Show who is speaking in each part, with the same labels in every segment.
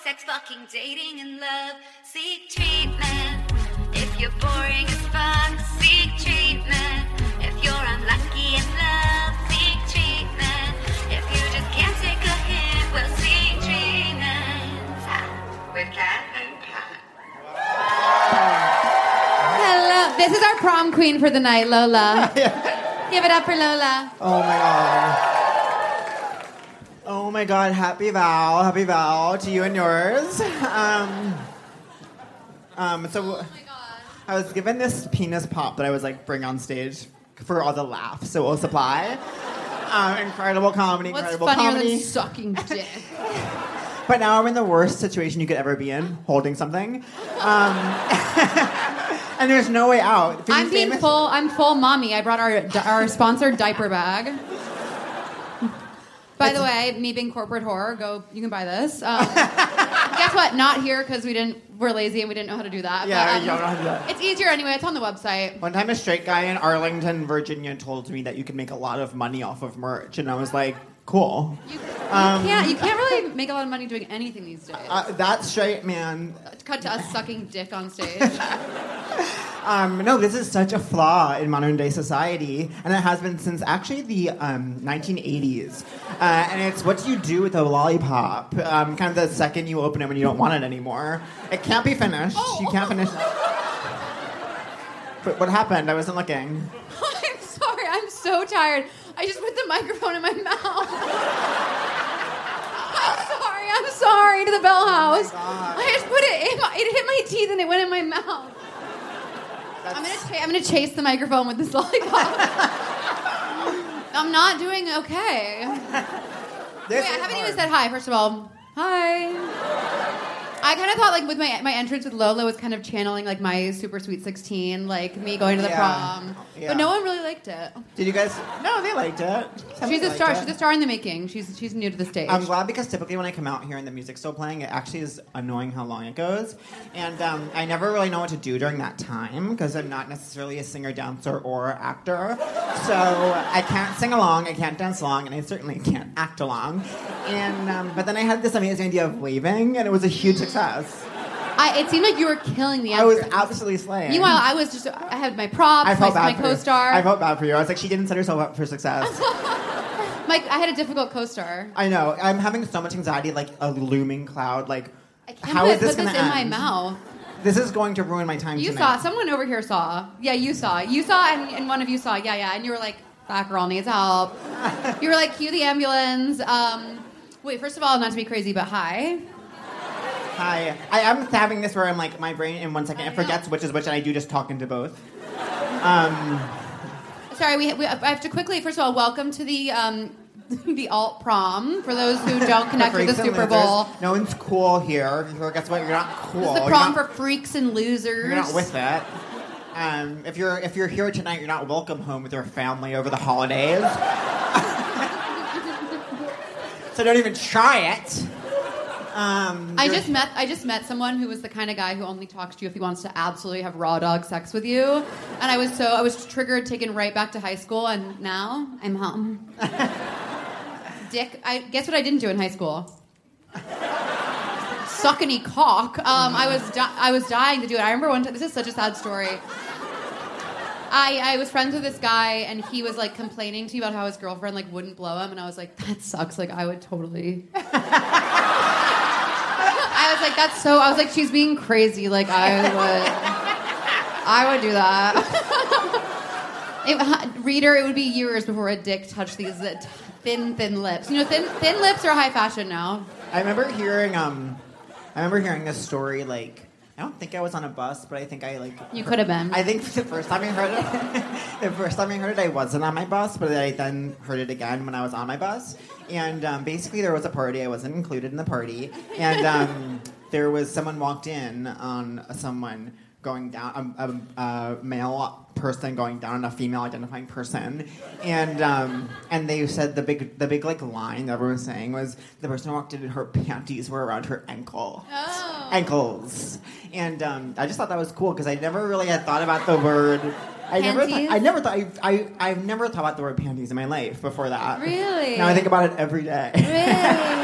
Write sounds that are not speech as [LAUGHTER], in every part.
Speaker 1: Seeking dating and love, seek treatment. If you're boring as fuck, seek treatment. If you're unlucky in love, seek treatment. If you just can't take a hint, well, seek treatment. Ah, With Cat and Pat.
Speaker 2: Hello. This is our prom queen for the night, Lola.
Speaker 3: [LAUGHS]
Speaker 2: Give it up for Lola.
Speaker 3: Oh my god. Oh my god, happy vow, happy vow to you and yours. Um, um, so I was given this penis pop that I was like bring on stage for all the laughs, so we'll supply. Um, incredible comedy,
Speaker 2: What's
Speaker 3: incredible
Speaker 2: funnier
Speaker 3: comedy.
Speaker 2: than
Speaker 3: [LAUGHS]
Speaker 2: sucking dick?
Speaker 3: But now I'm in the worst situation you could ever be in, holding something. Um, [LAUGHS] and there's no way out. For you
Speaker 2: I'm being
Speaker 3: famous-
Speaker 2: full. I'm full mommy. I brought our our sponsored diaper bag. By the way, me being corporate horror, go. You can buy this. Um, guess what? Not here because we didn't. We're lazy and we didn't know how to do that.
Speaker 3: Yeah,
Speaker 2: but,
Speaker 3: you don't
Speaker 2: um,
Speaker 3: have to do that.
Speaker 2: It's easier anyway. It's on the website.
Speaker 3: One time, a straight guy in Arlington, Virginia, told me that you could make a lot of money off of merch, and I was like, "Cool."
Speaker 2: You,
Speaker 3: Um,
Speaker 2: you can't. You can't really make a lot of money doing anything these days.
Speaker 3: Uh, that straight man.
Speaker 2: Cut to us sucking dick on stage.
Speaker 3: Um, no, this is such a flaw in modern day society, and it has been since actually the um, 1980s. Uh, and it's what do you do with a lollipop? Um, kind of the second you open it when you don't want it anymore. It can't be finished. You
Speaker 2: Oh.
Speaker 3: can't finish. But what happened? I wasn't looking.
Speaker 2: [LAUGHS] I'm sorry. I'm so tired. I just put the microphone in my [LAUGHS] mouth. I'm sorry. I'm sorry to the Bell House.
Speaker 3: Oh God.
Speaker 2: I just put it in my. It hit my teeth and it went in my mouth. I'm gonna. Cha- I'm gonna chase the microphone with this [LAUGHS]
Speaker 3: [LAUGHS]
Speaker 2: lollipop. I'm not doing okay.
Speaker 3: This
Speaker 2: Wait, I
Speaker 3: is
Speaker 2: haven't even
Speaker 3: hard.
Speaker 2: said hi. First of all, hi. I kind of thought like with my my entrance with Lola was kind of channeling like my super sweet sixteen, like me going to the
Speaker 3: Yeah.
Speaker 2: prom.
Speaker 3: Yeah.
Speaker 2: But no one really liked it.
Speaker 3: Did you guys? No, they liked it. Somebody
Speaker 2: She's a
Speaker 3: liked
Speaker 2: star.
Speaker 3: it.
Speaker 2: She's a star in the making. She's she's new to the stage.
Speaker 3: I'm glad because typically when I come out here and the music's still playing, it actually is annoying how long it goes, and um, I never really know what to do during that time because I'm not necessarily a singer, dancer, or actor, so I can't sing along, I can't dance along, and I certainly can't act along. And um, but then I had this amazing idea of waving, and it was a huge success.
Speaker 2: I, it seemed like you were killing the
Speaker 3: I was
Speaker 2: entrance.
Speaker 3: absolutely slaying.
Speaker 2: Meanwhile, I was just I had my props,
Speaker 3: I felt
Speaker 2: my,
Speaker 3: bad
Speaker 2: my
Speaker 3: for you.
Speaker 2: co-star.
Speaker 3: I felt bad for you. I was like, she didn't set herself up for success.
Speaker 2: [LAUGHS] my, I had a difficult co-star.
Speaker 3: I know. I'm having so much anxiety, like a looming cloud. Like,
Speaker 2: I can't
Speaker 3: how
Speaker 2: believe
Speaker 3: is this
Speaker 2: I put
Speaker 3: going
Speaker 2: this
Speaker 3: to
Speaker 2: in
Speaker 3: end?
Speaker 2: my mouth.
Speaker 3: This is going to ruin my time.
Speaker 2: You
Speaker 3: tonight.
Speaker 2: saw someone over here saw. Yeah, you saw. You saw, and, and one of you saw. Yeah, yeah. And you were like, "That girl needs
Speaker 3: [LAUGHS]
Speaker 2: help." you were like, "Cue the ambulance." Um, wait, first of all, not to be crazy, but hi.
Speaker 3: Hi. I am having this where I'm like, my brain in one second,
Speaker 2: I
Speaker 3: it forgets which is which, and I do just talk into both.
Speaker 2: Sorry, we, we, I have to quickly. First of all, welcome to the um, [LAUGHS] the alt prom for those who
Speaker 3: [LAUGHS]
Speaker 2: don't connect with the
Speaker 3: Freaks and
Speaker 2: Super
Speaker 3: losers.
Speaker 2: Bowl.
Speaker 3: No one's cool here. So guess what? You're not cool.
Speaker 2: This is the
Speaker 3: You're
Speaker 2: prom
Speaker 3: not-
Speaker 2: for freaks and losers.
Speaker 3: You're not with it. Um, if you're if you're here tonight, you're not welcome home with your family over the holidays. [LAUGHS] so don't even try it. Um,
Speaker 2: I
Speaker 3: you're-
Speaker 2: just met I just met someone who was the kind of guy who only talks to you if he wants to absolutely have raw dog sex with you, and I was so I was triggered, taken right back to high school, and now I'm home. Dick, I guess what I didn't do in high school. Suck any cock. Um, I was di- I was dying to do it. I remember one time. This is such a sad story. I, I was friends with this guy and he was like complaining to me about how his girlfriend like wouldn't blow him and I was like that sucks like I would totally I was like, that's so. I was like, she's being crazy. Like I would, I would do that. [LAUGHS] it, reader, it would be years before a dick touched these uh, t- thin, thin lips. You know, thin, thin lips are high fashion now.
Speaker 3: I remember hearing um, I remember hearing a story like I don't think I was on a bus, but I think I like
Speaker 2: You could have been.
Speaker 3: I think the first time I heard it, [LAUGHS] the first time I heard it, I wasn't on my bus, but I then heard it again when I was on my bus. And um, basically, there was a party. I wasn't included in the party, and um, [LAUGHS] there was someone walked in on someone going down a, a, a male person going down on a female identifying person, and um, and they said the big the big like line that everyone was saying was the person who walked in her panties were around her ankle
Speaker 2: Oh.
Speaker 3: ankles. And um, I just thought that was cool because I never really had thought about the word. I never,
Speaker 2: Panties?
Speaker 3: th- I never thought, I, I, I've never thought about the word panties in my life before that.
Speaker 2: Really?
Speaker 3: Now I think about it every day.
Speaker 2: Really?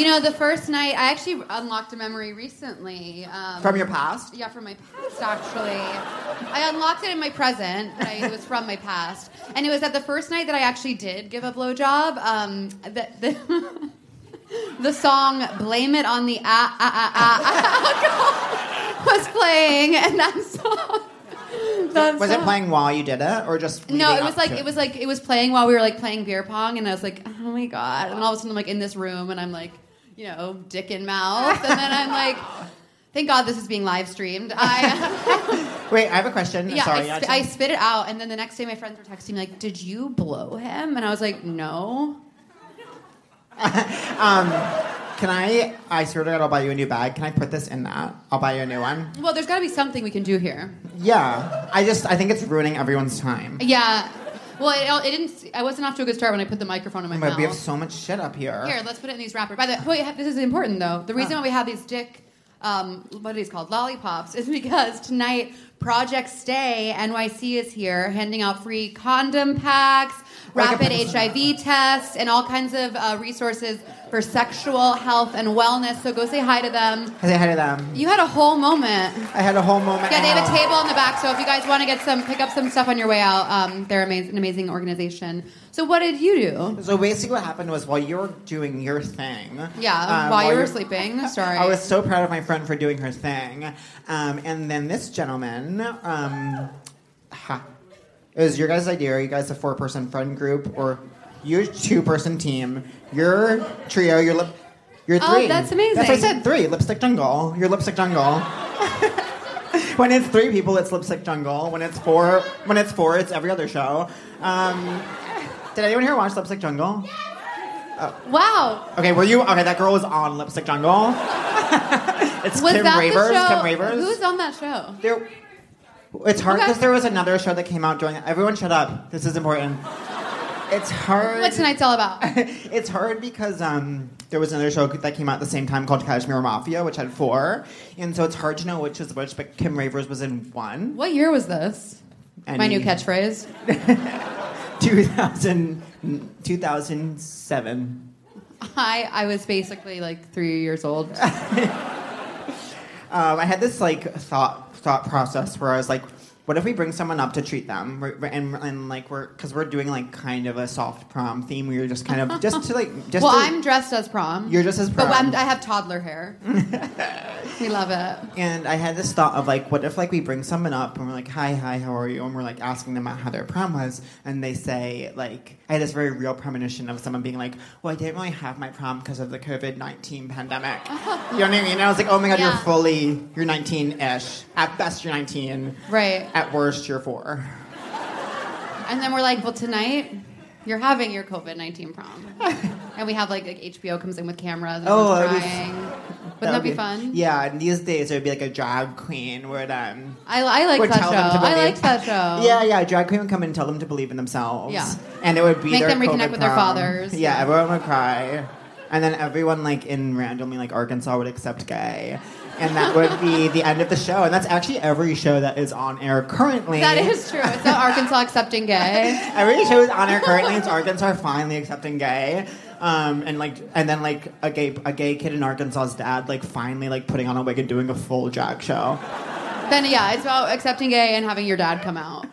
Speaker 2: You know, the first night I actually unlocked a memory recently. Um,
Speaker 3: [LAUGHS] From your past?
Speaker 2: Yeah, from my past actually. I unlocked it in my present, but I, it was from my past, and it was at the first night that I actually did give a blowjob. Um, the, the, [LAUGHS] the song "Blame It on the Ah Ah Ah Ah" alcohol was playing, and that song. that
Speaker 3: Was it
Speaker 2: song-
Speaker 3: playing while you did it, or just?
Speaker 2: No,
Speaker 3: leading
Speaker 2: it
Speaker 3: up
Speaker 2: was like
Speaker 3: to
Speaker 2: it was like it was playing while we were like playing beer pong, and I was like, oh my god! And all of a sudden, I'm like in this room, and I'm like, you know, dick in mouth, and then I'm like, thank God this is being live streamed.
Speaker 3: [LAUGHS]
Speaker 2: I [LAUGHS]
Speaker 3: Wait, I have a question.
Speaker 2: yeah,
Speaker 3: Sorry,
Speaker 2: I,
Speaker 3: I
Speaker 2: sp-
Speaker 3: just-
Speaker 2: I spit it out, and then the next day, my friends were texting me like, did you blow him? And I was like, no.
Speaker 3: Can I? I swear to God, I'll buy you a new bag. Can I put this in that? I'll buy you a new one.
Speaker 2: Well, there's got to be something we can do here.
Speaker 3: Yeah. I just I think it's ruining everyone's time.
Speaker 2: Yeah. Well, it, all- it didn't. I wasn't off to a good start when I put the microphone in my
Speaker 3: But
Speaker 2: mouth.
Speaker 3: we have so much shit up here.
Speaker 2: Here, let's put it in these wrappers. By the way, this is important though. The reason why we have these dick, um, what are these called, lollipops, is [LAUGHS] because tonight Project Stay NYC is here, handing out free condom packs,
Speaker 3: Like a
Speaker 2: rapid
Speaker 3: person.
Speaker 2: HIV tests, and all kinds of uh, resources for sexual health and wellness. So go say hi to them.
Speaker 3: Cause I had them.
Speaker 2: You had a whole moment.
Speaker 3: I had a whole moment.
Speaker 2: Yeah, they have a
Speaker 3: out.
Speaker 2: table in the back. So if you guys want to get some, pick up some stuff on your way out. Um, they're amaz- an amazing organization. So what did you do?
Speaker 3: So basically, what happened was while you were doing your thing.
Speaker 2: Yeah,
Speaker 3: um,
Speaker 2: while, you were
Speaker 3: you're- [LAUGHS]
Speaker 2: sleeping. Sorry.
Speaker 3: I was so proud of my friend for doing her thing. Um, and then this gentleman, um, ha, it was your guys' idea. You guys a four-person friend group or your two-person team? Your trio. Your lip. Your
Speaker 2: Oh,
Speaker 3: three.
Speaker 2: that's amazing.
Speaker 3: That's what I said. Three. Lipstick jungle. Your lipstick jungle. [LAUGHS] when it's three people, it's lipstick jungle. When it's four, when it's four, it's every other show. Um, did anyone here watch Lipstick Jungle?
Speaker 2: wow.
Speaker 3: Okay, were you okay? That girl was on Lipstick Jungle. [LAUGHS] it's
Speaker 2: Was
Speaker 3: Kim
Speaker 2: that
Speaker 3: Ravers.
Speaker 2: the show?
Speaker 3: Kim Ravers.
Speaker 2: Who was on that show?
Speaker 3: there, it's hard
Speaker 2: Okay.
Speaker 3: because there was another show that came out during. Everyone, shut up. This is important. It's hard.
Speaker 2: What's tonight's all about?
Speaker 3: it's hard because um, there was another show that came out at the same time called Cashmere Mafia, which had four, and so it's hard to know which is which. But Kim Ravers was in
Speaker 2: [LAUGHS]
Speaker 3: one.
Speaker 2: What year was this?
Speaker 3: and
Speaker 2: My new catchphrase.
Speaker 3: 2000, 2007.
Speaker 2: I I was basically like three years
Speaker 3: [LAUGHS]
Speaker 2: old.
Speaker 3: um, I had this like thought thought process where I was like, what if we bring someone up to treat them, We're- we're- and, and like we're because we're doing like kind of a soft prom theme. We were just kind
Speaker 2: [LAUGHS]
Speaker 3: of just to like just.
Speaker 2: well,
Speaker 3: to-
Speaker 2: I'm dressed as prom.
Speaker 3: You're dressed as
Speaker 2: But
Speaker 3: prom.
Speaker 2: I'm, I have toddler
Speaker 3: [LAUGHS]
Speaker 2: hair. we love it.
Speaker 3: and I had this thought of like, what if like we bring someone up and we're like, hi, hi, how are you? And we're like asking them about how their prom was, and they say like, I had this very real premonition of someone being like, well, I didn't really have my prom because of the COVID
Speaker 2: [LAUGHS]
Speaker 3: nineteen pandemic. you know what I mean? And I was like, oh my god,
Speaker 2: Yeah.
Speaker 3: you're fully you're nineteen ish. At best, you're nineteen.
Speaker 2: Right.
Speaker 3: At worst, you're four.
Speaker 2: And then we're like, well, tonight you're having your COVID 19
Speaker 3: [LAUGHS]
Speaker 2: prom. and we have like, like HBO comes in with cameras and
Speaker 3: Oh,
Speaker 2: everyone's
Speaker 3: that'd be-
Speaker 2: crying. Wouldn't
Speaker 3: That
Speaker 2: that,
Speaker 3: would
Speaker 2: be, fun?
Speaker 3: Yeah, and these days it would be like a drag queen would um
Speaker 2: I, I like
Speaker 3: would
Speaker 2: that
Speaker 3: tell them to
Speaker 2: show. I
Speaker 3: believe.
Speaker 2: liked that show.
Speaker 3: [LAUGHS] Yeah, yeah, drag queen would come and tell them to believe in themselves.
Speaker 2: Oh. Yeah.
Speaker 3: and it would be
Speaker 2: Make
Speaker 3: their
Speaker 2: them reconnect
Speaker 3: COVID
Speaker 2: with their
Speaker 3: prom.
Speaker 2: fathers.
Speaker 3: Yeah, everyone would cry, and then everyone like in randomly like Arkansas would accept gay. And that
Speaker 2: [LAUGHS]
Speaker 3: would be the end of the show. And that's actually every show that is on air currently.
Speaker 2: That is true. It's not Arkansas accepting
Speaker 3: [LAUGHS]
Speaker 2: gay.
Speaker 3: Every show is on air currently. It's Arkansas finally accepting gay, um, and like, and then like a gay a gay kid in Arkansas's dad like finally like putting on a wig and doing a full drag show.
Speaker 2: Then yeah, it's about accepting gay and having your dad come
Speaker 3: [LAUGHS]
Speaker 2: out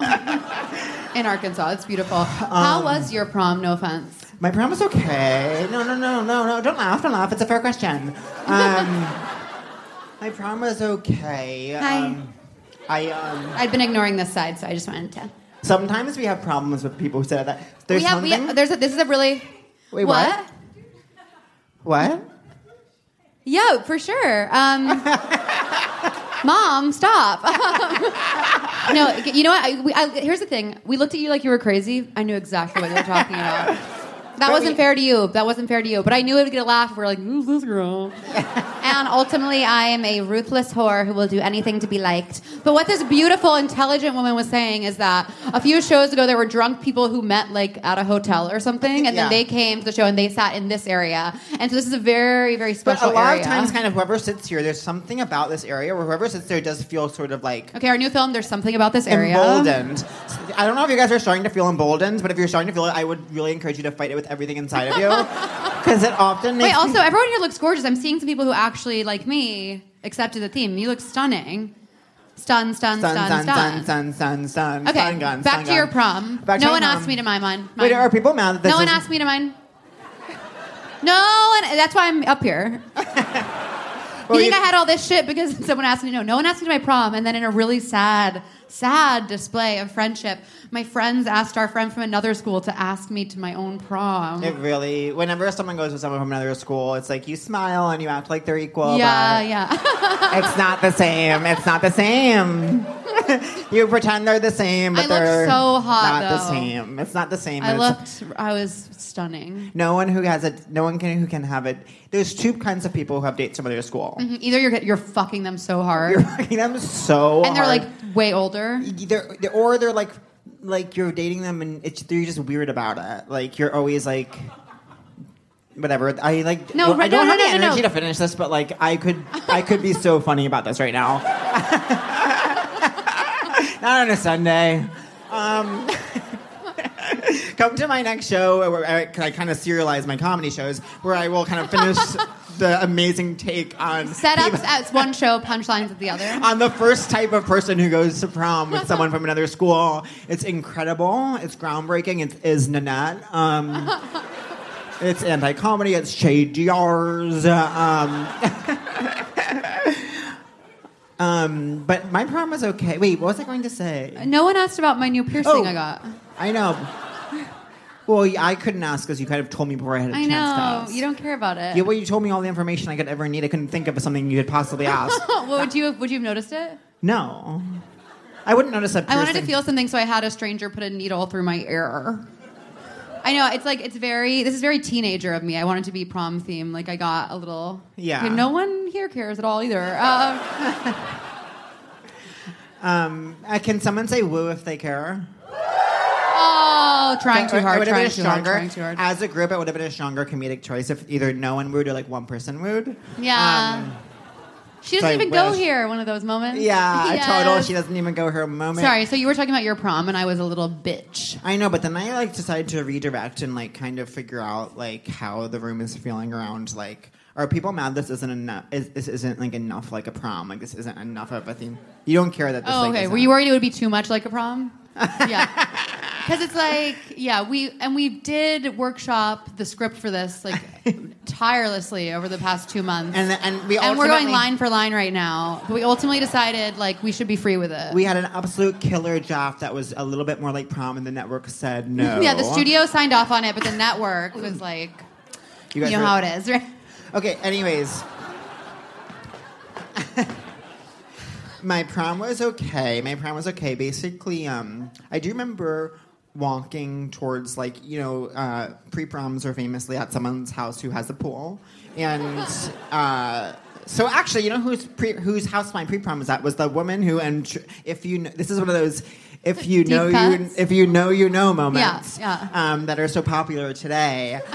Speaker 2: in Arkansas. It's beautiful.
Speaker 3: Um,
Speaker 2: How was your prom? No offense.
Speaker 3: My prom was okay. No, no, no, no, no. Don't laugh. Don't laugh. It's a fair question. Um, [LAUGHS] my prom was okay.
Speaker 2: Hi.
Speaker 3: Um, I um,
Speaker 2: I'd been ignoring this side, so I just wanted to.
Speaker 3: sometimes we have problems with people who say that. There's
Speaker 2: we have.
Speaker 3: something.
Speaker 2: We have, there's. A, this is a really.
Speaker 3: Wait, what? what?
Speaker 2: Yeah, for sure.
Speaker 3: [LAUGHS]
Speaker 2: Um, Mom, stop. [LAUGHS] no, you know what? I, we, I, here's the thing. We looked at you like you were crazy. I knew exactly what you were talking
Speaker 3: [LAUGHS]
Speaker 2: about. That wasn't
Speaker 3: we-
Speaker 2: fair to you. That wasn't fair to you. But I knew it would get a laugh. We're like, who's this
Speaker 3: [LAUGHS]
Speaker 2: girl? and ultimately, I am a ruthless whore who will do anything to be liked. But what this beautiful, intelligent woman was saying is that a few shows ago, there were drunk people who met like at a hotel or something, and
Speaker 3: Yeah.
Speaker 2: then they came to the show and they sat in this area. And so this is a very, very
Speaker 3: But
Speaker 2: special
Speaker 3: a lot
Speaker 2: area.
Speaker 3: of times, kind of whoever sits here, there's something about this area where whoever sits there does feel sort of like
Speaker 2: Okay, our new film. There's something about this area.
Speaker 3: Emboldened.
Speaker 2: [LAUGHS]
Speaker 3: I don't know if you guys are starting to feel emboldened, but if you're starting to feel it, I would really encourage you to fight it with everything inside of you. Because it often makes
Speaker 2: Wait,
Speaker 3: me-
Speaker 2: also, everyone here looks gorgeous. I'm seeing some people who actually, like me, accepted the theme. You look stunning. Stun, stun,
Speaker 3: Sun,
Speaker 2: stun,
Speaker 3: sun,
Speaker 2: stun.
Speaker 3: sun, sun, sun, sun,
Speaker 2: Okay,
Speaker 3: sun gun,
Speaker 2: back
Speaker 3: sun
Speaker 2: to
Speaker 3: gun.
Speaker 2: your prom.
Speaker 3: Back to
Speaker 2: no
Speaker 3: my
Speaker 2: one
Speaker 3: prom.
Speaker 2: asked me to my mine. mine.
Speaker 3: Wait, are people mad that this
Speaker 2: no one
Speaker 3: isn't-
Speaker 2: asked me to mine. No one. That's why I'm up here.
Speaker 3: Well,
Speaker 2: you think
Speaker 3: you-
Speaker 2: I had all this shit because [LAUGHS] someone asked me? No, no one asked me to my prom. And then in a really sad, sad display of friendship, my friends asked our friend from another school to ask me to my own prom.
Speaker 3: It really, whenever someone goes with someone from another school, it's like you smile and you act like they're equal.
Speaker 2: yeah,
Speaker 3: but
Speaker 2: yeah. [LAUGHS]
Speaker 3: It's not the same. It's not
Speaker 2: [LAUGHS]
Speaker 3: the same. you pretend they're the same, but
Speaker 2: I looked
Speaker 3: they're
Speaker 2: so hot,
Speaker 3: not the
Speaker 2: though.
Speaker 3: same. It's not the same.
Speaker 2: I
Speaker 3: and it's-
Speaker 2: looked. I was
Speaker 3: [LAUGHS]
Speaker 2: stunning.
Speaker 3: No one who has it. No one can who can have it. There's two kinds of people who have dates from another school.
Speaker 2: Either you're you're fucking them so hard,
Speaker 3: You're [LAUGHS] fucking them so
Speaker 2: and they're
Speaker 3: hard.
Speaker 2: like way
Speaker 3: [LAUGHS]
Speaker 2: older.
Speaker 3: they're, they're- or they're like like you're dating them and it's you're just weird about it. Like you're always like whatever. I like
Speaker 2: No,
Speaker 3: I
Speaker 2: right-
Speaker 3: don't
Speaker 2: no,
Speaker 3: have
Speaker 2: no,
Speaker 3: the
Speaker 2: no, no,
Speaker 3: energy
Speaker 2: no.
Speaker 3: to finish this, but like I could I could be so funny about this right now. [LAUGHS] Not on a Sunday. Um, [LAUGHS] come to my next show where I, 'cause I kind of serialize my comedy shows where I will kind of
Speaker 2: [LAUGHS]
Speaker 3: finish the amazing take on people-
Speaker 2: Setups at one show, punchlines at the other.
Speaker 3: I'm the first type of person who goes to prom with someone from another school. It's incredible. It's groundbreaking. It is Nanette.
Speaker 2: [LAUGHS]
Speaker 3: Um, it's anti-comedy. It's Che Diar's. Um, [LAUGHS] um, but my prom was okay. Wait, what was I going to say?
Speaker 2: No one asked about my new piercing
Speaker 3: Oh.
Speaker 2: I got.
Speaker 3: I know. Well, yeah, I couldn't ask because you kind of told me before I had a
Speaker 2: I
Speaker 3: chance to
Speaker 2: know
Speaker 3: ask.
Speaker 2: you don't care about it. [LAUGHS]
Speaker 3: Yeah, well, you told me all the information I could ever need. I couldn't think of something you
Speaker 2: [LAUGHS]
Speaker 3: could possibly ask.
Speaker 2: what would you have, would you have noticed it?
Speaker 3: No. I wouldn't notice that.
Speaker 2: I wanted to feel something, so I had a stranger put a needle through my ear. I know it's like it's very. This is very teenager of me. I wanted to be prom theme. Like I got a little.
Speaker 3: Yeah.
Speaker 2: Okay, no one here cares at all either. Um,
Speaker 3: Uh, can someone say woo if they care?
Speaker 2: oh, trying too
Speaker 3: It
Speaker 2: hard.
Speaker 3: would have
Speaker 2: Trying
Speaker 3: been a
Speaker 2: too hard.
Speaker 3: stronger-
Speaker 2: Trying too hard.
Speaker 3: As a group, it would have been a stronger comedic choice if either no one wooed or like one person
Speaker 2: [LAUGHS]
Speaker 3: wooed.
Speaker 2: Yeah.
Speaker 3: Um,
Speaker 2: she doesn't
Speaker 3: so I
Speaker 2: even go
Speaker 3: wish-
Speaker 2: here. One of those moments.
Speaker 3: yeah,
Speaker 2: Yes.
Speaker 3: total. She doesn't even go her moment.
Speaker 2: Sorry. So you were talking about your prom, and I was a little bitch.
Speaker 3: I know, but then I like decided to redirect and like kind of figure out like how the room is feeling around like are people mad this isn't enough is, this isn't like enough like a prom like this isn't enough of a thing you don't care that this
Speaker 2: Oh,
Speaker 3: like,
Speaker 2: okay.
Speaker 3: isn't-
Speaker 2: Were you worried it would be too much like a
Speaker 3: [LAUGHS]
Speaker 2: prom? yeah. Because it's like, yeah, we and we did workshop the script for this
Speaker 3: [LAUGHS]
Speaker 2: like tirelessly over the past two months,
Speaker 3: and and we
Speaker 2: and we're going
Speaker 3: ultimately-
Speaker 2: line for line right now. But we ultimately decided like we should be free with it.
Speaker 3: we had an absolute killer draft that was a little bit more like prom and the network said no
Speaker 2: [LAUGHS] yeah, the studio signed off on it, but the network was like, you, know
Speaker 3: were-
Speaker 2: how it is, right?
Speaker 3: Okay, anyways. [LAUGHS] My prom was okay. My prom was okay. Basically, um, I do remember walking towards like you know uh, pre-proms are famously at someone's house who has a pool, and uh, so actually, you know whose pre- whose house my pre-prom was at was the woman who and if you kn- this is one of those if you
Speaker 2: Deep
Speaker 3: know you
Speaker 2: cuts?
Speaker 3: if you know you know moments
Speaker 2: yeah.
Speaker 3: Um, that are so popular today Uh,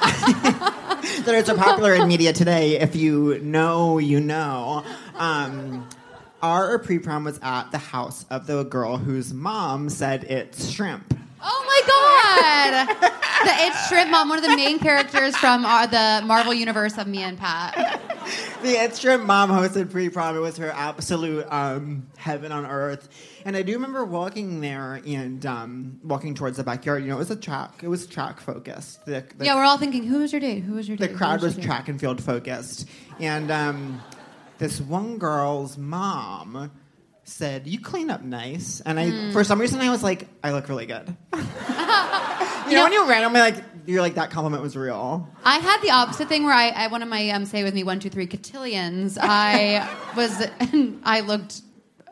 Speaker 3: [LAUGHS] that are so popular in media today. If you know, you know. Um, our pre prom was at the house of the girl whose mom said it's shrimp.
Speaker 2: Oh my god! the it's shrimp mom, one of the main characters from uh, the Marvel universe of me and Pat.
Speaker 3: The it's shrimp mom hosted pre prom. It was her absolute um, heaven on earth. And I do remember walking there and um, walking towards the backyard. You know, it was a track. It was track focused. The, the
Speaker 2: Yeah, we're all thinking, who was your date? Who was your
Speaker 3: the
Speaker 2: date? Who
Speaker 3: crowd
Speaker 2: your
Speaker 3: was
Speaker 2: date?
Speaker 3: track and field focused and um, this one girl's mom said you clean up nice and i
Speaker 2: Hmm.
Speaker 3: for some reason i was like i look
Speaker 2: [LAUGHS]
Speaker 3: really good [LAUGHS] you, know,
Speaker 2: know-
Speaker 3: when you randomly like you're like that compliment was real
Speaker 2: I had the opposite thing where I, I one of my um, say with me one two three cotillions.
Speaker 3: [LAUGHS]
Speaker 2: I was I looked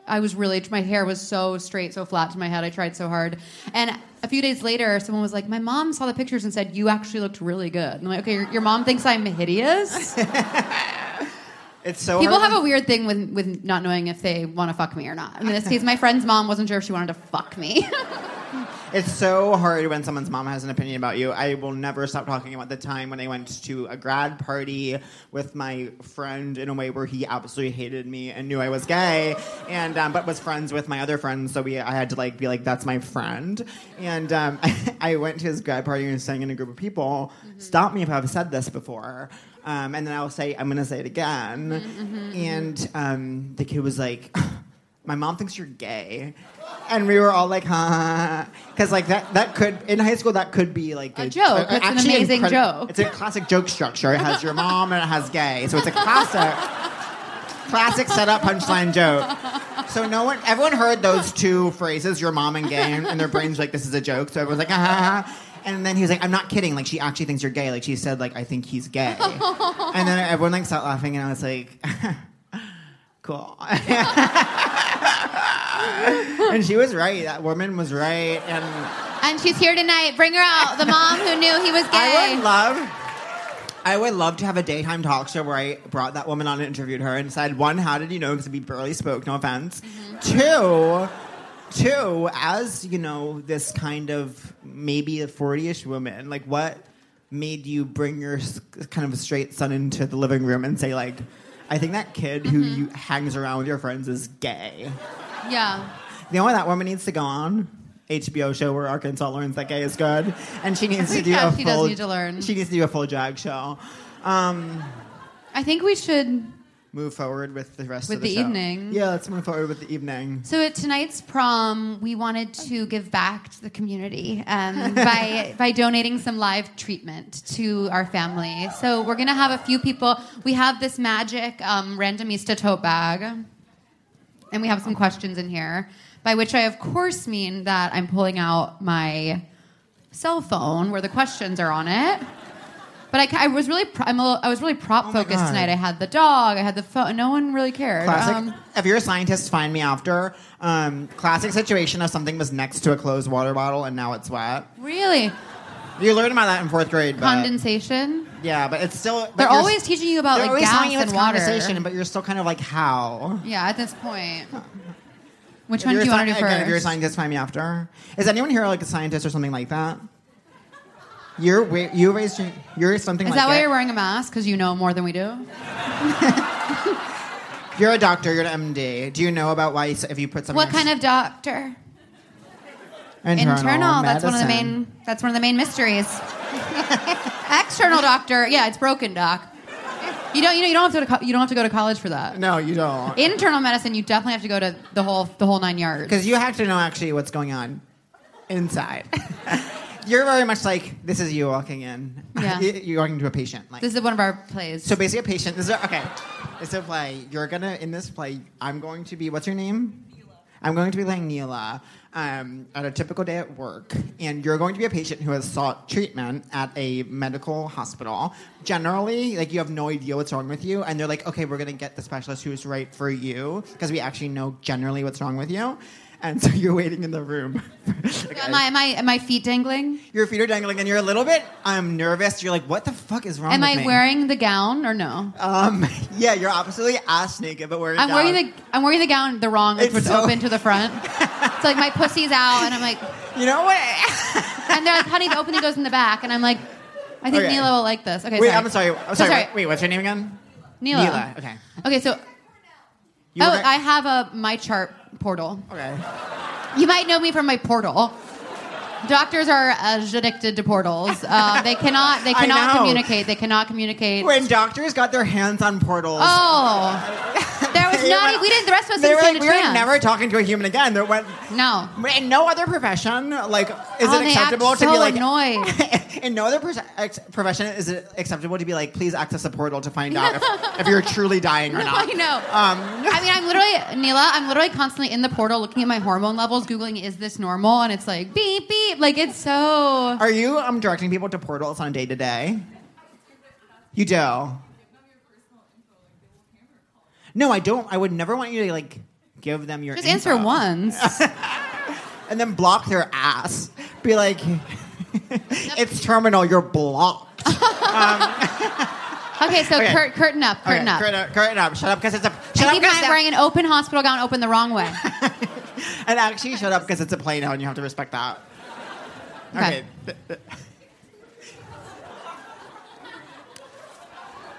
Speaker 2: I was really my hair was so straight so flat to my head. I tried so hard, and a few days later, someone was like, "My mom saw the pictures and said you actually looked really good." And I'm like, "Okay, your, your mom thinks I'm hideous."
Speaker 3: it's so
Speaker 2: People
Speaker 3: hard-
Speaker 2: have a weird thing with
Speaker 3: [LAUGHS]
Speaker 2: with not knowing if they want to fuck me [LAUGHS] or not. In this case, my friend's mom wasn't sure if she wanted to fuck me.
Speaker 3: It's so hard when someone's mom has an opinion about you. I will never stop talking about the time when I went to a grad party with my friend in a way where he absolutely hated me and knew I was gay, and um, but was friends with my other friends. So we, I had to like be like, "That's my friend." And um, [LAUGHS] I, went to his grad party and sang in a group of people. Stop me if I've said this before. Um, and then I'll say, "I'm going to say it again." And um, the kid was like. my mom thinks you're gay. And we were all like, huh? Because like that, that could in high school that could be like
Speaker 2: A joke. It's an
Speaker 3: actually
Speaker 2: amazing
Speaker 3: incredi-
Speaker 2: joke.
Speaker 3: It's a classic joke structure. It has your mom and it has gay, so it's a classic, classic setup punchline joke. So no one, everyone heard those two phrases, your mom and gay, and, and their brains were like this is a joke. So everyone's like, "Ah, ha, ha. And then he was like, I'm not kidding. Like she actually thinks you're gay. Like she said, like I think he's gay. and then everyone like stopped laughing, and I was like, [LAUGHS] cool. and she was right. That woman was right. And
Speaker 2: And she's here tonight. Bring her out. The mom who knew he was
Speaker 3: I would
Speaker 2: gay.
Speaker 3: love. I would love to have a daytime talk show where I brought that woman on and interviewed her and said, one, how did you know? Because we barely spoke, no offense. Two, two, as you know, this kind of maybe a 40 ish woman, like what made you bring your s- kind of straight son into the living room and say, like, I think that kid who you, hangs around with your friends is gay?
Speaker 2: yeah.
Speaker 3: You know what? That woman needs to go on HBO show where Arkansas learns that gay is good, and she needs to
Speaker 2: [LAUGHS]
Speaker 3: do
Speaker 2: Yeah,
Speaker 3: a
Speaker 2: she does
Speaker 3: full.
Speaker 2: need to learn.
Speaker 3: She needs to do a full drag show. Um,
Speaker 2: I think we should.
Speaker 3: move forward with the rest
Speaker 2: With
Speaker 3: of the,
Speaker 2: the
Speaker 3: show.
Speaker 2: evening.
Speaker 3: Yeah, let's move forward with the evening.
Speaker 2: So at tonight's prom, we wanted to give back to the community
Speaker 3: [LAUGHS]
Speaker 2: um, by by donating some live treatment to our family. So we're gonna have a few people. We have this magic um, randomista tote bag. and we have some questions in here. By which I, of course, mean that I'm pulling out my cell phone where the questions are on it. But I, ca- I was really, pro- I'm a little, I was really prop
Speaker 3: Oh my
Speaker 2: focused
Speaker 3: God.
Speaker 2: tonight. I had the dog, I had the phone. No one really cared.
Speaker 3: Classic.
Speaker 2: Um,
Speaker 3: if you're a scientist, find me after. Um, classic situation of something was next to a closed water bottle and now it's wet.
Speaker 2: really,
Speaker 3: You learn about that in fourth grade, but
Speaker 2: condensation.
Speaker 3: yeah, but it's still. But
Speaker 2: They're
Speaker 3: you're-
Speaker 2: always teaching you about
Speaker 3: they're
Speaker 2: like
Speaker 3: always
Speaker 2: gas
Speaker 3: telling you
Speaker 2: and
Speaker 3: it's
Speaker 2: water.
Speaker 3: condensation, but you're still kind of like how.
Speaker 2: yeah, at this point, which
Speaker 3: If
Speaker 2: one
Speaker 3: you're
Speaker 2: do
Speaker 3: a
Speaker 2: you want
Speaker 3: sci-
Speaker 2: to do
Speaker 3: again, if you're a
Speaker 2: first?
Speaker 3: scientist, find me after. Is anyone here like a scientist or something like that? You're wa- you raised your, you're something
Speaker 2: Is
Speaker 3: like
Speaker 2: that why
Speaker 3: it.
Speaker 2: you're wearing a mask? Because you know more than we do.
Speaker 3: You're a doctor. You're an MD. Do you know about why s- if you put something?
Speaker 2: What kind of doctor?
Speaker 3: internal?
Speaker 2: internal. that's one of the
Speaker 3: medicine.
Speaker 2: main. That's one of the main mysteries. [LAUGHS] External doctor. Yeah, it's broken, doc. You don't. You know. You don't have to. Go to co- you don't have to go to college for that.
Speaker 3: No, you don't.
Speaker 2: Internal medicine. You definitely have to go to the whole the whole nine yards.
Speaker 3: Because you have to know actually what's going on inside. [LAUGHS] you're very much like this is you walking in.
Speaker 2: Yeah.
Speaker 3: [LAUGHS] You- you're walking to a patient. Like
Speaker 2: This is one of our plays.
Speaker 3: so, basically, a patient. This is a, okay. It's a play. You're gonna in this play. I'm going to be. What's your name? I'm going to be playing Neela um, on a typical day at work, and you're going to be a patient who has sought treatment at a medical hospital. Generally, like you have no idea what's wrong with you, and they're like, "Okay, we're going to get the specialist who's right for you," because we actually know generally what's wrong with you, and [LAUGHS] so you're waiting in the room. [LAUGHS] Okay.
Speaker 2: am I? Am I? Am I feet dangling?
Speaker 3: Your feet are dangling, and you're a little bit. I'm nervous. You're like, "What the fuck is wrong?"
Speaker 2: Am
Speaker 3: with
Speaker 2: I
Speaker 3: me?
Speaker 2: wearing the gown or no?
Speaker 3: Um, [LAUGHS] yeah, you're absolutely ass naked, but wearing.
Speaker 2: I'm
Speaker 3: down.
Speaker 2: wearing the I'm wearing the gown the wrong. Like,
Speaker 3: It's
Speaker 2: it's
Speaker 3: so-
Speaker 2: open to the
Speaker 3: [LAUGHS]
Speaker 2: front. It's like my pussy's out, and I'm like,
Speaker 3: You know what?
Speaker 2: [LAUGHS] and they're like, honey, the opening goes in the back, and I'm like, I think
Speaker 3: Okay.
Speaker 2: Nila will like this. Okay,
Speaker 3: Wait,
Speaker 2: sorry.
Speaker 3: I'm sorry. I'm
Speaker 2: So
Speaker 3: sorry. Wait, wait, what's your name again?
Speaker 2: Nila.
Speaker 3: Nila, okay.
Speaker 2: Okay, so
Speaker 3: You
Speaker 2: oh,
Speaker 3: were-
Speaker 2: I have a my chart portal.
Speaker 3: Okay.
Speaker 2: You might know me from my portal. Doctors are addicted to portals. Um, they cannot. They
Speaker 3: [LAUGHS] I
Speaker 2: cannot
Speaker 3: know.
Speaker 2: communicate. They cannot communicate.
Speaker 3: When doctors got their hands on portals.
Speaker 2: oh, there was
Speaker 3: [LAUGHS] they
Speaker 2: not. e,
Speaker 3: went-
Speaker 2: We didn't. The rest of us
Speaker 3: They were
Speaker 2: didn't stand
Speaker 3: like,
Speaker 2: a
Speaker 3: we are
Speaker 2: chance.
Speaker 3: never talking to a human again. There went.
Speaker 2: no.
Speaker 3: In no other profession, like, is
Speaker 2: Oh,
Speaker 3: it
Speaker 2: they act
Speaker 3: acceptable to
Speaker 2: so
Speaker 3: be like?
Speaker 2: annoyed.
Speaker 3: [LAUGHS] in no other pers- ex- profession, is it acceptable to be like, please access a portal to find out
Speaker 2: [LAUGHS]
Speaker 3: if, if you're truly dying or
Speaker 2: I
Speaker 3: not?
Speaker 2: know.
Speaker 3: Um,
Speaker 2: I mean, I'm literally Nila. I'm literally constantly in the portal, looking at my hormone levels, googling, "Is this normal?" And it's like beep beep. Like it's so.
Speaker 3: Are you um, directing people to portals on day to day? You do. No, I don't. I would never want you to like give them your
Speaker 2: Just
Speaker 3: info.
Speaker 2: answer
Speaker 3: [LAUGHS]
Speaker 2: once.
Speaker 3: and then block their ass. Be like, [LAUGHS] it's terminal. You're blocked.
Speaker 2: Okay, so
Speaker 3: Okay.
Speaker 2: Curt, curtain up, curtain
Speaker 3: Okay,
Speaker 2: up.
Speaker 3: Curtain up. Curtain up. Shut up, because it's a.
Speaker 2: I
Speaker 3: Shut
Speaker 2: keep
Speaker 3: up,
Speaker 2: on
Speaker 3: 'cause [LAUGHS]
Speaker 2: wearing an open hospital gown open the wrong way.
Speaker 3: And actually, shut up because it's a play now, and you have to respect that.
Speaker 2: Okay.
Speaker 3: Okay.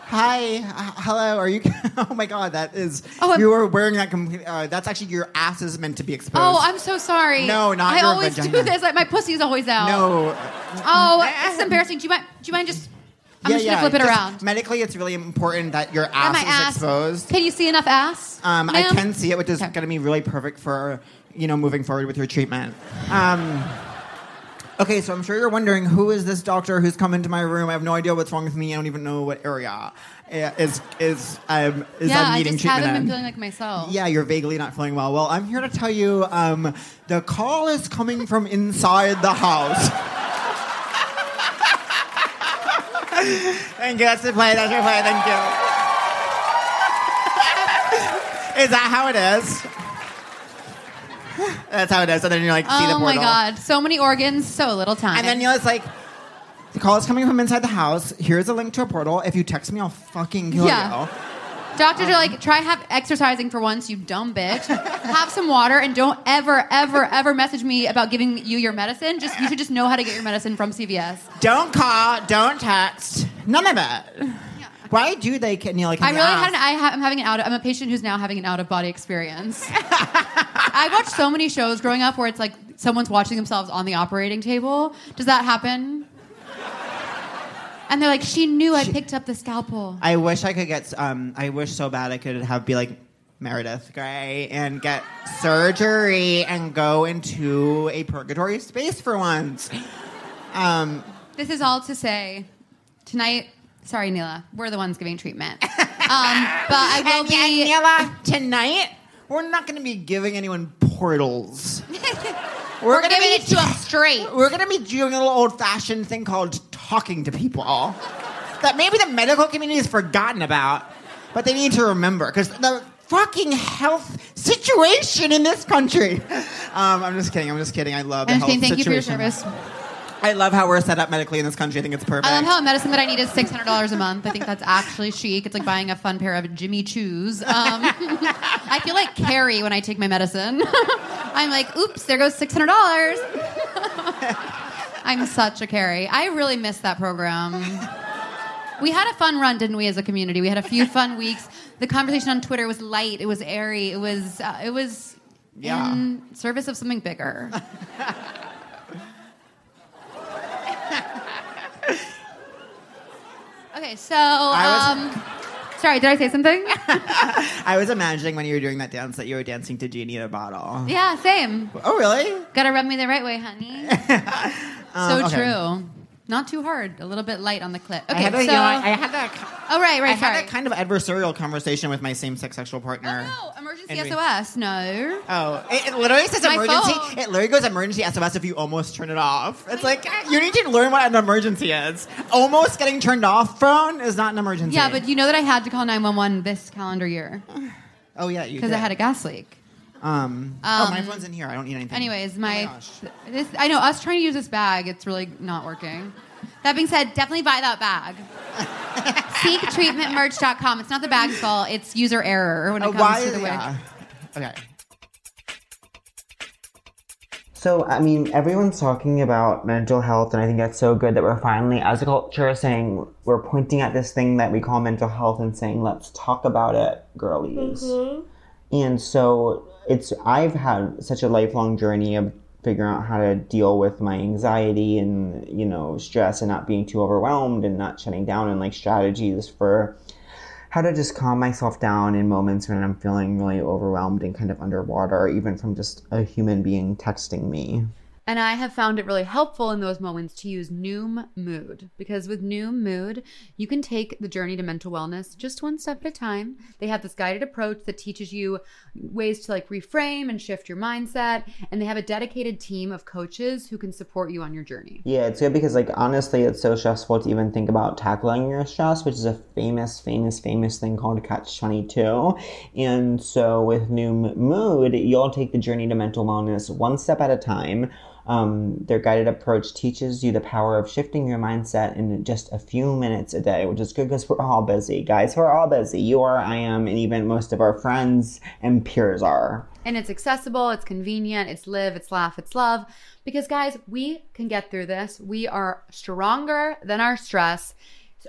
Speaker 3: Hi, h- hello. Are you? [LAUGHS] Oh my God, that is.
Speaker 2: Oh, I'm-
Speaker 3: you were wearing that. Complete, uh, that's actually your ass is meant to be exposed.
Speaker 2: Oh, I'm so sorry.
Speaker 3: No, not
Speaker 2: I
Speaker 3: your
Speaker 2: always do
Speaker 3: vagina.
Speaker 2: this. Like my pussy's always out.
Speaker 3: no. [LAUGHS]
Speaker 2: Oh, it's embarrassing. Do you mind? Do you mind just? I'm just gonna flip it
Speaker 3: Just
Speaker 2: around.
Speaker 3: Medically, it's really important that your
Speaker 2: At
Speaker 3: ass
Speaker 2: my
Speaker 3: is
Speaker 2: ass.
Speaker 3: exposed.
Speaker 2: Can you see enough ass?
Speaker 3: Um, I
Speaker 2: ma'am?
Speaker 3: can see it, which is
Speaker 2: Okay.
Speaker 3: going to be really perfect for you know moving forward with your treatment. Um, okay, so I'm sure you're wondering who is this doctor who's come into my room. I have no idea what's wrong with me. I don't even know what area uh, is is um, is
Speaker 2: yeah,
Speaker 3: I'm
Speaker 2: I
Speaker 3: needing
Speaker 2: just
Speaker 3: treatment.
Speaker 2: haven't
Speaker 3: in.
Speaker 2: been feeling like myself.
Speaker 3: yeah, you're vaguely not feeling well. Well, I'm here to tell you um, the call is coming from inside the house. Thank you. That's the play. That's your play. Thank you. is that how it is? That's how it is. And then you're like, see the
Speaker 2: Oh
Speaker 3: portal.
Speaker 2: my god, so many organs, so little time.
Speaker 3: And then you know, it's like, the call is coming from inside the house. Here's a link to a portal. If you text me, I'll fucking kill
Speaker 2: Yeah.
Speaker 3: you.
Speaker 2: Doctors
Speaker 3: Oh.
Speaker 2: are like, try have exercising for once, you dumb bitch. have some water, and don't ever, ever, ever message me about giving you your medicine. Just you should just know how to get your medicine from CVS.
Speaker 3: Don't call, don't text, none of it. Why do they can you like?
Speaker 2: I really had an.
Speaker 3: ask-
Speaker 2: I ha- I'm having an out. I'm a patient who's now having an out of body experience. [LAUGHS] I watched so many shows growing up where it's like someone's watching themselves on the operating table. Does that happen? And they're like, she knew I picked up the scalpel.
Speaker 3: I wish I could get. Um, I wish so bad I could have be like Meredith Grey and get surgery and go into a purgatory space for once. Um,
Speaker 2: [LAUGHS] This is all to say, tonight. Sorry, Neela, we're the ones giving treatment. Um, but I will
Speaker 3: [LAUGHS] and,
Speaker 2: be.
Speaker 3: and Nila, tonight we're not going to be giving anyone portals.
Speaker 2: [LAUGHS] we're
Speaker 3: gonna
Speaker 2: giving
Speaker 3: be
Speaker 2: it to them straight.
Speaker 3: We're gonna be doing a little old-fashioned thing called talking to people, that maybe the medical community has forgotten about, but they need to remember because the fucking health situation in this country. Um, I'm just kidding. I'm just kidding. I love.
Speaker 2: I'm just
Speaker 3: the
Speaker 2: kidding.
Speaker 3: health
Speaker 2: Thank you for your
Speaker 3: situation.
Speaker 2: service.
Speaker 3: I love how we're set up medically in this country. I think it's perfect.
Speaker 2: I love how a medicine that I need is six hundred dollars a month. I think that's actually chic. It's like buying a fun pair of Jimmy Choo's. Um, [LAUGHS] I feel like Carrie when I take my medicine. [LAUGHS] I'm like, oops, there goes six hundred dollars. [LAUGHS] I'm such a Carrie. I really miss that program. We had a fun run, didn't we, as a community? We had a few fun weeks. The conversation on Twitter was light. It was airy. It was. Uh, it was.
Speaker 3: Yeah.
Speaker 2: In service of something
Speaker 3: [LAUGHS]
Speaker 2: bigger. Okay, so
Speaker 3: I
Speaker 2: um, sorry, did I say
Speaker 3: [LAUGHS]
Speaker 2: something?
Speaker 3: I was imagining when you were doing that dance that you were dancing to Genie in a bottle.
Speaker 2: yeah, same.
Speaker 3: Oh, really?
Speaker 2: Gotta rub me the right way, honey. so
Speaker 3: Um, okay.
Speaker 2: true. Not too hard. A little bit light on the clip. Okay,
Speaker 3: I had
Speaker 2: so
Speaker 3: a, you know, I I had that.
Speaker 2: oh right,
Speaker 3: I
Speaker 2: right. sorry.
Speaker 3: had that kind of adversarial conversation with my same-sex sexual partner.
Speaker 2: oh no, emergency
Speaker 3: And we-
Speaker 2: SOS. No.
Speaker 3: Oh, it, it literally says
Speaker 2: My
Speaker 3: emergency.
Speaker 2: phone.
Speaker 3: It literally goes emergency SOS if you almost turn it off. It's like you need to learn what an emergency is. Almost getting turned off phone is not an emergency.
Speaker 2: Yeah, but you know that I had to call nine one one this calendar year
Speaker 3: oh yeah, you
Speaker 2: because I
Speaker 3: did.
Speaker 2: had a gas leak.
Speaker 3: um, Oh, my
Speaker 2: Um,
Speaker 3: phone's in here. I don't need anything.
Speaker 2: Anyways,
Speaker 3: Oh
Speaker 2: my,
Speaker 3: gosh.
Speaker 2: this I know us trying to use this bag, it's really not working. That being said, definitely buy that
Speaker 3: [LAUGHS]
Speaker 2: bag. SeekTreatmentMerch.com. It's not the bag's fault; it's user error when it
Speaker 3: Oh,
Speaker 2: comes
Speaker 3: why?
Speaker 2: to the way.
Speaker 3: yeah. Okay.
Speaker 4: So, I mean, everyone's talking about mental health, and I think that's so good that we're finally, as a culture, saying we're pointing at this thing that we call mental health and saying, let's talk about it, girlies. And so, it's, I've had such a lifelong journey of figuring out how to deal with my anxiety and, you know, stress and not being too overwhelmed and not shutting down and like strategies for how to just calm myself down in moments when I'm feeling really overwhelmed and kind of underwater, even from just a human being texting me.
Speaker 2: And I have found it really helpful in those moments to use Noom Mood because with Noom Mood, you can take the journey to mental wellness just one step at a time. They have this guided approach that teaches you ways to like reframe and shift your mindset, and they have a dedicated team of coaches who can support you on your journey.
Speaker 4: Yeah, it's good because, like, honestly, it's so stressful to even think about tackling your stress, which is a famous, famous, famous thing called Catch 22. And so, with New M- Mood, you'll take the journey to mental wellness one step at a time.
Speaker 3: Um, their guided approach teaches you the power of shifting your mindset in just a few minutes a day, which is good because we're all busy, guys. We're all busy. You are, I am, and even most of our friends and peers are.
Speaker 2: And it's accessible, it's convenient, it's live, it's laugh, it's love. Because, guys, we can get through this. We are stronger than our stress.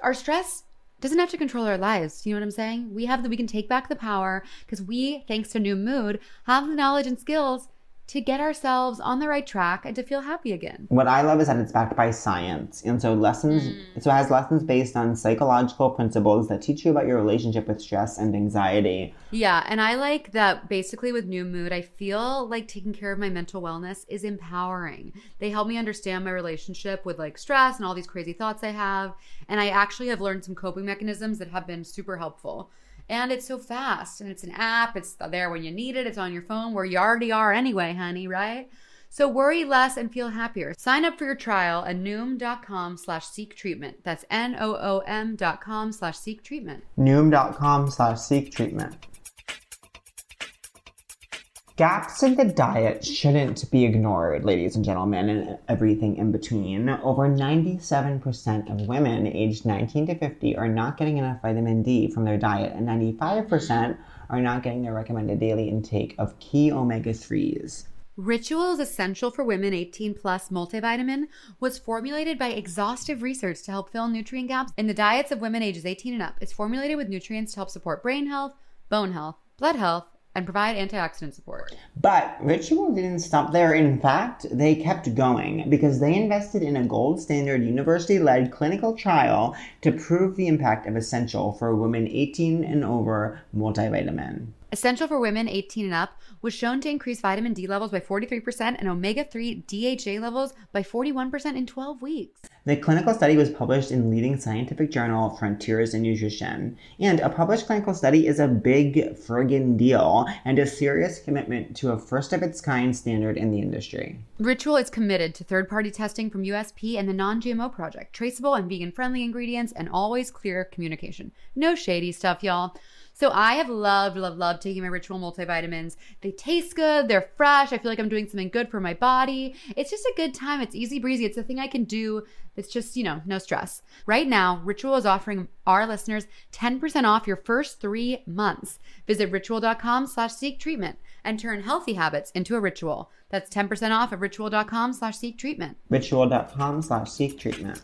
Speaker 2: Our stress doesn't have to control our lives. You know what I'm saying? We have that we can take back the power because we, thanks to New Mood, have the knowledge and skills to get ourselves on the right track and to feel happy again.
Speaker 3: What I love is that it's backed by science. And so lessons so it has lessons based on psychological principles that teach you about your relationship with stress and anxiety.
Speaker 2: Yeah, and I like that basically with New Mood, I feel like taking care of my mental wellness is empowering. They help me understand my relationship with like stress and all these crazy thoughts I have. And I actually have learned some coping mechanisms that have been super helpful. And it's so fast, and it's an app, it's there when you need it, it's on your phone where you already are anyway, honey, right? So worry less and feel happier. Sign up for your trial at noom.com slash seek treatment. That's N O O M dot com slash seek treatment.
Speaker 3: Noom.com slash seek treatment. Gaps in the diet shouldn't be ignored, ladies and gentlemen, and everything in between. Over 97% of women aged 19 to 50 are not getting enough vitamin D from their diet, and 95% are not getting their recommended daily intake of key omega 3s.
Speaker 2: Ritual's Essential for Women 18 Plus multivitamin was formulated by exhaustive research to help fill nutrient gaps in the diets of women ages 18 and up. It's formulated with nutrients to help support brain health, bone health, blood health, and provide antioxidant support.
Speaker 3: But Ritual didn't stop there. In fact, they kept going because they invested in a gold standard university led clinical trial to prove the impact of Essential for women 18 and over multivitamin.
Speaker 2: Essential for Women 18 and Up was shown to increase vitamin D levels by 43% and omega 3 DHA levels by 41% in 12 weeks.
Speaker 3: The clinical study was published in leading scientific journal Frontiers in Nutrition. And a published clinical study is a big friggin' deal and a serious commitment to a first of its kind standard in the industry.
Speaker 2: Ritual is committed to third party testing from USP and the Non GMO Project, traceable and vegan friendly ingredients, and always clear communication. No shady stuff, y'all. So I have loved, loved, loved taking my ritual multivitamins. They taste good, they're fresh. I feel like I'm doing something good for my body. It's just a good time. It's easy breezy. It's a thing I can do that's just, you know, no stress. Right now, Ritual is offering our listeners 10% off your first three months. Visit ritual.com slash seek treatment and turn healthy habits into a ritual. That's 10% off at ritual.com slash seek treatment.
Speaker 3: Ritual.com slash seek treatment.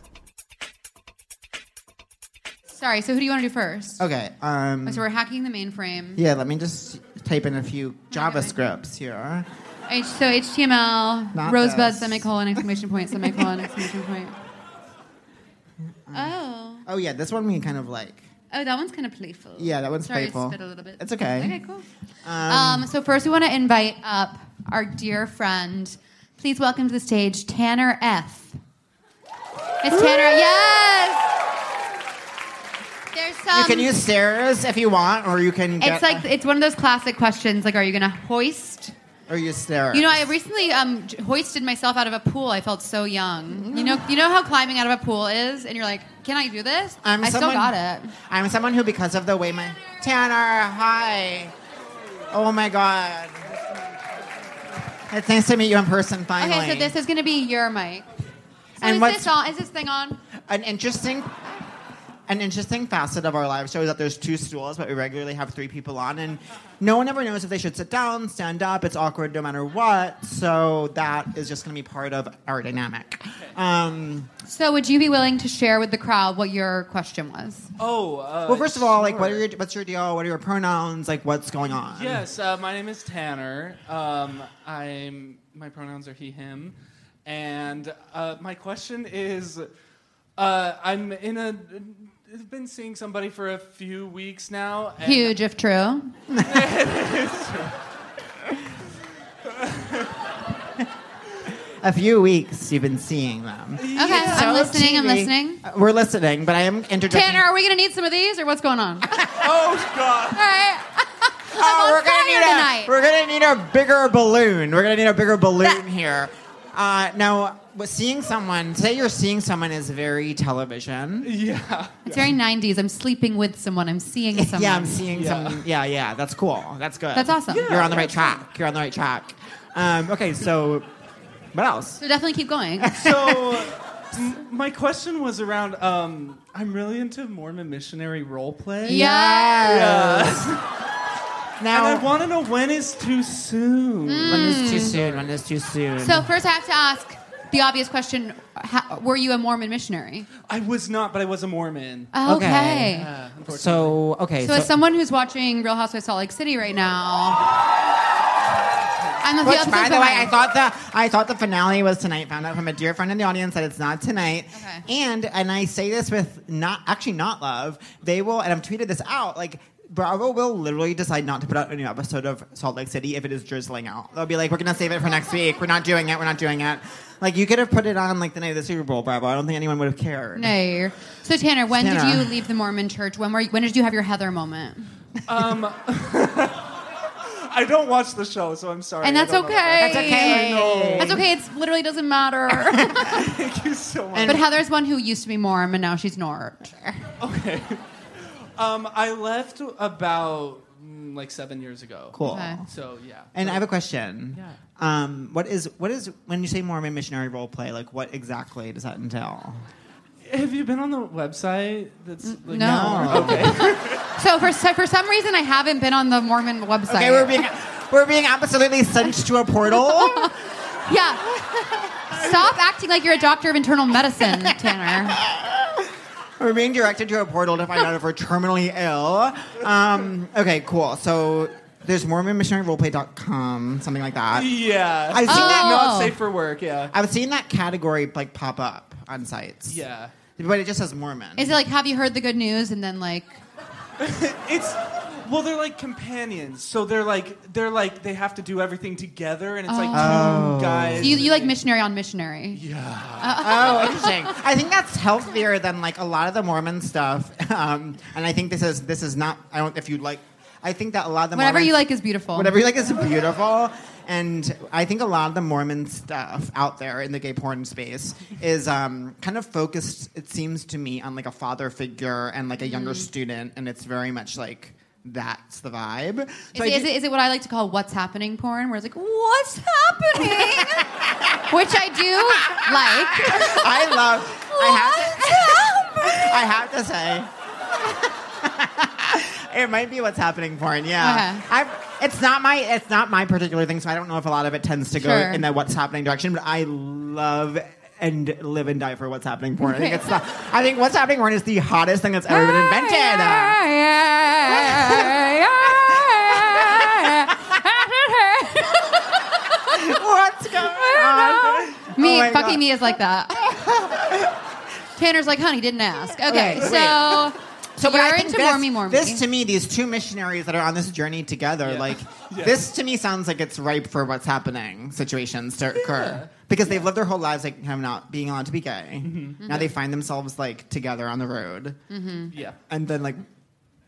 Speaker 5: Sorry, so who do you want to do first?
Speaker 6: Okay. Um,
Speaker 5: So we're hacking the mainframe.
Speaker 6: yeah, let me just type in a few JavaScripts here.
Speaker 5: H- so HTML,
Speaker 6: Not
Speaker 5: rosebud,
Speaker 6: this.
Speaker 5: semicolon, exclamation
Speaker 6: [LAUGHS]
Speaker 5: point, semicolon, exclamation point. Oh.
Speaker 6: Oh, yeah, this one we kind of like.
Speaker 5: Oh, that one's kind of playful.
Speaker 6: Yeah, that one's
Speaker 5: Sorry,
Speaker 6: playful.
Speaker 5: I spit a little bit.
Speaker 6: It's okay.
Speaker 5: Okay, cool.
Speaker 6: Um,
Speaker 5: Um, so first, we want to invite up our dear friend. Please welcome to the stage Tanner F. It's Tanner. Yes. There's some.
Speaker 6: you can use Sarah's if you want, or you can get.
Speaker 5: it's like it's one of those classic questions. Like, are you going to hoist?
Speaker 6: Or use Sarah's.
Speaker 5: You know, I recently um, j- hoisted myself out of a pool. I felt so young. You know, you know how climbing out of a pool is, and you're like, "Can I do this?" I still
Speaker 6: someone-
Speaker 5: got it.
Speaker 6: I'm someone who, because of the way my Tanner, hi. Oh my God. It's nice to meet you in person finally.
Speaker 5: Okay, so this is going to be your mic. So
Speaker 6: And
Speaker 5: is
Speaker 6: what's-
Speaker 5: this on? Is this thing on?
Speaker 6: an interesting, an interesting facet of our live show is that there's two stools, but we regularly have three people on, and no one ever knows if they should sit down, stand up. It's awkward no matter what. So that is just going to be part of our dynamic. Um,
Speaker 5: So, would you be willing to share with the crowd what your question was?
Speaker 7: Oh, uh,
Speaker 6: well, first of all, like, what are
Speaker 7: sure.
Speaker 6: your, what's your deal? What are your pronouns? Like, what's going on?
Speaker 7: Yes, uh, my name is Tanner. Um, I'm my pronouns are he him, and uh, my question is, uh, I'm in a. I've been seeing somebody for a few weeks now. and-
Speaker 5: Huge, if true.
Speaker 6: A few weeks you've been seeing them.
Speaker 5: Okay, I'm
Speaker 6: So
Speaker 5: listening. I'm
Speaker 6: TV
Speaker 5: listening.
Speaker 6: Uh, We're listening, but I am interjecting.
Speaker 5: Tanner, are we going to need some of these, or what's going on?
Speaker 6: [LAUGHS]
Speaker 5: All
Speaker 7: [LAUGHS] Oh God!
Speaker 5: right.
Speaker 6: Oh,
Speaker 5: on
Speaker 6: we're gonna
Speaker 5: fire
Speaker 6: need a
Speaker 5: tonight.
Speaker 6: we're gonna need a bigger balloon. We're gonna need a bigger balloon here. Uh, now, with seeing someone, say you're seeing someone is very television.
Speaker 7: Yeah.
Speaker 5: It's very 90s. I'm sleeping with someone. I'm seeing someone.
Speaker 6: [LAUGHS] Yeah, I'm seeing
Speaker 7: Yeah.
Speaker 6: someone. Yeah, yeah, that's cool. That's good.
Speaker 5: That's awesome. Yeah,
Speaker 6: you're on the right track. You're on the right track. Um, okay, so What else?
Speaker 2: So definitely keep going.
Speaker 7: [LAUGHS] So, m- my question was around. Um, I'm really into Mormon missionary role play.
Speaker 2: Yeah.
Speaker 7: And I
Speaker 6: [LAUGHS] Now,
Speaker 7: want to know when is too soon.
Speaker 6: when is
Speaker 5: Hmm.
Speaker 6: too soon? When is too soon? [LAUGHS]
Speaker 2: So first, I have to ask the obvious question: ha- Were you a Mormon missionary?
Speaker 7: I was not, but I was a Mormon.
Speaker 2: Okay.
Speaker 7: Yeah, unfortunately.
Speaker 6: Uh, So, okay.
Speaker 2: So, as someone who's watching Real Housewives of Salt Lake City right now, I'm a few
Speaker 6: Which,
Speaker 2: episodes
Speaker 6: by the way, I
Speaker 2: behind.
Speaker 6: thought the I thought the finale was tonight. Found out from a dear friend in the audience that it's not tonight.
Speaker 2: Okay.
Speaker 6: And and I say this with not actually not love. They will, and I've tweeted this out like. Bravo will literally decide not to put out a new episode of Salt Lake City if it is drizzling out. They'll be like, "We're gonna save it for next week. We're not doing it. We're not doing it." Like you could have put it on like the night of the Super Bowl, Bravo. I don't think anyone would have cared.
Speaker 2: No. you're- So Tanner, when did
Speaker 6: Tanner.
Speaker 2: you leave the Mormon Church? When were you, when did you have your Heather moment? Um,
Speaker 7: [LAUGHS] I don't watch the show, so I'm sorry.
Speaker 2: And
Speaker 7: I
Speaker 2: that's
Speaker 7: don't know that.
Speaker 2: okay.
Speaker 6: That's okay.
Speaker 2: That's okay. It's literally doesn't
Speaker 6: [LAUGHS]
Speaker 2: matter. [LAUGHS]
Speaker 7: Thank you so much.
Speaker 2: but Heather's one who used to be Mormon, now she's Nort.
Speaker 7: okay. [LAUGHS] Um, I left about mm, like seven years ago.
Speaker 6: Cool.
Speaker 2: Okay.
Speaker 7: So yeah.
Speaker 6: And I have a question.
Speaker 7: Yeah.
Speaker 6: Um, what is what is when you say Mormon missionary role play? Like, what exactly does that entail?
Speaker 7: Have you been on the website? That's like,
Speaker 2: no.
Speaker 6: Oh.
Speaker 2: So for so for some reason, I haven't been on the Mormon website.
Speaker 6: Okay, we're being we're being absolutely sent to a portal. [LAUGHS]
Speaker 2: yeah. Stop acting like you're a doctor of internal medicine,
Speaker 6: [LAUGHS]
Speaker 2: Tanner.
Speaker 6: we're being directed to a portal to find out if we're terminally ill. Um, okay, cool. So there's MormonMissionaryRoleplay.com, something like that.
Speaker 7: Yeah.
Speaker 6: I've seen that-
Speaker 7: Not
Speaker 2: Oh.
Speaker 7: safe for work. Yeah.
Speaker 6: I've seen that category like pop up on sites.
Speaker 7: Yeah.
Speaker 6: but it just says Mormon. [LAUGHS]
Speaker 2: Is it like, have you heard the good news? And then like,
Speaker 7: It's well, they're like companions, so they're like they're like they have to do everything together, and it's like two guys.
Speaker 2: you, you like missionary on missionary.
Speaker 6: oh, interesting. I think that's healthier than like a lot of the Mormon stuff. [LAUGHS] Um, and I think this is this is not. I don't. If you like, I think that a lot of the
Speaker 2: Whatever
Speaker 6: Mormon-
Speaker 2: you like is beautiful.
Speaker 6: Whatever you like is beautiful. And I think a lot of the Mormon stuff out there in the gay porn space is um, kind of focused, it seems to me, on like a father figure and like a
Speaker 2: Mm-hmm.
Speaker 6: younger student. And it's very much like that's the vibe.
Speaker 2: Is,
Speaker 6: So I
Speaker 2: it, is,
Speaker 6: do-
Speaker 2: it, is it what I like to call what's happening porn, where it's like, what's
Speaker 6: [LAUGHS]
Speaker 2: happening? Which I do like.
Speaker 6: [LAUGHS] I love. I have, to, I have to say, [LAUGHS] it might be what's happening porn. Yeah,
Speaker 2: Okay.
Speaker 6: I've, it's not my it's not my particular thing, so I don't know if a lot of it tends to go
Speaker 2: Sure.
Speaker 6: in the what's happening direction. But I love and live and die for what's happening porn. I think it's the,
Speaker 2: [LAUGHS]
Speaker 6: I think what's happening porn is the hottest thing that's ever been invented.
Speaker 2: Yeah, yeah, yeah,
Speaker 6: [LAUGHS]
Speaker 2: yeah.
Speaker 6: What's going on?
Speaker 2: me,
Speaker 6: Oh my
Speaker 2: fucking
Speaker 6: God.
Speaker 2: me is like
Speaker 6: [LAUGHS]
Speaker 2: that. Tanner's like, honey, didn't ask. Okay,
Speaker 6: Okay, wait.
Speaker 2: so. So
Speaker 6: but I
Speaker 2: you're
Speaker 6: think
Speaker 2: into
Speaker 6: this-
Speaker 2: Mormie Mormie.
Speaker 6: This to me, these two missionaries that are on this journey together,
Speaker 7: Yeah.
Speaker 6: like
Speaker 7: [LAUGHS] Yeah.
Speaker 6: this to me sounds like it's ripe for what's happening situations to occur because they've lived their whole lives like have not being allowed to be gay.
Speaker 7: Mm-hmm.
Speaker 6: Now they find themselves like together on the road,
Speaker 2: Mm-hmm.
Speaker 7: Yeah.
Speaker 6: and then like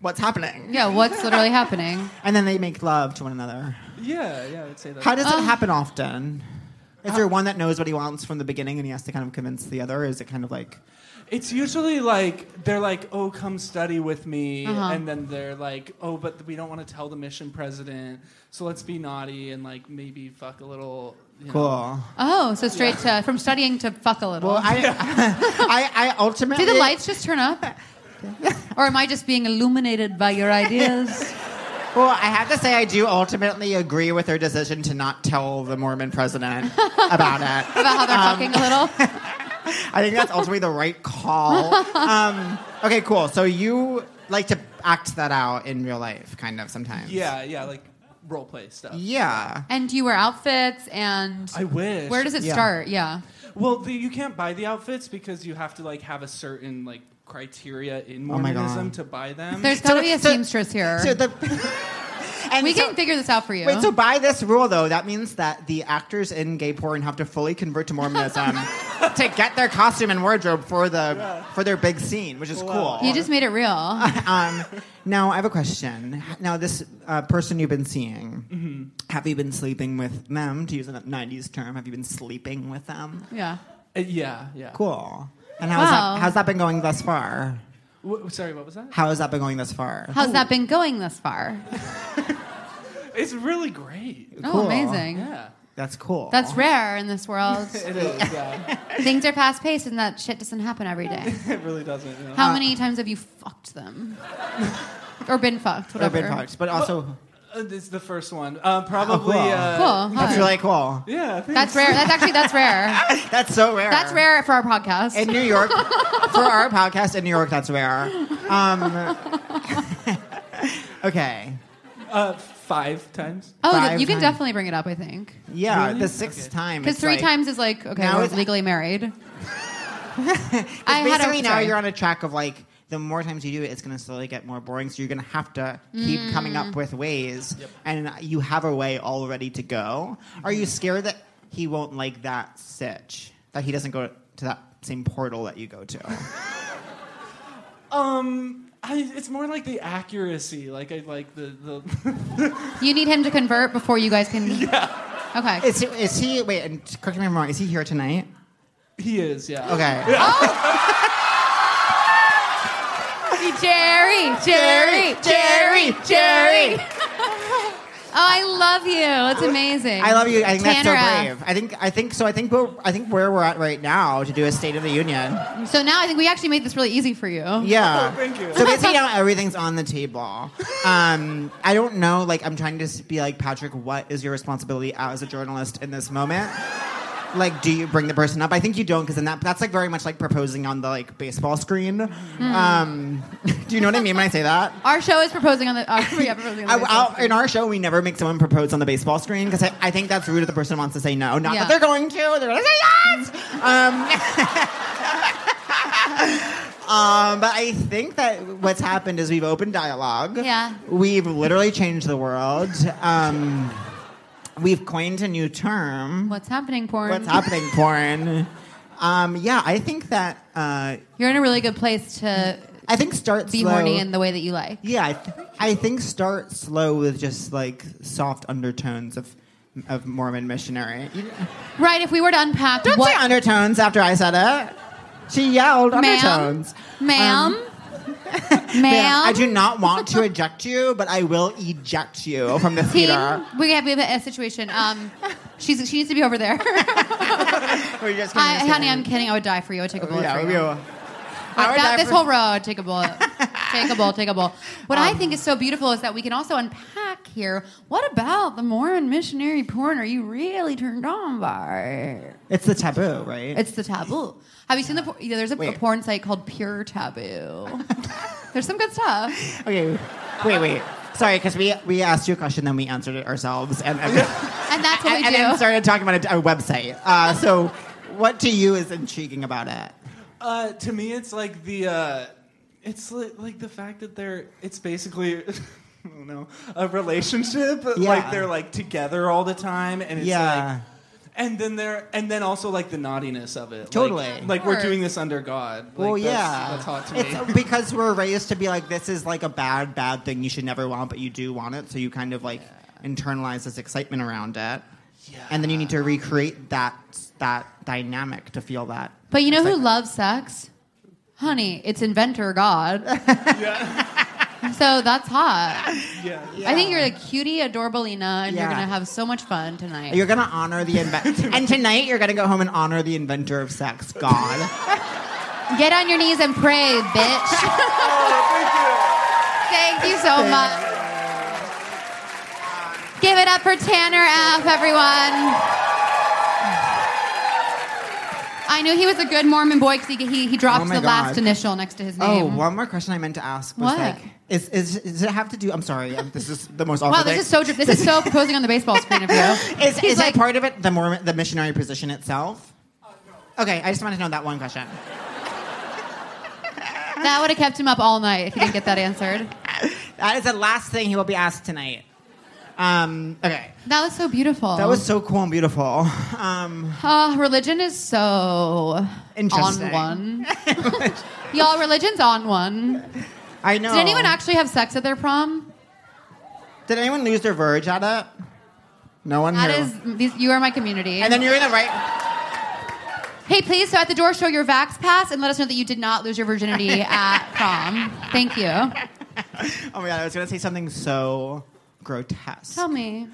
Speaker 6: what's happening?
Speaker 2: yeah, what's literally happening?
Speaker 6: And then they make love to one another.
Speaker 7: Yeah. Yeah. I would say that.
Speaker 6: How does it happen often? Is there one that knows what he wants from the beginning and he has to kind of convince the other? Or is it kind of like
Speaker 7: It's usually like they're like, "Oh, come study with me,"
Speaker 2: Uh-huh.
Speaker 7: and then they're like, "Oh, but we don't want to tell the mission president, so let's be naughty and like maybe fuck a little." You know.
Speaker 6: cool?
Speaker 2: Oh, so straight to from studying to fuck a little.
Speaker 6: Well, I,
Speaker 7: [LAUGHS]
Speaker 6: [LAUGHS] I, I ultimately
Speaker 2: Do the lights just turn
Speaker 6: [LAUGHS]
Speaker 2: up? or am I just being illuminated by your ideas?
Speaker 6: Well, I have to say, I do ultimately agree with their decision to not tell the Mormon president about it.
Speaker 2: About how they're fucking a
Speaker 6: [LAUGHS]
Speaker 2: little?
Speaker 6: I think that's ultimately the right call. Um, okay, cool. So you like to act that out in real life, kind of sometimes.
Speaker 7: Yeah. Yeah. Like role play stuff.
Speaker 6: Yeah.
Speaker 2: And do you wear outfits and
Speaker 7: I wish.
Speaker 2: where does it
Speaker 6: Yeah.
Speaker 2: start? Yeah.
Speaker 7: Well, the, you can't buy the outfits because you have to like have a certain like criteria in
Speaker 6: Oh my God.
Speaker 7: Mormonism to buy
Speaker 2: [LAUGHS]
Speaker 7: them. Uh,
Speaker 2: There's gotta
Speaker 6: So-
Speaker 2: be a
Speaker 6: so-
Speaker 2: seamstress here.
Speaker 6: So the. [LAUGHS] and
Speaker 2: we
Speaker 6: so-
Speaker 2: can figure this out for you.
Speaker 6: Wait, so by this rule, though, that means that the actors in gay porn have to fully convert to Mormonism to get their costume and wardrobe for the for their big scene, which is cool.
Speaker 2: you just made it
Speaker 6: [LAUGHS]
Speaker 2: real.
Speaker 6: um, now I have a question. Now this uh, person you've been seeing, have you been sleeping with them? To use a '90s term, have you been sleeping with them?
Speaker 2: Yeah.
Speaker 7: Uh, yeah. Yeah.
Speaker 6: Cool. And how's
Speaker 2: Wow.
Speaker 6: that? How's that been going thus far?
Speaker 7: W- sorry. What was that?
Speaker 6: How has that been going thus far?
Speaker 2: How's that been going thus far?
Speaker 7: It's really great.
Speaker 2: Oh,
Speaker 6: Cool.
Speaker 2: amazing.
Speaker 7: Yeah.
Speaker 6: That's cool.
Speaker 2: That's rare in this
Speaker 6: [LAUGHS]
Speaker 2: world.
Speaker 7: It is, yeah. [LAUGHS]
Speaker 2: Things are fast paced, and that shit doesn't happen every day.
Speaker 7: it really doesn't. You know?
Speaker 2: How
Speaker 6: Uh,
Speaker 2: many times have you fucked
Speaker 6: [LAUGHS]
Speaker 2: them? or been fucked,
Speaker 6: Or
Speaker 2: whatever.
Speaker 6: been fucked, but also
Speaker 7: Uh, this is the first one. Uh, probably.
Speaker 6: cool.
Speaker 7: Uh,
Speaker 2: Cool.
Speaker 6: that's
Speaker 2: hi.
Speaker 6: really cool. [LAUGHS]
Speaker 7: Yeah. thanks.
Speaker 2: That's rare. That's actually that's rare.
Speaker 6: That's so [LAUGHS] rare.
Speaker 2: That's rare for our podcast.
Speaker 6: in New
Speaker 2: [LAUGHS]
Speaker 6: York for our podcast in New York. That's rare. Um, [LAUGHS] okay.
Speaker 7: Uh, five times.
Speaker 2: oh,
Speaker 6: five
Speaker 2: you can
Speaker 6: times.
Speaker 2: definitely bring it up. I think
Speaker 6: Yeah,
Speaker 7: Really?
Speaker 6: the sixth time.
Speaker 2: because
Speaker 6: it's
Speaker 2: three
Speaker 6: like-
Speaker 2: times is like okay,
Speaker 6: Now
Speaker 2: we're
Speaker 6: it's-
Speaker 2: legally
Speaker 6: [LAUGHS]
Speaker 2: married. I had a-
Speaker 6: Basically, now
Speaker 2: sorry.
Speaker 6: you're on a track of like the more times you do it, it's going to slowly get more boring. So you're going to have to keep coming up with ways, and you have a way already to go. Are you scared that he won't like that sitch? That he doesn't go to that same portal that you go to?
Speaker 7: Um, I, it's more like the accuracy. Like I like the the. [LAUGHS]
Speaker 2: You need him to convert before you guys
Speaker 6: [LAUGHS]
Speaker 2: can. Okay.
Speaker 6: [LAUGHS] is, is he? Wait, and correct me if I'm wrong. Is he here tonight?
Speaker 7: he is. Yeah.
Speaker 6: [LAUGHS] Okay.
Speaker 2: Jerry, Jerry, Jerry, Jerry. oh, I love you. It's amazing.
Speaker 6: I love you. I think
Speaker 2: Tanner F.
Speaker 6: that's so brave. I think. I think so. I think. We're, I think where we're at right now to do a State of the Union.
Speaker 2: So now I think we actually made this really easy for you.
Speaker 6: Yeah.
Speaker 7: Oh, thank you.
Speaker 6: So basically now everything's on the table. Um, I don't know, like I'm trying to s- be like, Patrick, what is your responsibility as a journalist in this moment? Like, do you bring the person up? I think you don't, because then that that's like very much like proposing on the like baseball screen. Um, [LAUGHS] do you know what I mean when I say that?
Speaker 2: Our [LAUGHS] show is proposing on the. Uh, yeah, proposing on the
Speaker 6: I,
Speaker 2: baseball
Speaker 6: I'll- in our show, we never make someone propose on the baseball screen because I, I think that's rude if the person wants to say no. Not
Speaker 2: Yeah.
Speaker 6: that they're going to. They're going to say yes. Um, [LAUGHS] um, but I think that what's happened is we've opened dialogue.
Speaker 2: Yeah.
Speaker 6: We've literally changed the world. Um, we've coined a new term.
Speaker 2: What's happening, porn?
Speaker 6: What's happening, porn? Um, yeah, I think that. Uh,
Speaker 2: You're in a really good place to
Speaker 6: I think start
Speaker 2: be
Speaker 6: slow.
Speaker 2: horny in the way that you like.
Speaker 6: Yeah, I, th- I think start slow with just like soft undertones of of Mormon missionary. You-
Speaker 2: Right, if we were to unpack
Speaker 6: Don't
Speaker 2: what
Speaker 6: say undertones after I said it. She yelled
Speaker 2: ma'am,
Speaker 6: undertones.
Speaker 2: ma'am,
Speaker 6: um,
Speaker 2: [LAUGHS]
Speaker 6: Ma'am,
Speaker 2: ma'am,
Speaker 6: I do not want to eject you, but I will eject you from the
Speaker 2: team,
Speaker 6: theater.
Speaker 2: we have, we have a, a situation. Um, she's she needs to be over
Speaker 6: [LAUGHS]
Speaker 2: there.
Speaker 6: We're just gonna
Speaker 2: I,
Speaker 6: sit
Speaker 2: honey,
Speaker 6: in-
Speaker 2: I'm kidding. I would die for you. I would take a bullet
Speaker 6: Oh, Yeah,
Speaker 2: for
Speaker 6: we
Speaker 2: you.
Speaker 6: will. I
Speaker 2: Like
Speaker 6: would
Speaker 2: that,
Speaker 6: die
Speaker 2: this
Speaker 6: for-
Speaker 2: whole road, take a bullet.
Speaker 6: [LAUGHS]
Speaker 2: take a bullet, take a bullet. What
Speaker 6: Um,
Speaker 2: I think is so beautiful is that we can also unpack here. What about the Mormon missionary porn are you really turned on by?
Speaker 6: It's the taboo, right?
Speaker 2: It's the taboo. Have you seen the? por- You know, there's a, a
Speaker 6: Wait.
Speaker 2: porn site called Pure
Speaker 6: [LAUGHS]
Speaker 2: Taboo. there's some good stuff.
Speaker 6: okay. Wait, wait. Sorry, because we we asked you a question, then we answered it ourselves, and and,
Speaker 2: And that's what
Speaker 6: and,
Speaker 2: we
Speaker 6: and
Speaker 2: do.
Speaker 6: then started talking about a, a website. Uh, so, what to you is intriguing about it?
Speaker 7: Uh, to me, it's like the uh, it's li- like the fact that they're it's basically. [LAUGHS] I don't know a relationship
Speaker 6: Yeah.
Speaker 7: like they're like together all the time and it's
Speaker 6: Yeah.
Speaker 7: like and then they're and then also like the naughtiness of it Like-
Speaker 6: Totally.
Speaker 7: like,
Speaker 6: Of
Speaker 7: we're
Speaker 2: course.
Speaker 7: doing this under God like,
Speaker 6: well,
Speaker 7: that's,
Speaker 6: yeah.
Speaker 7: that's hot to
Speaker 6: It's-
Speaker 7: me
Speaker 6: because we're raised to be like, this is like a bad, bad thing you should never want, but you do want it. So you kind of like internalize this excitement around it. And then you need to recreate that that dynamic to feel that.
Speaker 2: but you know who
Speaker 6: excitement.
Speaker 2: loves sex? Honey, it's inventor God.
Speaker 6: [LAUGHS]
Speaker 2: So that's hot.
Speaker 6: [LAUGHS]
Speaker 7: yeah
Speaker 2: I think you're a cutie, adorable Lena, and you're
Speaker 6: Yeah.
Speaker 2: gonna have so much fun tonight.
Speaker 6: You're gonna honor the
Speaker 7: [LAUGHS]
Speaker 6: inventor, and tonight you're gonna go home and honor the inventor of sex, God.
Speaker 2: Get on your knees and pray, bitch. [LAUGHS]
Speaker 7: Oh,
Speaker 2: Thank you so much. Give it up for Tanner F, everyone. I knew he was a good Mormon boy because he, he, he dropped
Speaker 6: Oh my
Speaker 2: the last
Speaker 6: God.
Speaker 2: initial next to his
Speaker 6: oh,
Speaker 2: name.
Speaker 6: one more question I meant to ask was
Speaker 2: What?
Speaker 6: like, is, is does it have to do? I'm sorry, um, this is the most awkward.
Speaker 2: Wow, this
Speaker 6: thing.
Speaker 2: is so dri- this is
Speaker 6: [LAUGHS]
Speaker 2: so proposing on the baseball screen of you.
Speaker 6: Is,
Speaker 2: He's
Speaker 6: is
Speaker 2: like-
Speaker 6: that part of it the Mormon, the missionary position itself? Okay, I just wanted to know that one question.
Speaker 2: That would have kept him up all night if he didn't get that answered.
Speaker 6: That is the last thing he will be asked tonight. Um, okay,
Speaker 2: That was so beautiful.
Speaker 6: that was so cool and beautiful. Um,
Speaker 2: Uh, religion is so
Speaker 6: Interesting.
Speaker 2: on one.
Speaker 6: [LAUGHS]
Speaker 2: Y'all, religion's on one.
Speaker 6: I know.
Speaker 2: Did anyone actually have sex at their prom?
Speaker 6: Did anyone lose their verge at it? No one.
Speaker 2: That
Speaker 6: knew.
Speaker 2: is, these, you are my community.
Speaker 6: And then you're in the [LAUGHS] right.
Speaker 2: hey, please, so at the door, show your Vax pass and let us know that you did not lose your
Speaker 6: [LAUGHS]
Speaker 2: virginity at prom. Thank you.
Speaker 6: Oh my god, I was gonna say something so grotesque.
Speaker 2: Tell me.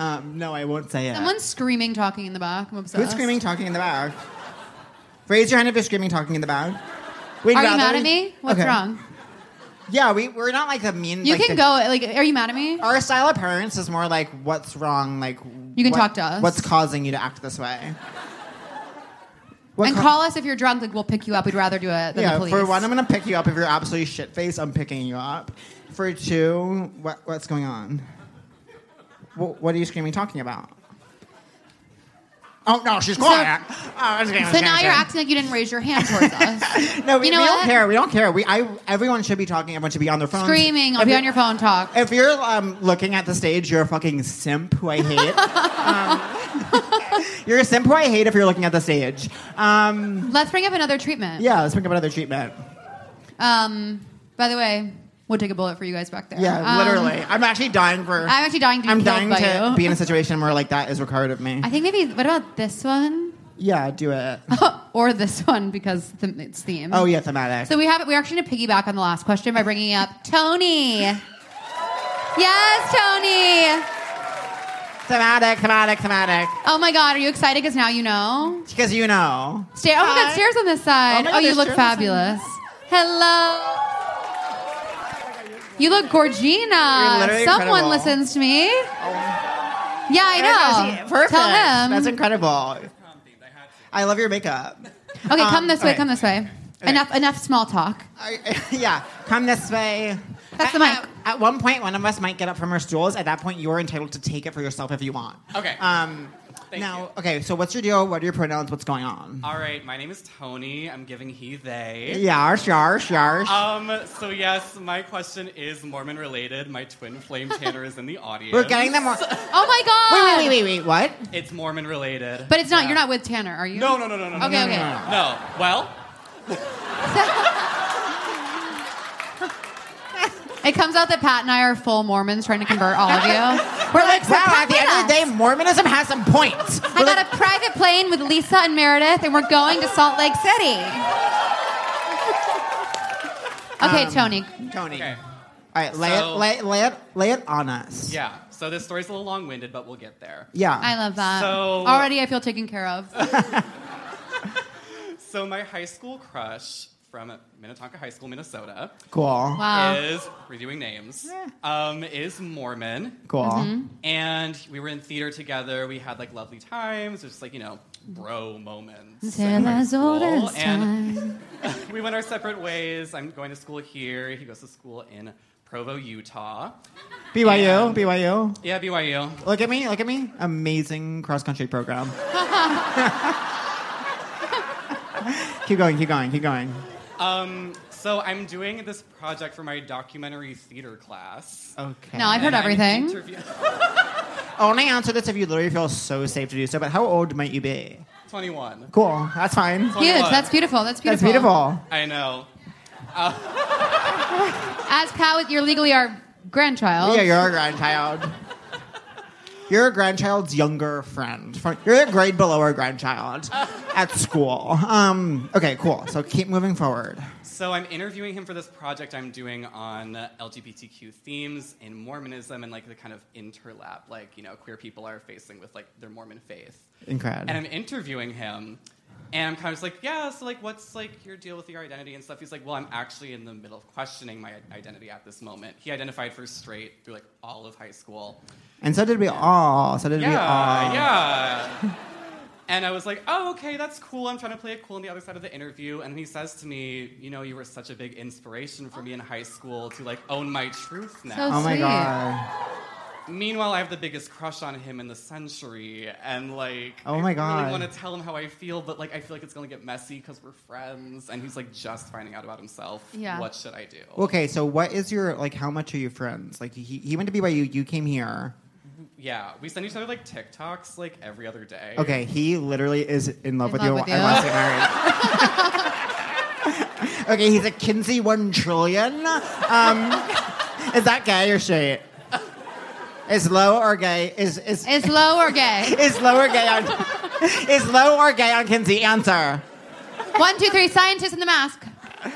Speaker 6: Um, no, I won't say it.
Speaker 2: Someone's screaming, talking in the back. I'm obsessed.
Speaker 6: Who's screaming, talking in the back? Raise your hand if you're screaming, talking in the back. We'd
Speaker 2: Are you
Speaker 6: rather-
Speaker 2: mad at me? What's
Speaker 6: Okay.
Speaker 2: wrong?
Speaker 6: Yeah, we, we're not like the mean.
Speaker 2: You
Speaker 6: like,
Speaker 2: can
Speaker 6: the- Uh,
Speaker 2: go. Like, are you mad at me?
Speaker 6: Our style of parents is more like, what's wrong? Like,
Speaker 2: You can
Speaker 6: what-
Speaker 2: talk to us.
Speaker 6: What's causing you to act this way? What
Speaker 2: and
Speaker 6: ca-
Speaker 2: call us if you're drunk. Like, we'll pick you up. We'd rather do it than
Speaker 6: yeah,
Speaker 2: the police.
Speaker 6: for one, I'm gonna pick you up. If you're absolutely shit faced, I'm picking you up. For two, what, what's going on? What, what are you screaming, talking about? Oh no, she's quiet. oh, I was gonna-
Speaker 2: so now you're acting like you didn't raise your hand
Speaker 6: [LAUGHS]
Speaker 2: towards us.
Speaker 6: No, we,
Speaker 2: You know
Speaker 6: we don't
Speaker 2: what?
Speaker 6: care. We don't care. We, I, everyone should be talking. Everyone should be on their phone.
Speaker 2: Screaming. I'll be on your phone. Talk.
Speaker 6: If you're um, looking at the stage, you're a fucking simp who I hate. um, [LAUGHS] you're a simp who I hate if you're looking at the stage. Um,
Speaker 2: Let's bring up another treatment.
Speaker 6: yeah, let's pick up another treatment.
Speaker 2: Um. By the way, we'll take a bullet for you guys back there.
Speaker 6: Yeah,
Speaker 2: Um,
Speaker 6: literally. I'm actually dying for.
Speaker 2: I'm actually dying to be
Speaker 6: I'm
Speaker 2: killed
Speaker 6: dying
Speaker 2: by
Speaker 6: to
Speaker 2: you.
Speaker 6: be in a situation where like that is required of me.
Speaker 2: I think maybe. What about this one? [LAUGHS]
Speaker 6: yeah, do it.
Speaker 2: or this one because the, it's theme.
Speaker 6: oh yeah, thematic.
Speaker 2: So we have. We're actually going to piggyback on the last question by bringing up Tony. Yes, Tony.
Speaker 6: thematic, thematic, thematic.
Speaker 2: Oh my God, are you excited? Because now you know.
Speaker 6: Because you know.
Speaker 2: Stair- oh my God,
Speaker 6: Hi.
Speaker 2: stairs on this side.
Speaker 6: Oh my
Speaker 2: Oh,
Speaker 6: God,
Speaker 2: you
Speaker 6: there's
Speaker 2: look
Speaker 6: stairs on this
Speaker 2: fabulous. Hello. You look
Speaker 6: You're
Speaker 2: Gorgina.
Speaker 6: literally
Speaker 2: Someone
Speaker 6: incredible. Oh.
Speaker 2: listens to me. Yeah, I know.
Speaker 6: Perfect.
Speaker 2: Tell him.
Speaker 6: That's incredible. I love your makeup.
Speaker 2: okay,
Speaker 6: Um,
Speaker 2: come this way.
Speaker 6: okay.
Speaker 2: Come this way.
Speaker 6: Okay.
Speaker 2: Enough. Enough small talk.
Speaker 6: I, [LAUGHS] yeah, come this way.
Speaker 2: That's the
Speaker 6: At-
Speaker 2: mic.
Speaker 6: At, at one point, one of us might get up from our stools. At that point, you're entitled to take it for yourself if you want.
Speaker 7: Okay.
Speaker 6: Um,
Speaker 7: Thank
Speaker 6: now,
Speaker 7: you. Uh,
Speaker 6: okay, so what's your deal? What are your pronouns? What's going on?
Speaker 7: All right, my name is Tony. I'm giving he they.
Speaker 6: Yarsh, yarsh, yarsh.
Speaker 7: Um, so yes, my question is Mormon related. My twin flame Tanner is in the audience.
Speaker 6: We're getting them. More-
Speaker 2: Oh my God.
Speaker 6: wait, wait, wait, wait, wait. What?
Speaker 7: It's Mormon related.
Speaker 2: But it's not.
Speaker 7: Yeah.
Speaker 2: You're not with Tanner, are you?
Speaker 7: No, no, no, no, no. no,
Speaker 2: Okay,
Speaker 7: no,
Speaker 2: okay.
Speaker 7: No, no, no. no. Well,
Speaker 2: It comes out that Pat and I are full Mormons trying to convert all of you. We're like,
Speaker 6: Wow,
Speaker 2: "Come
Speaker 6: at the
Speaker 2: with
Speaker 6: end of the
Speaker 2: us."
Speaker 6: day, Mormonism has some points.
Speaker 2: I got a private plane with Lisa and Meredith, and we're going to Salt Lake City. Okay, Tony.
Speaker 6: Tony.
Speaker 7: Okay.
Speaker 6: All right, lay,
Speaker 7: So-
Speaker 6: it, lay, lay, it, lay it on us.
Speaker 7: yeah. So this story's a little long winded, but we'll get there.
Speaker 6: Yeah.
Speaker 2: I love that.
Speaker 7: So-
Speaker 2: Already I feel taken care of.
Speaker 7: So my high school crush from Minnetonka High School, Minnesota,
Speaker 6: Cool.
Speaker 2: Wow.
Speaker 7: is redoing names.
Speaker 6: Yeah.
Speaker 7: Um, is Mormon.
Speaker 6: Cool.
Speaker 2: Mm-hmm.
Speaker 7: And we were in theater together. We had like lovely times. It was like, you know, bro moments. in
Speaker 2: Till
Speaker 7: high
Speaker 2: as old
Speaker 7: school.
Speaker 2: as
Speaker 7: And
Speaker 2: time.
Speaker 7: we went our separate ways. I'm going to school here. He goes to school in Provo, Utah.
Speaker 6: BYU,
Speaker 7: And-
Speaker 6: BYU.
Speaker 7: Yeah, BYU.
Speaker 6: Look at me, look at me. Amazing cross country program. keep going, keep going, keep going.
Speaker 7: Um, so I'm doing this project for my documentary theater class.
Speaker 6: Okay.
Speaker 2: No, I've heard
Speaker 7: And I'm
Speaker 2: everything.
Speaker 7: interview- [LAUGHS]
Speaker 6: Only answer this if you literally feel so safe to do so, but how old might you be?
Speaker 7: 21.
Speaker 6: Cool, that's fine.
Speaker 2: Huge.
Speaker 7: 21.
Speaker 2: That's beautiful. That's
Speaker 6: That's
Speaker 2: beautiful.
Speaker 6: beautiful.
Speaker 7: I know.
Speaker 2: As Pat, with- you're legally our grandchild.
Speaker 6: Yeah, you're a grandchild. You're a grandchild's younger friend. From- You're a grade below our grandchild at school. Um, okay, cool. So keep moving forward.
Speaker 7: So I'm interviewing him for this project I'm doing on LGBTQ themes in Mormonism and like the kind of interlap, like you know, queer people are facing with like their Mormon faith.
Speaker 6: Incredible.
Speaker 7: And I'm interviewing him, and I'm kind of just like, yeah, so like, what's like your deal with your identity and stuff? He's like, well, I'm actually in the middle of questioning my identity at this moment. He identified for straight through like all of high school.
Speaker 6: And so did we all. So did we all.
Speaker 7: Yeah, yeah. And I was like, oh, okay, that's cool. I'm trying to play it cool on the other side of the interview. And he says to me, you know, you were such a big inspiration for me in high school to like own my truth now.
Speaker 6: Oh my
Speaker 2: Sweet.
Speaker 6: god.
Speaker 7: Meanwhile, I have the biggest crush on him in the century. And like,
Speaker 6: Oh my
Speaker 7: I
Speaker 6: God.
Speaker 7: really want to tell him how I feel, but like, I feel like it's going to get messy because we're friends. And he's like just finding out about himself.
Speaker 2: Yeah.
Speaker 7: What should I do?
Speaker 6: Okay, so what is your like? How much are you friends? Like he, he went to BYU. You came here.
Speaker 7: Yeah. We send each other like TikToks like every other day.
Speaker 6: Okay, he literally is in love
Speaker 2: In
Speaker 6: with
Speaker 2: love
Speaker 6: you
Speaker 2: with
Speaker 6: and
Speaker 2: you.
Speaker 6: wants to get married. [LAUGHS] okay, he's a Kinsey one trillion. Um, is that gay or straight? Is low or gay? Is is
Speaker 2: Is low or [LAUGHS] gay?
Speaker 6: is low or gay on? is low or gay on Kinsey? Answer.
Speaker 2: One, two, three. Scientist in the mask. No,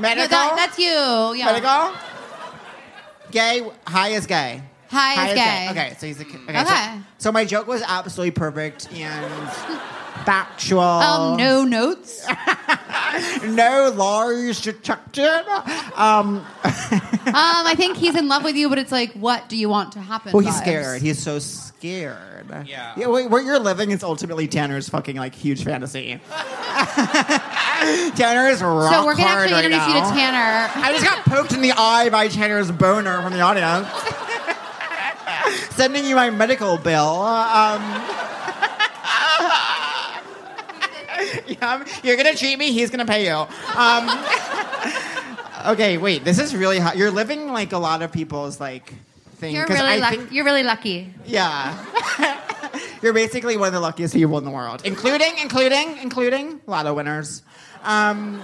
Speaker 6: Medical.
Speaker 2: that, that's you. Yeah.
Speaker 6: medical. Gay. High is gay.
Speaker 2: Hi,
Speaker 6: Hi,
Speaker 2: is
Speaker 6: it's
Speaker 2: gay.
Speaker 6: Okay, so he's a kid. Okay.
Speaker 2: Okay.
Speaker 6: So, so my joke was absolutely perfect
Speaker 2: [LAUGHS]
Speaker 6: and factual.
Speaker 2: Um, no
Speaker 6: [LAUGHS]
Speaker 2: notes.
Speaker 6: No lies detected. Um,
Speaker 2: Um, I think he's in love with you, but it's like, what do you want to happen?
Speaker 6: well, he's
Speaker 2: vibes.
Speaker 6: scared. He's so scared.
Speaker 7: Yeah.
Speaker 6: Yeah. Wait, where you're living is ultimately Tanner's fucking like huge fantasy. [LAUGHS] Tanner is rock
Speaker 2: So we're gonna
Speaker 6: hard
Speaker 2: actually
Speaker 6: right
Speaker 2: introduce you
Speaker 6: now.
Speaker 2: to
Speaker 6: [LAUGHS]
Speaker 2: Tanner.
Speaker 6: I just got poked in the eye by Tanner's boner from the audience. Sending you my medical bill. Um, [LAUGHS] yeah, you're gonna treat me. He's gonna pay you. Um, okay, wait. This is really hot. You're living like a lot of people's like thing.
Speaker 2: You're
Speaker 6: 'cause
Speaker 2: really
Speaker 6: I
Speaker 2: lucky.
Speaker 6: think-
Speaker 2: You're really lucky.
Speaker 6: yeah. [LAUGHS] You're basically one of the luckiest people in the world, including, including, including lotto winners. Um,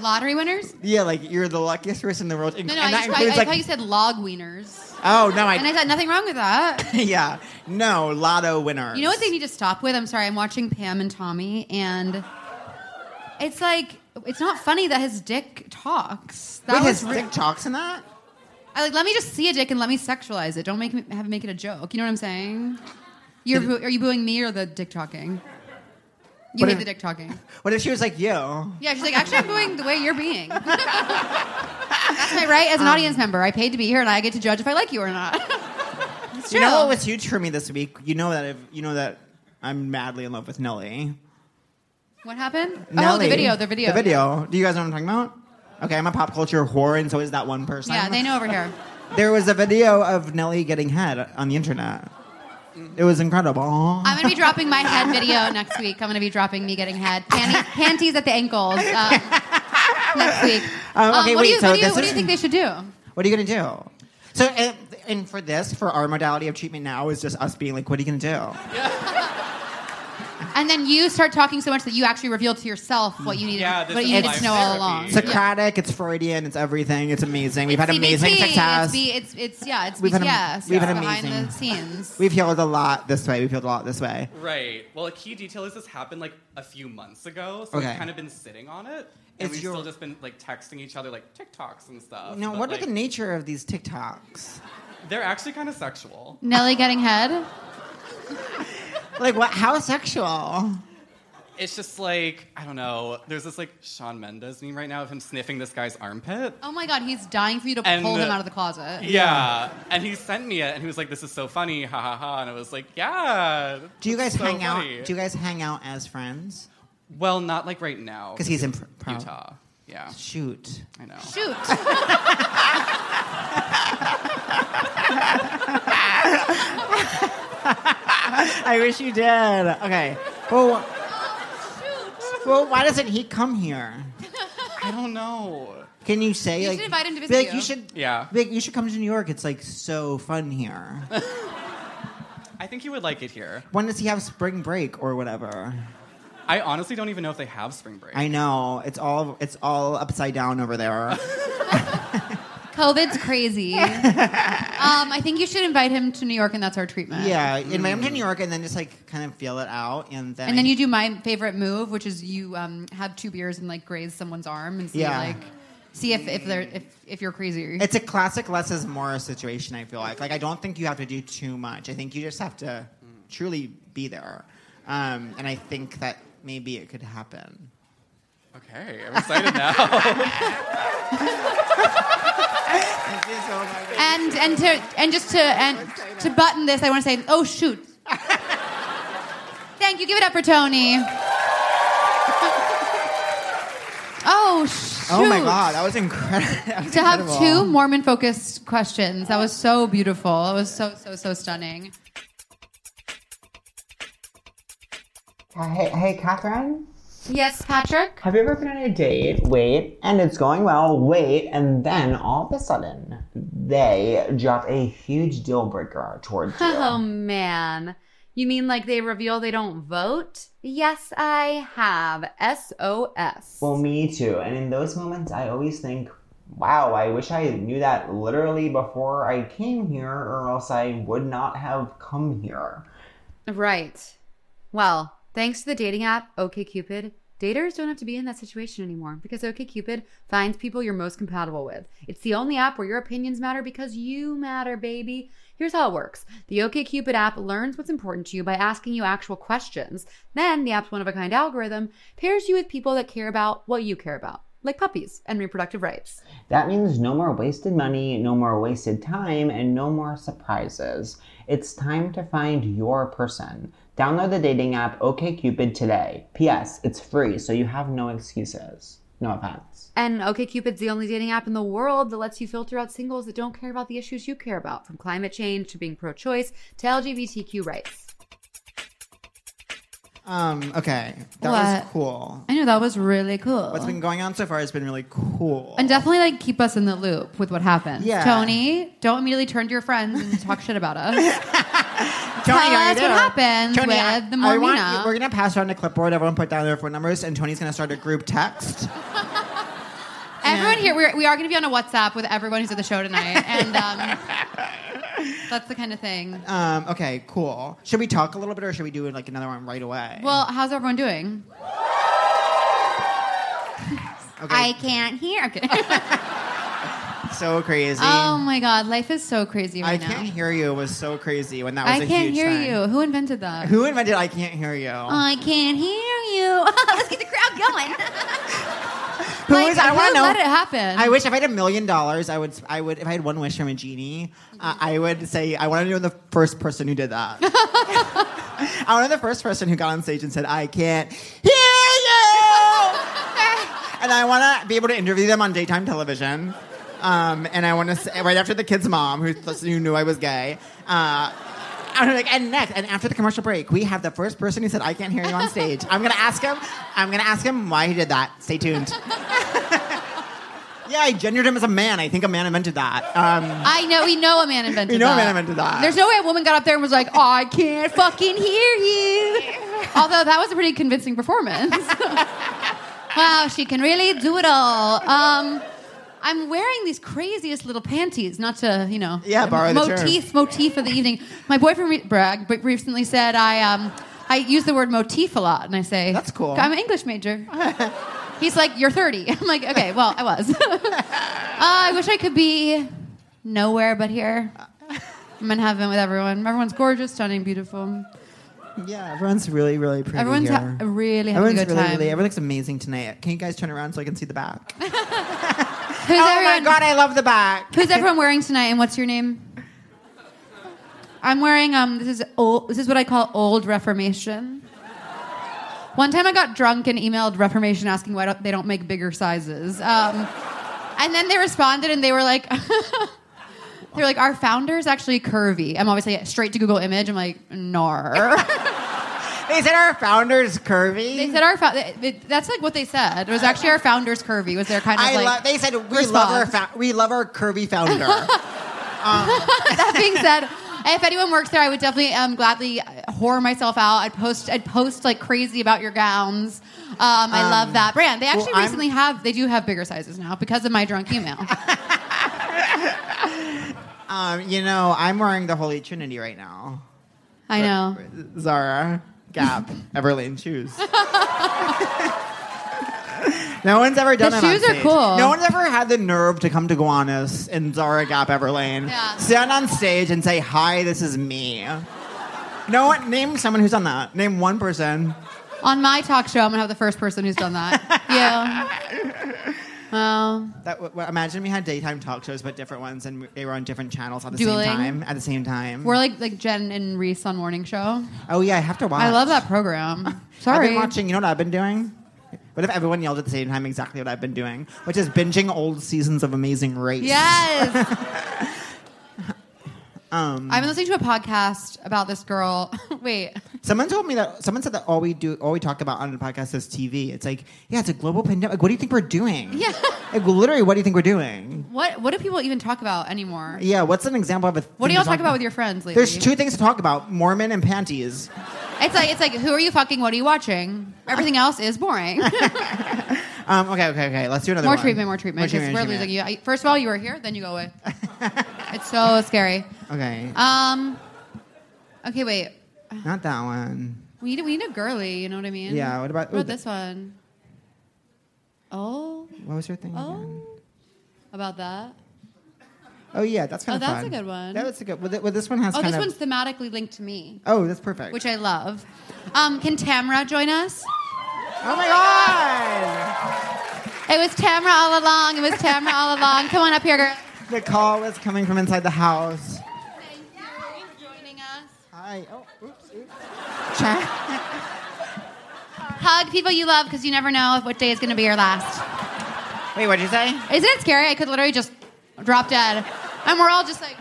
Speaker 2: Lottery winners?
Speaker 6: yeah, like you're the luckiest person in the world, inc-
Speaker 2: No, no.
Speaker 6: and
Speaker 2: I,
Speaker 6: that
Speaker 2: just, I,
Speaker 6: includes
Speaker 2: I
Speaker 6: like
Speaker 2: thought you said log wieners,
Speaker 6: Oh no,
Speaker 2: and I
Speaker 6: I
Speaker 2: said nothing wrong with that.
Speaker 6: [LAUGHS] yeah no lotto winners.
Speaker 2: You know what they need to stop with? I'm sorry, I'm watching Pam and Tommy, and it's like it's not funny that his dick talks. That
Speaker 6: Wait,
Speaker 2: was
Speaker 6: has
Speaker 2: re-
Speaker 6: Dick talks in that?
Speaker 2: I like. Let me just see a dick and let me sexualize it. Don't make me have make it a joke. You know what I'm saying? You're boo- are you booing me or the dick talking? You
Speaker 6: What
Speaker 2: hate
Speaker 6: if-
Speaker 2: the dick talking.
Speaker 6: What if she was like you?
Speaker 2: Yeah, she's like, actually, I'm booing the way you're being. [LAUGHS] That's my right as an
Speaker 6: Um,
Speaker 2: audience member. I paid to be here, and I get to judge if I like you or not. it's true.
Speaker 6: [LAUGHS] You know what was huge for me this week? You know that if, you know that I'm madly in love with Nelly.
Speaker 2: What happened? Oh,
Speaker 6: Nelly-
Speaker 2: the video. The video.
Speaker 6: The video. Do you guys know what I'm talking about? Okay, I'm a pop culture whore, and so is that one person.
Speaker 2: Yeah, they know over here.
Speaker 6: There was a video of Nelly getting head on the internet. It was incredible.
Speaker 2: I'm gonna be dropping my head video [LAUGHS] next week. I'm gonna be dropping me getting head Panty, panties at the ankles
Speaker 6: [LAUGHS]
Speaker 2: um, next week.
Speaker 6: Um, okay,
Speaker 2: what do
Speaker 6: wait,
Speaker 2: you,
Speaker 6: so
Speaker 2: what do you,
Speaker 6: this
Speaker 2: what do you
Speaker 6: is-
Speaker 2: think they should do?
Speaker 6: What are you gonna do? So, and, and for this, for our modality of treatment now is just us being like, "What are you gonna do?"
Speaker 2: And then you start talking so much that you actually reveal to yourself what you needed,
Speaker 7: Yeah, this
Speaker 2: what
Speaker 7: is
Speaker 2: you needed
Speaker 7: live
Speaker 2: to know all
Speaker 7: therapy.
Speaker 2: along.
Speaker 7: So
Speaker 6: Socratic, it's Freudian, it's everything, it's amazing. We've had
Speaker 2: CBT,
Speaker 6: amazing success.
Speaker 2: It's, be- it's, it's yeah, it's
Speaker 6: We've had am-
Speaker 2: yeah, it's
Speaker 6: we've had
Speaker 2: behind
Speaker 6: amazing-
Speaker 2: the scenes.
Speaker 6: We've healed a lot this way. We've healed a lot this way.
Speaker 7: Right. Well, a key detail is this happened like a few months ago, so
Speaker 6: Okay.
Speaker 7: we've kind of been sitting on it, and
Speaker 6: Is
Speaker 7: we've
Speaker 6: your-
Speaker 7: still just been like texting each other like TikToks and stuff.
Speaker 6: Now,
Speaker 7: but,
Speaker 6: what
Speaker 7: like,
Speaker 6: are the nature of these TikToks?
Speaker 7: They're actually kind of sexual.
Speaker 2: Nelly getting head.
Speaker 6: Like, what? How sexual?
Speaker 7: It's just like I don't know. There's this like Sean Mendes meme right now of him sniffing this guy's armpit.
Speaker 2: Oh my god, he's dying for you to
Speaker 7: And
Speaker 2: pull him
Speaker 7: the-
Speaker 2: out of the closet.
Speaker 7: Yeah, and he sent me it, and he was like, "This is so funny, ha ha ha," and I was like, "Yeah."
Speaker 6: Do you guys
Speaker 7: that's so
Speaker 6: hang
Speaker 7: funny."
Speaker 6: out? Do you guys hang out as friends?
Speaker 7: well, not like right now
Speaker 6: Because he's in pr- pro-
Speaker 7: Utah. Yeah,
Speaker 6: Shoot.
Speaker 7: I know.
Speaker 2: Shoot. [LAUGHS]
Speaker 6: I wish you did. Okay. Well, well, why doesn't he come here?
Speaker 7: I don't know.
Speaker 6: Can you say
Speaker 2: You
Speaker 6: like
Speaker 2: should invite him to
Speaker 6: be
Speaker 2: visit
Speaker 6: like,
Speaker 2: you.
Speaker 6: you? should
Speaker 7: Yeah.
Speaker 6: be like, you should come to New York. It's like so fun
Speaker 7: [LAUGHS]
Speaker 6: here.
Speaker 7: I think he would like it here.
Speaker 6: when does he have spring break or whatever?
Speaker 7: I honestly don't even know if they have spring break.
Speaker 6: I know it's all it's all upside down over there.
Speaker 2: COVID's
Speaker 6: [LAUGHS]
Speaker 2: crazy. um, I think you should invite him to New York, and that's our treatment.
Speaker 6: yeah, invite him to New York and then just like kind of feel it out, and then
Speaker 2: And then you do my favorite move, which is you um, have two beers and like graze someone's arm and see
Speaker 6: Yeah.
Speaker 2: like see if if they're if, if you're crazy.
Speaker 6: It's a classic less is more situation. I feel like like I don't think you have to do too much. I think you just have to truly be there, um, and I think that maybe it could happen.
Speaker 7: Okay, I'm excited now.
Speaker 2: and and to and just to and to button this, I want to say, oh shoot! Thank you. Give it up for Tony. [LAUGHS] oh shoot!
Speaker 6: Oh my god, that was incredible! [LAUGHS]
Speaker 2: To have two Mormon focused questions. That was so beautiful. It was so, so, so stunning.
Speaker 3: Uh, Hey, hey, Catherine.
Speaker 2: Yes, Patrick?
Speaker 3: Have you ever been on a date? Wait, and it's going well. Wait, and then all of a sudden, they drop a huge deal breaker towards
Speaker 2: [LAUGHS]
Speaker 3: you.
Speaker 8: Oh man. You mean like they reveal they don't vote? Yes, I have. SOS.
Speaker 3: Well, me too. And in those moments, I always think, wow, I wish I knew that literally before I came here, or else I would not have come here.
Speaker 8: Right. Well, thanks to the dating app OkCupid,
Speaker 9: Daters don't have to be in that situation anymore because OkCupid finds people you're most compatible with. It's the only app where your opinions matter because you matter, baby. Here's how it works the OkCupid app learns what's important to you by asking you actual questions. Then, the app's one of a kind algorithm pairs you with people that care about what you care about, like puppies and reproductive rights.
Speaker 3: That means no more wasted money, no more wasted time, and no more surprises. It's time to find your person. Download the dating app OKCupid today. P.S. It's free, so you have no excuses. No offense.
Speaker 9: And OkCupid's the only dating app in the world that lets you filter out singles that don't care about the issues you care about, from climate change to being pro choice to LGBTQ rights.
Speaker 6: Um, okay. That was
Speaker 2: What?
Speaker 6: cool.
Speaker 2: I know that was really cool.
Speaker 6: What's been going on so far has been really cool.
Speaker 2: and definitely like keep us in the loop with what happens.
Speaker 6: Yeah.
Speaker 2: Tony, don't immediately turn to your friends and talk shit about
Speaker 6: [LAUGHS]
Speaker 2: us. tell
Speaker 6: Tony, I
Speaker 2: us what
Speaker 6: know.
Speaker 2: happens
Speaker 6: Tony, I-
Speaker 2: with the
Speaker 6: I want-
Speaker 2: Mormina.
Speaker 6: We're gonna pass around a clipboard. Everyone put down their phone numbers, and Tony's gonna start a group text. [LAUGHS]
Speaker 2: Everyone here, we're, we are going to be on a WhatsApp with everyone who's at the show tonight, and um, [LAUGHS] that's the kind of thing.
Speaker 6: Um, okay, cool. Should we talk a little bit, or should we do like another one right away?
Speaker 2: Well, how's everyone doing?
Speaker 6: okay,
Speaker 2: I can't hear. Okay.
Speaker 6: so crazy.
Speaker 2: [LAUGHS] oh my god, life is so crazy
Speaker 6: I
Speaker 2: right now.
Speaker 6: can't hear you was so crazy when that was
Speaker 2: I
Speaker 6: a
Speaker 2: can't
Speaker 6: huge
Speaker 2: hear
Speaker 6: thing.
Speaker 2: you. Uh, Who invented that?
Speaker 6: Who invented I can't hear you?
Speaker 2: I can't hear you. [LAUGHS] Let's get the crowd going.
Speaker 6: Who is- I want to know.
Speaker 2: Let it happen.
Speaker 6: I wish if I had a million dollars, I would. I would. If I had one wish from a genie, uh, I would say I want to know the first person who did that. I want to know the first person who got on stage and said, "I can't hear you," and I want to be able to interview them on daytime television. Um, and I want to say, right after the kid's mom, who, who knew I was gay. Uh, I'm like, and next, and after the commercial break, we have the first person who said, "I can't hear you" on stage. I'm gonna ask him. I'm gonna ask him why he did that. Stay tuned. Yeah, I gendered him as a man. I think a man invented that. Um,
Speaker 2: I know we know a man invented.
Speaker 6: We know a
Speaker 2: that.
Speaker 6: man invented that.
Speaker 2: There's no way a woman got up there and was like, "I can't fucking hear
Speaker 6: [LAUGHS]
Speaker 2: you." Although that was a pretty convincing performance. [LAUGHS] wow, she can really do it all. Um, I'm wearing these craziest little panties, not to you know.
Speaker 6: Yeah, borrow the term.
Speaker 2: motif motif of the evening. My boyfriend re- brag, but recently said I um, I use the word motif a lot, and I say
Speaker 6: That's cool.
Speaker 2: I'm an English
Speaker 6: [LAUGHS]
Speaker 2: major. He's like, "You're 30." [LAUGHS] I'm like, "Okay, well, I was." [LAUGHS] Uh, I wish I could be nowhere but here. I'm in heaven with everyone. Everyone's gorgeous, stunning, beautiful.
Speaker 6: yeah, everyone's really, really pretty
Speaker 2: Everyone's
Speaker 6: here.
Speaker 2: ha- really having
Speaker 6: everyone's
Speaker 2: a good
Speaker 6: really,
Speaker 2: time.
Speaker 6: really. Everyone looks amazing tonight. Can you guys turn around so I can see
Speaker 2: [LAUGHS]
Speaker 6: the back? oh
Speaker 2: Who's,
Speaker 6: my
Speaker 2: everyone,
Speaker 6: god, I love the back.
Speaker 2: who's everyone wearing tonight? And what's your name? I'm wearing um. This is old. This is what I call old Reformation. One time I got drunk and emailed Reformation asking why don't, they don't make bigger sizes. Um, and then they responded and they were like, [LAUGHS] they were like, our founder's actually curvy. I'm obviously straight to Google image. I'm like,
Speaker 6: [LAUGHS]
Speaker 2: nar.
Speaker 6: They said our founder's curvy.
Speaker 2: They said our fou- it- it- that's like what they said. It was actually our founder's curvy. Was their kind of
Speaker 6: I
Speaker 2: like
Speaker 6: love. They said we love our
Speaker 2: response.
Speaker 6: fa- we love our curvy
Speaker 2: [LAUGHS]
Speaker 6: founder.
Speaker 2: that being said, if anyone works there, I would definitely um, gladly uh, whore myself out. I'd post I'd post like crazy about your gowns. Um, I love that brand. They actually
Speaker 6: well, I'm-
Speaker 2: recently have they do have bigger sizes now because of my drunk
Speaker 6: [LAUGHS]
Speaker 2: email.
Speaker 6: um, you know, I'm wearing the Holy Trinity right now.
Speaker 2: I know.
Speaker 6: Zara,
Speaker 2: [LAUGHS]
Speaker 6: Gap, Everlane shoes. no one's ever done
Speaker 2: The
Speaker 6: it on
Speaker 2: shoes are
Speaker 6: stage.
Speaker 2: cool.
Speaker 6: No one's ever had the nerve to come to Gowanus in Zara, Gap, Everlane,
Speaker 2: Yeah.
Speaker 6: stand on stage and say, "Hi, this is me." No one. Name someone who's done that. Name one person.
Speaker 2: On my talk show, I'm gonna have the first person who's done that. yeah. Well,
Speaker 6: That w- w- imagine we had daytime talk shows, but different ones, and they were on different channels at the
Speaker 2: Dueling.
Speaker 6: same time. At the same time.
Speaker 2: we're like like Jen and Reese on morning show.
Speaker 6: oh yeah, I have to watch.
Speaker 2: I love that program. Sorry.
Speaker 6: I've been watching. You know what I've been doing? What if everyone yelled at the same time exactly what I've been doing, which is binging old seasons of Amazing Race? [LAUGHS]
Speaker 2: Yes.
Speaker 6: Um,
Speaker 2: I've been listening to a podcast about this girl. [LAUGHS] Wait,
Speaker 6: Someone told me that. Someone said that all we do, all we talk about on the podcast is TV. It's like, yeah, it's a global pandemic. What do you think we're doing?
Speaker 2: Yeah.
Speaker 6: [LAUGHS] Like, literally, what do you think we're doing?
Speaker 2: what what do people even talk about anymore?
Speaker 6: Yeah. What's an example of a?
Speaker 2: What
Speaker 6: thing
Speaker 2: do
Speaker 6: to
Speaker 2: y'all talk about with your friends lately?
Speaker 6: There's two things to talk about: Mormon and panties.
Speaker 2: It's like it's like who are you fucking? What are you watching? Everything else is
Speaker 6: [LAUGHS]
Speaker 2: boring.
Speaker 6: Um. Okay. Okay. Okay. Let's do
Speaker 2: [LAUGHS]
Speaker 6: another.
Speaker 2: more
Speaker 6: one.
Speaker 2: treatment, more treatment. 'cause we're losing you. I- First of all, you were here, then you go
Speaker 6: [LAUGHS]
Speaker 2: away. it's so scary.
Speaker 6: Okay.
Speaker 2: Um. Okay, wait.
Speaker 6: Not that one.
Speaker 2: We need we need a girly. You know what I mean?
Speaker 6: Yeah, what about-
Speaker 2: what
Speaker 6: ooh,
Speaker 2: about this one? Oh,
Speaker 6: What was your thing again?
Speaker 2: oh, about that.
Speaker 6: Oh yeah, that's kind
Speaker 2: Oh,
Speaker 6: of
Speaker 2: that's a good one.
Speaker 6: That was a good. Well, th- well this one has
Speaker 2: Oh, this
Speaker 6: kind of.
Speaker 2: one's thematically linked to me,
Speaker 6: oh, that's perfect.
Speaker 2: which I love. Um, can Tamra join us?
Speaker 6: oh my god!
Speaker 2: It was Tamra all along. It was Tamra all along. Come on up here, girl.
Speaker 6: The call was coming from inside the house.
Speaker 2: Thank you for joining us.
Speaker 6: Hi. Oh, oops, oops.
Speaker 2: Hug people you love because you never know what day is going to be your last.
Speaker 6: Wait, what'd you say?
Speaker 2: Isn't it scary? I could literally just drop dead, and we're all just like,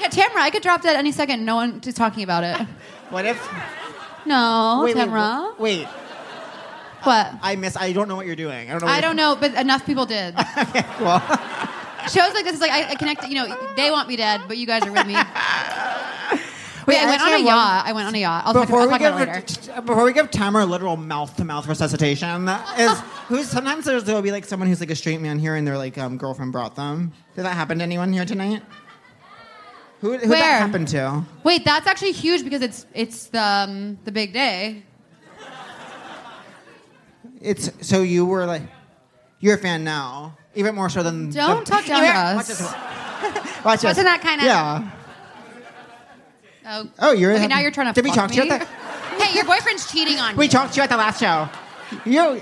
Speaker 2: yeah, Tamra, I could drop dead any second. No one is talking about it.
Speaker 6: What if?
Speaker 2: No,
Speaker 6: wait, wait,
Speaker 2: Tamra.
Speaker 6: wait, Oh, wait,
Speaker 2: what?
Speaker 6: I miss. I don't know what you're doing. I don't know. What
Speaker 2: I don't know, but enough people did.
Speaker 6: [LAUGHS] you're- well,
Speaker 2: Shows like this is like I, I connect. You know, they want me dead, but you guys are with
Speaker 6: [LAUGHS]
Speaker 2: me. Wait, I went on
Speaker 6: actually
Speaker 2: a
Speaker 6: have one-
Speaker 2: yacht. I went on a yacht. I'll talk,
Speaker 6: before
Speaker 2: I'll
Speaker 6: we
Speaker 2: talk
Speaker 6: give
Speaker 2: about it later.
Speaker 6: before we give Tamara literal mouth to mouth resuscitation is who's sometimes there's, there'll be like someone who's like a straight man here and their like um, girlfriend brought them. Did that happen to anyone here tonight? Who who
Speaker 2: Where?
Speaker 6: that happened to?
Speaker 2: Wait, that's actually huge because it's it's the um, the big day.
Speaker 6: It's so you were like you're a fan now, even more so than
Speaker 2: Don't
Speaker 6: the,
Speaker 2: talk down
Speaker 6: Here,
Speaker 2: to us.
Speaker 6: Watch this. Watch this.
Speaker 2: Wasn't that kinda-
Speaker 6: yeah.
Speaker 2: Oh,
Speaker 6: Oh, you're
Speaker 2: okay.
Speaker 6: happy-
Speaker 2: Now you're trying to.
Speaker 6: Did we
Speaker 2: fuck
Speaker 6: talk to you
Speaker 2: me? [LAUGHS]
Speaker 6: at
Speaker 2: Hey, your boyfriend's cheating on
Speaker 6: We [LAUGHS]
Speaker 2: you.
Speaker 6: talked to you at the last show. You.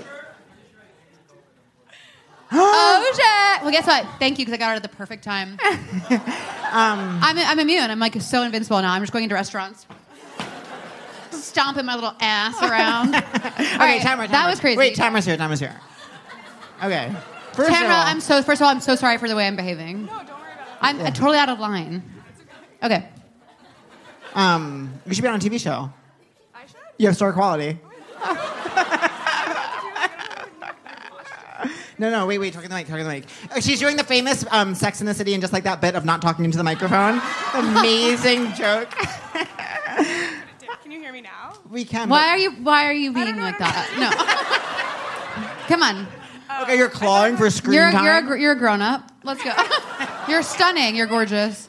Speaker 2: Oh shit! Well, guess what? Thank you because I got it at the perfect
Speaker 6: [LAUGHS]
Speaker 2: time.
Speaker 6: Um,
Speaker 2: I'm I'm immune. I'm like so invincible now. I'm just going into restaurants, stomping my little ass
Speaker 6: [LAUGHS]
Speaker 2: around. All
Speaker 6: Okay,
Speaker 2: right,
Speaker 6: timer, timer.
Speaker 2: That was crazy.
Speaker 6: Wait, timer's here. Timer's here. Okay. First of
Speaker 2: Tamara,
Speaker 6: all-
Speaker 2: I'm so first of all, I'm so sorry for the way I'm behaving. No, don't worry about it. I'm uh, totally out of line. Okay.
Speaker 6: Um, you should be on a TV show. I should. You have
Speaker 2: [LAUGHS]
Speaker 6: star quality. no, no, wait, wait. Talking to the mic. Talking to the mic. Uh, She's doing the famous um, Sex in the City and just like that bit of not talking into
Speaker 2: [LAUGHS]
Speaker 6: the microphone. Amazing joke.
Speaker 10: Can you hear me now?
Speaker 2: [LAUGHS]
Speaker 6: We can.
Speaker 2: Why are you Why are you being
Speaker 10: know,
Speaker 2: like
Speaker 10: I don't
Speaker 2: that? No. [LAUGHS] Come on.
Speaker 6: but- Okay, you're clawing for screen
Speaker 2: You're a,
Speaker 6: time.
Speaker 2: you're a, gr- you're a grown up. Let's
Speaker 10: [LAUGHS]
Speaker 2: go. you're stunning. You're gorgeous.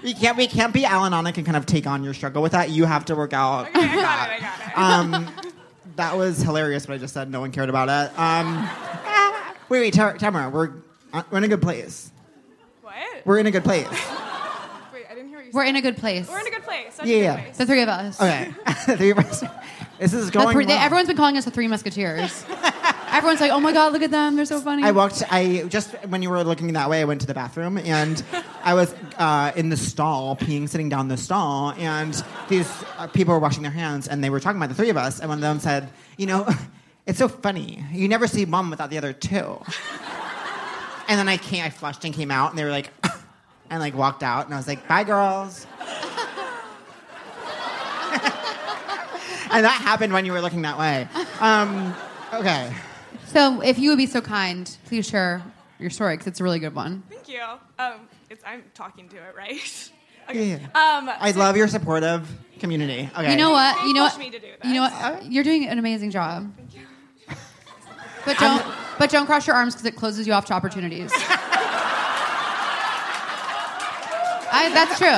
Speaker 6: we can't. We can't be Alan Onick and kind of take on your struggle with that. You have to work out.
Speaker 10: Okay, I got it. I got
Speaker 2: Uh,
Speaker 10: it.
Speaker 6: Um, [LAUGHS] that was hilarious. What I just said. No one cared about it. Um, [LAUGHS] wait, wait, Tamara. Tamara we're uh, we're in a good place.
Speaker 10: what?
Speaker 6: We're in a good place.
Speaker 10: Wait, I didn't hear what you
Speaker 2: We're
Speaker 10: said.
Speaker 2: in a good place.
Speaker 10: We're in a good place. Such
Speaker 6: Yeah,
Speaker 10: a
Speaker 6: yeah.
Speaker 10: good place.
Speaker 2: the three of us.
Speaker 6: Okay. [LAUGHS] Three percent. this is
Speaker 2: The
Speaker 6: going
Speaker 2: three- they-
Speaker 6: well.
Speaker 2: everyone's been calling us the Three
Speaker 6: [LAUGHS]
Speaker 2: Musketeers. Everyone's like, "Oh my god, look at them! They're so funny."
Speaker 6: I walked. I just when you were looking that way, I went to the bathroom and I was uh, in the stall peeing, sitting down the stall, and these uh, people were washing their hands and they were talking about the three of us, and one of them said, "You know, [LAUGHS] it's so funny. You never see one without the other two. And then I came, I flushed and came out, and they were like, [LAUGHS] and like walked out, and I was like, "Bye, girls." [LAUGHS] and that happened when you were looking that way. Um, okay.
Speaker 2: so, if you would be so kind, please share your story because it's a really good one.
Speaker 10: Thank you. Um, it's I'm talking to it, right? [LAUGHS]
Speaker 6: Yeah.
Speaker 10: okay. Um,
Speaker 6: I love your supportive community. Okay.
Speaker 2: You know what? You know
Speaker 10: pushed
Speaker 2: what?
Speaker 10: me to do
Speaker 2: You know what? Uh, You're doing an amazing job. But don't, but don't cross your arms because it closes you off to
Speaker 10: [LAUGHS]
Speaker 2: opportunities. I, that's true.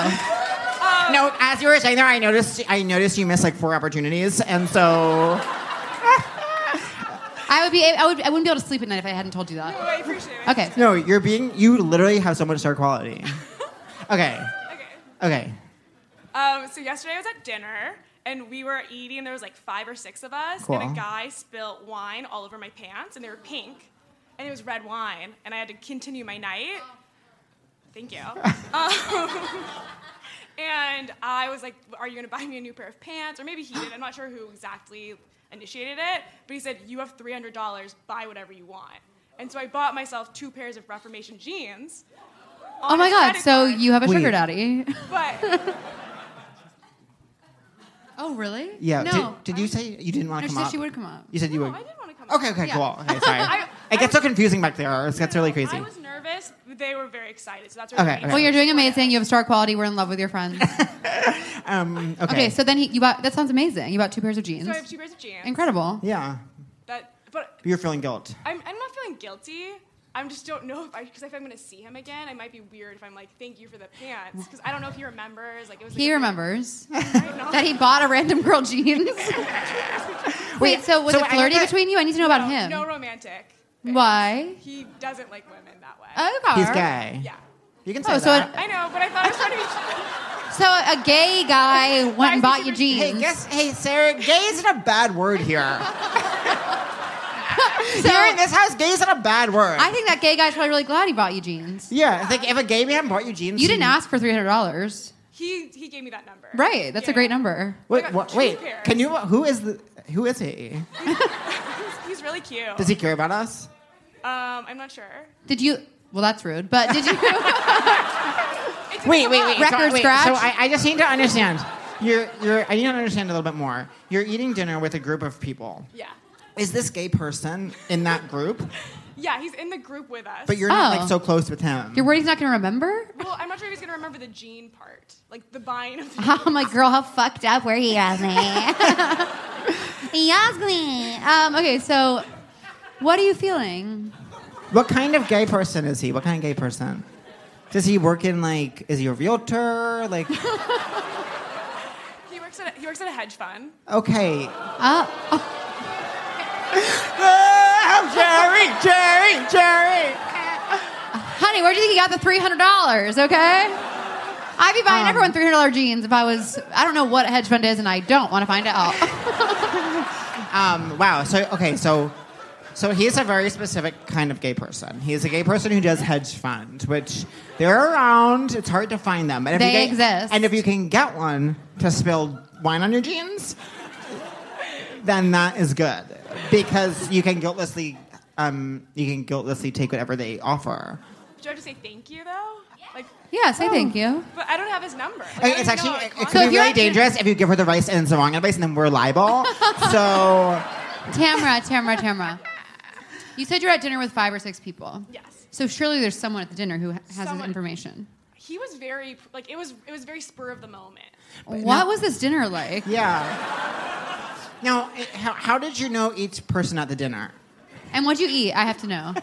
Speaker 6: No, as you were saying there, I noticed I noticed you missed like four opportunities, and so
Speaker 2: I would be, I would, I wouldn't be able to sleep at night if I hadn't told you
Speaker 10: Oh,
Speaker 2: that.
Speaker 10: I appreciate it.
Speaker 2: Okay.
Speaker 6: no, you're being you literally have so much star quality. Okay.
Speaker 10: Okay.
Speaker 6: Okay.
Speaker 10: Um, so yesterday I was at dinner and we were eating. There was like five or six of us,
Speaker 6: Cool.
Speaker 10: and a guy spilled wine all over my pants, and they were pink, and it was red wine, and I had to continue my night.
Speaker 2: [LAUGHS]
Speaker 10: Thank you. um, and I was like, "Are you gonna buy me a new pair of pants?" Or maybe he did. I'm not sure who exactly initiated it, but he said, "You have $300. Buy whatever you want." And so I bought myself two pairs of Reformation jeans.
Speaker 2: Oh my god! So you have a
Speaker 6: Wait.
Speaker 2: sugar daddy?
Speaker 10: But
Speaker 2: [LAUGHS] Oh really?
Speaker 6: Yeah.
Speaker 2: No.
Speaker 6: Did, did you say you didn't want
Speaker 2: No,
Speaker 6: to
Speaker 2: she
Speaker 6: come
Speaker 2: said
Speaker 6: up?
Speaker 2: she would come up.
Speaker 6: You said you
Speaker 10: no,
Speaker 6: would.
Speaker 10: I didn't want to come.
Speaker 6: Okay. Okay.
Speaker 2: Yeah.
Speaker 6: Cool. Okay. Sorry.
Speaker 10: I-
Speaker 6: it gets
Speaker 10: I-
Speaker 6: so confusing back there. It gets really crazy.
Speaker 10: I was nervous. but They were very excited, so that's
Speaker 6: Okay,
Speaker 10: what.
Speaker 6: okay.
Speaker 2: Well, you're doing amazing. You have star quality. We're in love with your
Speaker 6: [LAUGHS]
Speaker 2: friends.
Speaker 6: Um, okay.
Speaker 2: Okay, so then he, you bought. That sounds amazing. You bought two pairs of jeans.
Speaker 10: So I have two pairs of jeans.
Speaker 2: Incredible.
Speaker 6: yeah,
Speaker 10: That, but
Speaker 6: you're feeling guilt.
Speaker 10: I'm, I'm not feeling guilty.
Speaker 11: I am just don't know if I, because if I'm going to see him again, I might be weird if I'm like, thank you for the pants. Because I don't know if he remembers. Like, it was like,
Speaker 2: He
Speaker 11: a-
Speaker 2: remembers [LAUGHS]
Speaker 11: right? No.
Speaker 2: that he bought a random girl jeans.
Speaker 6: [LAUGHS]
Speaker 2: Wait, so was
Speaker 6: so
Speaker 2: it
Speaker 6: I
Speaker 2: flirty
Speaker 6: have to-
Speaker 2: between you? I need to know about
Speaker 11: no,
Speaker 2: him.
Speaker 11: No romantic.
Speaker 2: Why?
Speaker 11: He doesn't like women that way.
Speaker 2: Okay.
Speaker 6: He's gay.
Speaker 11: yeah.
Speaker 6: You can say
Speaker 2: Oh, so
Speaker 6: that.
Speaker 2: a,
Speaker 11: I know, but I thought it was funny.
Speaker 2: so a gay
Speaker 6: [LAUGHS]
Speaker 2: guy went and
Speaker 11: Why
Speaker 2: bought
Speaker 11: is
Speaker 2: you
Speaker 11: it-
Speaker 2: jeans.
Speaker 6: Hey, guess, hey, Sarah, gay isn't a bad word here.
Speaker 2: so
Speaker 6: Here in this house, gay isn't a bad word.
Speaker 2: I think that gay guy's probably really glad he bought you jeans.
Speaker 6: yeah, it's like if a gay man bought you jeans,
Speaker 2: You didn't ask for three hundred dollars,
Speaker 11: [LAUGHS] He, he gave me that number.
Speaker 2: right? That's
Speaker 11: Yeah,
Speaker 2: a great
Speaker 11: yeah.
Speaker 2: number.
Speaker 6: Wait,
Speaker 11: got
Speaker 6: what,
Speaker 11: two
Speaker 6: wait.
Speaker 11: pairs.
Speaker 6: Can you? Who is the? Who is he?
Speaker 11: He's really cute.
Speaker 6: Does he care about us?
Speaker 11: Um, I'm not sure.
Speaker 2: Did you? Well, that's rude. But did you? [LAUGHS]
Speaker 11: It didn't
Speaker 6: Wait,
Speaker 11: come
Speaker 6: wait,
Speaker 11: up.
Speaker 6: wait.
Speaker 2: Record
Speaker 6: so, wait,
Speaker 2: scratch?
Speaker 6: So I, I just need to understand. You're, you're. I need to understand a little bit more. You're eating dinner with a group of people.
Speaker 11: Yeah.
Speaker 6: Is this gay person in that group?
Speaker 11: Yeah, he's in the group with us.
Speaker 6: But you're not
Speaker 2: Oh.
Speaker 6: like so close with him.
Speaker 2: You're worried he's not going to remember.
Speaker 11: well, I'm not sure if he's gonna remember the gene part, like the buying of the.
Speaker 2: [LAUGHS] I'm like, Oh, girl, how fucked up were you at me? [LAUGHS] Yasmin. Um, okay, so what are you feeling?
Speaker 6: what kind of gay person is he? What kind of gay person? Does he work in like? Is he a realtor? [LAUGHS] Like,
Speaker 11: He works at a, he works at a hedge fund.
Speaker 6: okay.
Speaker 2: Oh,
Speaker 6: Ah, Jerry, Jerry, Jerry.
Speaker 2: honey, where do you think you got the three hundred dollars? Okay, I'd be buying
Speaker 6: Um,
Speaker 2: everyone three hundred dollar jeans if I was. I don't know what a hedge fund is, and I don't want to find out. [LAUGHS]
Speaker 6: Um, wow. So okay. So so he's a very specific kind of gay person. He's a gay person who does hedge fund, which they're around. It's hard to find them. And if
Speaker 2: They
Speaker 6: you get-
Speaker 2: exist.
Speaker 6: And if you can get one to spill wine on your jeans, then that is good because you can guiltlessly um, you can guiltlessly take whatever they offer.
Speaker 11: Do I have to say thank you though? Like,
Speaker 2: yeah, say thank
Speaker 11: Oh.
Speaker 2: you.
Speaker 11: but I don't have his number. Like, I
Speaker 6: Okay,
Speaker 11: don't
Speaker 6: it's
Speaker 11: even
Speaker 6: actually
Speaker 11: know how
Speaker 6: it,
Speaker 11: to
Speaker 6: it
Speaker 11: contact
Speaker 6: could
Speaker 2: So if
Speaker 6: be
Speaker 2: you're
Speaker 6: really
Speaker 2: actually-
Speaker 6: dangerous if you give her the rice and it's the wrong advice, and then we're liable.
Speaker 2: [LAUGHS]
Speaker 6: so
Speaker 2: Tamra, Tamra, Tamra. You said you're at dinner with five or six people.
Speaker 11: Yes.
Speaker 2: So surely there's someone at the dinner who ha- has his
Speaker 11: Someone-
Speaker 2: information.
Speaker 11: He was very like it was it was very spur of the moment.
Speaker 2: what was this dinner like?
Speaker 6: Yeah. Now, eh, how, how did you know each person at the dinner?
Speaker 2: And what'd you eat? I have to know.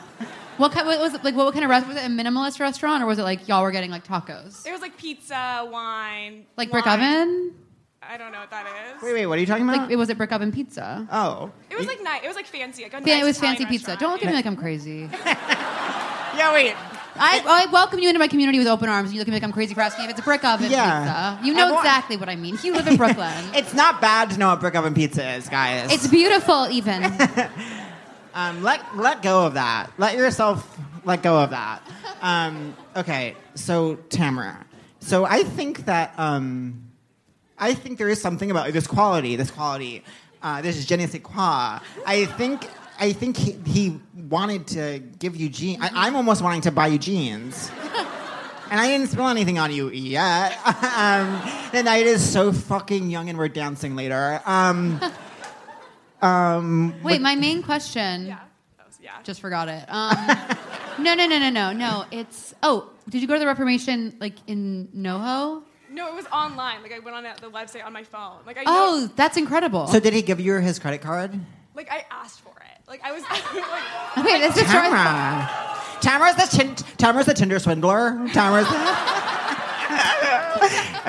Speaker 2: What kind what was it, like? What kind of restaurant was it? A minimalist restaurant, or was it like y'all were getting like tacos,
Speaker 11: It was like pizza, wine,
Speaker 2: like brick
Speaker 11: wine.
Speaker 2: oven?
Speaker 11: I don't know what that is.
Speaker 6: Wait, wait, what are you talking about?
Speaker 2: Like it was it brick oven pizza?
Speaker 6: oh.
Speaker 11: It was like night. It was like fancy. Like a
Speaker 2: Yeah,
Speaker 11: nice
Speaker 2: it was
Speaker 11: Italian
Speaker 2: fancy pizza.
Speaker 11: restaurant.
Speaker 2: Don't look at me like
Speaker 11: [LAUGHS]
Speaker 2: I'm crazy.
Speaker 6: Yeah, wait.
Speaker 2: I, I welcome you into my community with open arms. and You look at me like I'm crazy for asking if it's a brick oven
Speaker 6: Yeah.
Speaker 2: pizza. You
Speaker 6: I
Speaker 2: know
Speaker 6: want-
Speaker 2: exactly what I mean. You live
Speaker 11: [LAUGHS]
Speaker 2: in Brooklyn.
Speaker 6: [LAUGHS] It's not bad to know what brick oven pizza is, guys.
Speaker 2: it's beautiful,
Speaker 11: [LAUGHS]
Speaker 2: even.
Speaker 6: um, let, let go of that. Let yourself let go of that. Um, okay, so Tamara. So I think that um, I think there is something about this quality, this quality, uh, this is je ne sais quoi. I think I think he, he wanted to give you jeans. I, I'm almost wanting to buy you jeans. And I didn't spill anything on you yet. [LAUGHS] um, the night is so fucking young, and we're dancing later. Um,
Speaker 2: Wait, my main question.
Speaker 11: Yeah. That was- yeah.
Speaker 2: Just forgot it. Um, no, no, no, no, no, no. It's oh, did you go to the Reformation like in NoHo?
Speaker 11: No, it was online. Like I went on the website on my phone. Like I know,
Speaker 2: Oh, that's incredible.
Speaker 6: so did he give you his credit card?
Speaker 11: like I asked for it. Like I was [LAUGHS]
Speaker 2: [LAUGHS]
Speaker 11: like,
Speaker 2: okay, this is
Speaker 6: Tamara. Tamara's the tin- Tamara's the Tinder swindler. Tamara's the.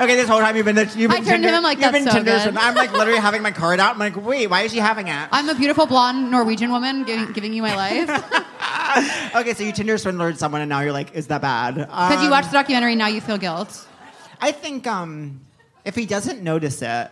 Speaker 6: okay, this whole time you've been the, you've
Speaker 2: I turned
Speaker 6: been
Speaker 2: to
Speaker 6: Tinder,
Speaker 2: him like,
Speaker 6: you've
Speaker 2: "That's
Speaker 6: been
Speaker 2: so
Speaker 6: Tinder
Speaker 2: good."
Speaker 6: swindler. I'm like literally having my card out. I'm like, wait, why is she having it?
Speaker 2: I'm a beautiful blonde Norwegian woman giving, giving you my
Speaker 6: [LAUGHS]
Speaker 2: life because
Speaker 6: Okay, so you Tinder swindlered someone, and now you're like, is that bad? Because
Speaker 2: you watched the documentary. Now you feel guilt.
Speaker 6: I think um, if he doesn't notice it,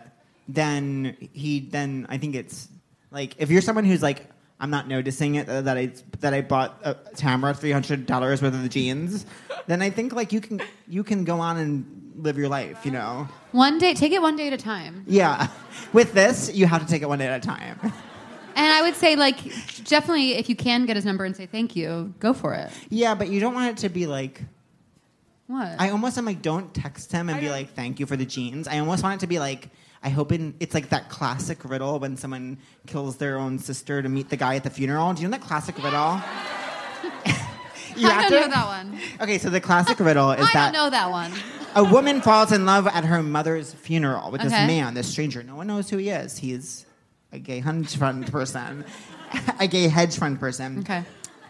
Speaker 6: then he then I think it's like if you're someone who's like I'm not noticing it uh, that I that I bought uh, Tamara three hundred dollars worth of jeans, then I think like you can you can go on and live your life, you know.
Speaker 2: One day, take it one day at a time.
Speaker 6: Yeah, [LAUGHS] with this you have to take it one day at a time. [LAUGHS]
Speaker 2: And I would say like definitely if you can get his number and say thank you, go for it.
Speaker 6: Yeah, but you don't want it to be like
Speaker 2: What?
Speaker 6: I almost am like, don't text him and
Speaker 11: I
Speaker 6: be
Speaker 11: don't-
Speaker 6: like, thank you for the jeans. I almost want it to be like, I hope in, it's like that classic riddle when someone kills their own sister to meet the guy at the funeral. Do you know that classic riddle? [LAUGHS]
Speaker 2: [LAUGHS]
Speaker 6: you
Speaker 2: I
Speaker 6: have
Speaker 2: don't
Speaker 6: to-
Speaker 2: know that one.
Speaker 6: Okay, so the classic riddle is
Speaker 2: I
Speaker 6: that
Speaker 2: don't know that one.
Speaker 6: a woman falls in love at her mother's funeral with this
Speaker 2: Okay.
Speaker 6: man, this stranger. No one knows who he is. [LAUGHS] He's a gay hedge fund person, a gay hedge fund person.
Speaker 2: Okay.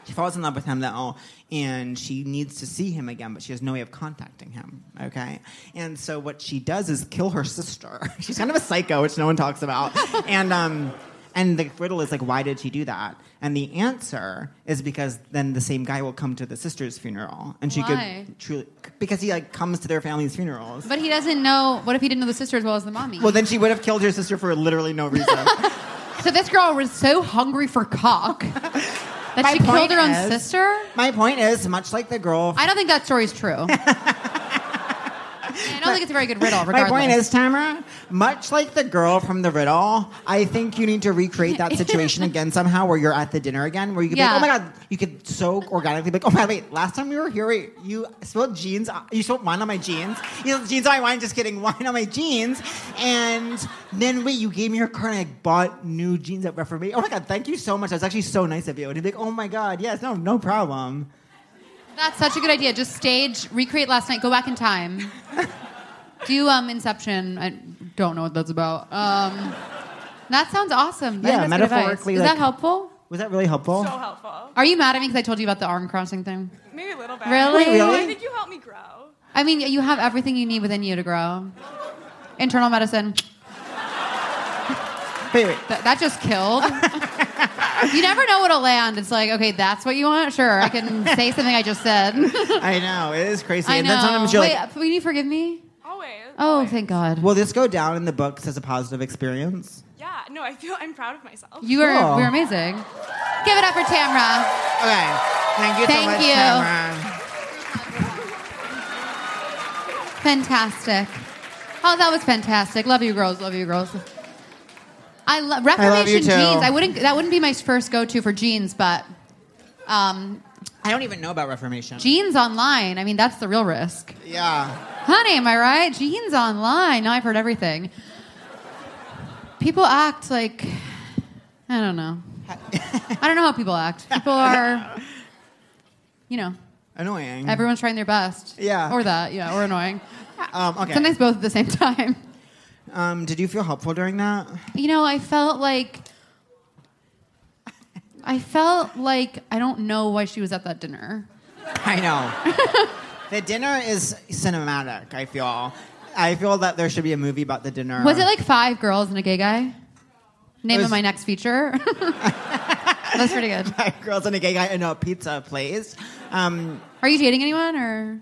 Speaker 6: She falls in love with him though, and she needs to see him again, but she has no way of contacting him. Okay, and so what she does is kill her sister. [LAUGHS] She's kind of a psycho, which no one talks about. and um, and the riddle is like, why did she do that? And the answer is because then the same guy will come to the sister's funeral, and she
Speaker 2: Why?
Speaker 6: could truly because he like comes to their family's funerals.
Speaker 2: But he doesn't know. What if he didn't know the sister as well as the mommy?
Speaker 6: well, then she would have killed her sister for literally no reason.
Speaker 2: so this girl was so hungry for
Speaker 6: [LAUGHS]
Speaker 2: cock that she killed
Speaker 6: point
Speaker 2: her own
Speaker 6: is-
Speaker 2: sister.
Speaker 6: My point is, much like the girl.
Speaker 2: I don't think that story's true.
Speaker 6: [LAUGHS]
Speaker 2: Yeah, I don't think it's a very good riddle. Regardless,
Speaker 6: My point is, Tamara, much like the girl from the riddle, I think you need to recreate that
Speaker 2: [LAUGHS]
Speaker 6: situation again somehow where you're at the dinner again, where you could
Speaker 2: Yeah.
Speaker 6: be like, oh my God, you could so organically be like, oh my, wait, last time we were here, wait, you spilled jeans, you spilled wine on my jeans. You spilled jeans on my wine, just kidding, [LAUGHS] wine on my jeans. And then, wait, you gave me your card and I bought new jeans at Referee. Oh my God, thank you so much. That was actually so nice of you. And you'd be like, oh my God, yes, no, no problem.
Speaker 2: that's such a good idea. Just stage, recreate last night. Go back in
Speaker 6: [LAUGHS]
Speaker 2: time. Do um Inception. I don't know what that's about. Um, that sounds awesome. I think
Speaker 6: Yeah,
Speaker 2: that's good advice.
Speaker 6: metaphorically,
Speaker 2: Is
Speaker 6: like-
Speaker 2: that helpful?
Speaker 6: Was that really helpful?
Speaker 11: So helpful.
Speaker 2: Are you mad at me because I told you about the arm crossing thing?
Speaker 11: Maybe a little bit.
Speaker 2: Really?
Speaker 6: Wait, really?
Speaker 11: I think you helped me grow.
Speaker 2: I mean, you have everything you need within you to grow. Internal medicine.
Speaker 6: wait, wait.
Speaker 2: Th- that just
Speaker 6: [LAUGHS]
Speaker 2: killed. you never know what'll land. It's like, okay, that's what you want? Sure, I
Speaker 6: [LAUGHS]
Speaker 2: can say something I just said.
Speaker 6: I know, it is crazy.
Speaker 2: [LAUGHS] I
Speaker 6: and
Speaker 2: know.
Speaker 6: then sometimes you're
Speaker 2: Wait, uh,
Speaker 6: like,
Speaker 2: will you forgive me?
Speaker 11: Always.
Speaker 2: Oh,
Speaker 11: always.
Speaker 2: thank God.
Speaker 6: Will this go down in the books as a positive experience?
Speaker 11: Yeah. No, I feel I'm proud of myself.
Speaker 2: You are
Speaker 6: Cool.
Speaker 2: we're amazing. Give it up for Tamra.
Speaker 6: Okay. Thank you
Speaker 2: Thank
Speaker 6: so much,
Speaker 2: you.
Speaker 6: Tamara.
Speaker 2: Fantastic. Oh, that was fantastic. Love you, girls. Love you, girls. I love
Speaker 6: I
Speaker 2: Reformation
Speaker 6: love you too.
Speaker 2: jeans. I wouldn't. That wouldn't be my first go-to for jeans, but um,
Speaker 6: I don't even know about Reformation.
Speaker 2: jeans online. I mean, that's the real risk.
Speaker 6: yeah.
Speaker 2: Honey, am I right? Jeans online. Now I've heard everything. People act like I don't know. I don't know how people act. People are, you know,
Speaker 6: Annoying.
Speaker 2: everyone's trying their best.
Speaker 6: Yeah.
Speaker 2: Or that. Yeah. Or
Speaker 6: [LAUGHS]
Speaker 2: annoying.
Speaker 6: um, okay.
Speaker 2: Sometimes both at the same time.
Speaker 6: um, did you feel helpful during that?
Speaker 2: You know, I felt like. I felt like I don't know why she was at that dinner.
Speaker 6: I know. [LAUGHS] the dinner is cinematic, I feel. I feel that there should be a movie about the dinner.
Speaker 2: Was it like five girls and a gay guy? Name
Speaker 6: was-
Speaker 2: of my next
Speaker 6: [LAUGHS]
Speaker 2: feature. That's pretty good.
Speaker 6: like [LAUGHS] girls and a gay guy in a pizza place? Um,
Speaker 2: Are you dating anyone or?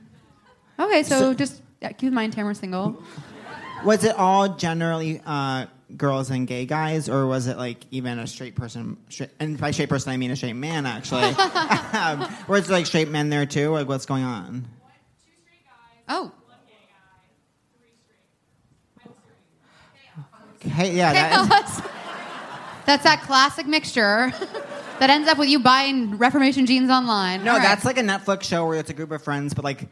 Speaker 2: Okay, so, just yeah, keep in mind Tamara's single.
Speaker 6: was it all generally uh, girls and gay guys, or was it like even a straight person? Straight, and by straight person, I mean a straight
Speaker 2: [LAUGHS]
Speaker 6: man, actually. um, or is it like straight men there too? Like, what's going on?
Speaker 2: Oh,
Speaker 6: Hey, yeah, [LAUGHS] that
Speaker 2: [LAUGHS]
Speaker 6: is,
Speaker 2: that's, that's that classic mixture [LAUGHS] that ends up with you buying Reformation jeans online.
Speaker 6: no,
Speaker 2: All right.
Speaker 6: that's like a Netflix show where it's a group of friends, but like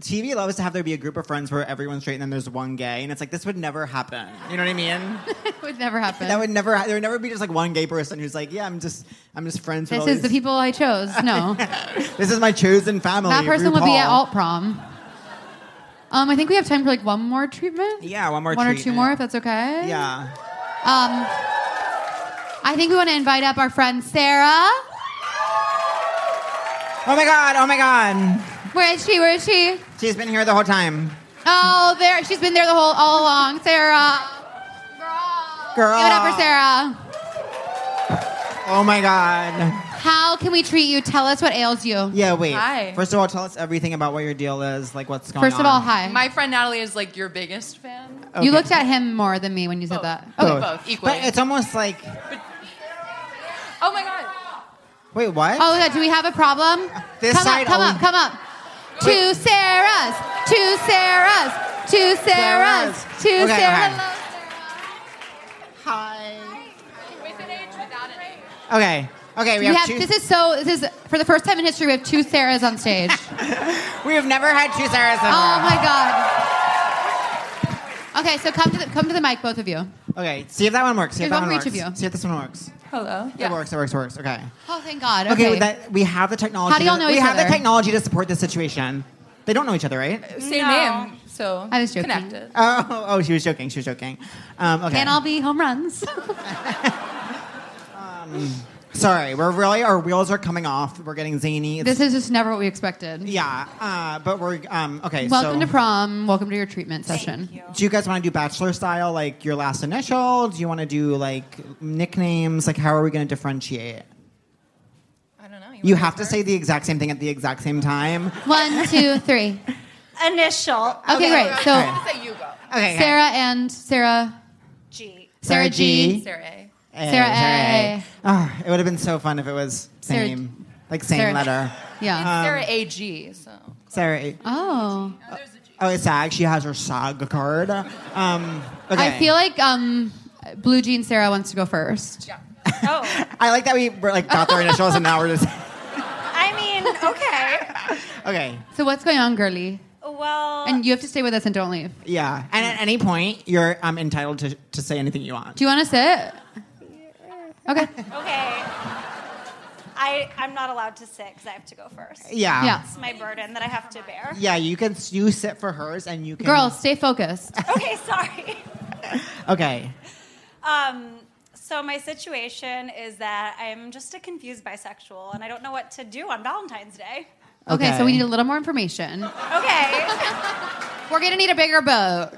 Speaker 6: TV loves to have there be a group of friends where everyone's straight and then there's one gay, and it's like this would never happen. You know what I mean?
Speaker 2: it [LAUGHS] would never happen.
Speaker 6: that would never. ha- There would never be just like one gay person who's like, yeah, I'm just, I'm just friends. with
Speaker 2: this
Speaker 6: all
Speaker 2: is the
Speaker 6: these-
Speaker 2: people I chose.
Speaker 6: [LAUGHS]
Speaker 2: No,
Speaker 6: This is my chosen family.
Speaker 2: that person would be
Speaker 6: RuPaul.
Speaker 2: at alt prom. Um, I think we have time for like one more treatment.
Speaker 6: Yeah, one more.
Speaker 2: one or two
Speaker 6: treatment.
Speaker 2: more, if that's okay.
Speaker 6: Yeah.
Speaker 2: Um, I think we want to invite up our friend Sarah.
Speaker 6: Oh my god! Oh my god!
Speaker 2: Where is she? Where is she?
Speaker 6: She's been here the whole time.
Speaker 2: Oh, there. She's been there the whole all along. Sarah. Girl.
Speaker 6: Girl.
Speaker 2: Give it up for Sarah.
Speaker 6: Oh my god!
Speaker 2: How can we treat you? Tell us what ails you.
Speaker 6: Yeah. Wait.
Speaker 12: Hi.
Speaker 6: First of all, tell us everything about what your deal is. Like, what's going on?
Speaker 2: First of all, hi.
Speaker 12: My friend Natalie is like your biggest fan.
Speaker 6: Okay.
Speaker 2: You looked at him more than me when you said
Speaker 12: Both.
Speaker 2: that.
Speaker 6: Oh.
Speaker 12: Both.
Speaker 2: Okay.
Speaker 12: Both equally.
Speaker 6: But it's almost like,
Speaker 12: oh my god.
Speaker 6: wait, what?
Speaker 2: Oh, yeah. Do we have a problem?
Speaker 6: This
Speaker 2: come
Speaker 6: side
Speaker 2: up, come
Speaker 6: only-
Speaker 2: up, come up. Two Sarahs. Two Sarahs. Two Sarahs.
Speaker 6: Sarahs.
Speaker 2: Two
Speaker 6: Okay, okay.
Speaker 2: Sarahs.
Speaker 6: Okay. Okay. We,
Speaker 2: We
Speaker 6: have,
Speaker 2: have,
Speaker 6: two.
Speaker 2: this is so this is for the first time in history we have two Sarahs on
Speaker 6: [LAUGHS]
Speaker 2: stage.
Speaker 6: we have never had two Sarahs. In
Speaker 2: Oh my god. Okay, so come to the come to the mic, both of you.
Speaker 6: my. Okay. See if that one works. See if
Speaker 2: Oh. Here's
Speaker 6: that
Speaker 2: one
Speaker 6: one
Speaker 2: for each
Speaker 6: works.
Speaker 2: of you.
Speaker 6: See if this one works.
Speaker 12: Hello.
Speaker 6: It works. It works. It works. Okay.
Speaker 2: Oh, thank God.
Speaker 6: Okay.
Speaker 2: Okay,
Speaker 6: with that, we have the technology.
Speaker 2: How do y'all know
Speaker 6: We
Speaker 2: each
Speaker 6: have
Speaker 2: other?
Speaker 6: the technology to support this situation. They don't know each other,
Speaker 2: [LAUGHS]
Speaker 6: right?
Speaker 12: Same
Speaker 11: No.
Speaker 12: name. Um, So
Speaker 2: I was joking.
Speaker 12: Connected.
Speaker 6: Oh, oh, she was joking. She was joking. Um, okay.
Speaker 2: can all be home runs.
Speaker 6: Sorry, we're really our wheels are coming off. We're getting zany. It's-
Speaker 2: This is just never what we expected.
Speaker 6: yeah, uh, but we're um, okay.
Speaker 2: Welcome
Speaker 6: so,
Speaker 2: to prom. Welcome to your treatment session.
Speaker 6: Do you guys want to do bachelor style, like your last initial? Do you want to do like nicknames? Like, how are we going to differentiate?
Speaker 12: I don't know.
Speaker 6: You have to say the exact same thing at the exact same time.
Speaker 2: One, two, three.
Speaker 10: Initial.
Speaker 2: [LAUGHS] Okay, great. So
Speaker 12: say you go.
Speaker 6: Okay,
Speaker 2: Sarah and Sarah,
Speaker 10: G.
Speaker 2: Sarah G,
Speaker 12: Sarah A.
Speaker 6: Eh, A,
Speaker 2: Sarah A.
Speaker 6: Ah, it would have been so fun if it was
Speaker 2: Sarah-
Speaker 6: same, like same
Speaker 2: Sarah-
Speaker 6: letter.
Speaker 2: Yeah.
Speaker 12: Sarah A G. So
Speaker 6: Sarah.
Speaker 2: oh.
Speaker 6: Oh, it's SAG. She has her SAG card. Um, okay.
Speaker 2: I feel like um, Blue Jean Sarah wants to go first. [LAUGHS]
Speaker 10: Oh,
Speaker 6: I like that we were, like got their initials and now we're just [LAUGHS]
Speaker 10: I mean, okay.
Speaker 6: okay.
Speaker 2: So what's going on, girly?
Speaker 10: Well,
Speaker 2: And you have to stay with us and don't leave.
Speaker 6: Yeah. And at any point, you're um, entitled to, to say anything you want.
Speaker 2: Do you want to sit? Okay.
Speaker 10: okay. I I'm not allowed to sit because I have to go first.
Speaker 6: Yeah.
Speaker 2: Yeah.
Speaker 10: It's my burden that I have to bear.
Speaker 6: Yeah, you can you sit for hers and you can
Speaker 2: Girls, stay
Speaker 6: [LAUGHS]
Speaker 2: focused.
Speaker 10: Okay, sorry.
Speaker 6: Okay.
Speaker 10: Um, so my situation is that I'm just a confused bisexual and I don't know what to do on Valentine's Day.
Speaker 2: Okay,
Speaker 6: Okay.
Speaker 2: so we need a little more information.
Speaker 10: Okay,
Speaker 2: We're gonna need a bigger boat.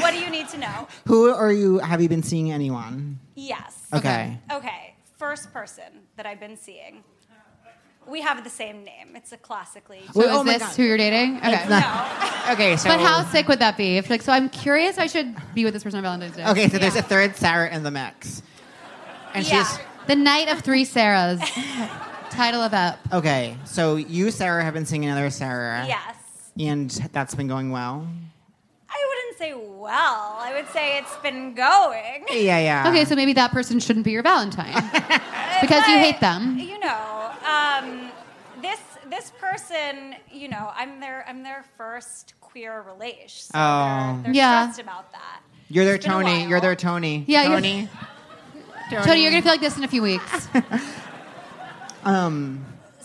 Speaker 10: what do you need to know?
Speaker 6: Who are you have you been seeing anyone?
Speaker 10: Yes.
Speaker 6: Okay.
Speaker 10: Okay, first person that I've been seeing. We have the same name. It's a classically.
Speaker 2: So
Speaker 6: Wait, oh
Speaker 2: is
Speaker 6: my
Speaker 2: this
Speaker 6: God.
Speaker 2: who you're dating? Okay.
Speaker 10: No.
Speaker 6: Okay, so
Speaker 2: But how sick would that be? If like, so I'm curious. I should be with this person on Valentine's Day.
Speaker 6: Okay, so there's a third Sarah in the mix. And
Speaker 10: Yeah.
Speaker 6: she's
Speaker 2: The night of three
Speaker 6: [LAUGHS]
Speaker 2: Sarahs. Title of up.
Speaker 6: Okay, so you Sarah have been seeing another Sarah.
Speaker 10: Yes.
Speaker 6: And that's been going well.
Speaker 10: I wouldn't say well. I would say it's been going.
Speaker 6: Yeah, yeah.
Speaker 2: Okay, so maybe that person shouldn't be your Valentine because you
Speaker 10: But,
Speaker 2: hate them.
Speaker 10: You know, um, this this person, you know, I'm their I'm their first queer relation. So
Speaker 6: Oh.
Speaker 10: they're, they're
Speaker 2: Yeah.
Speaker 10: stressed about that.
Speaker 6: You're their
Speaker 10: It's been a
Speaker 6: Tony.
Speaker 10: while.
Speaker 6: You're their Tony.
Speaker 2: Yeah, you're-
Speaker 6: Tony.
Speaker 2: Tony, you're gonna feel like this in a few weeks.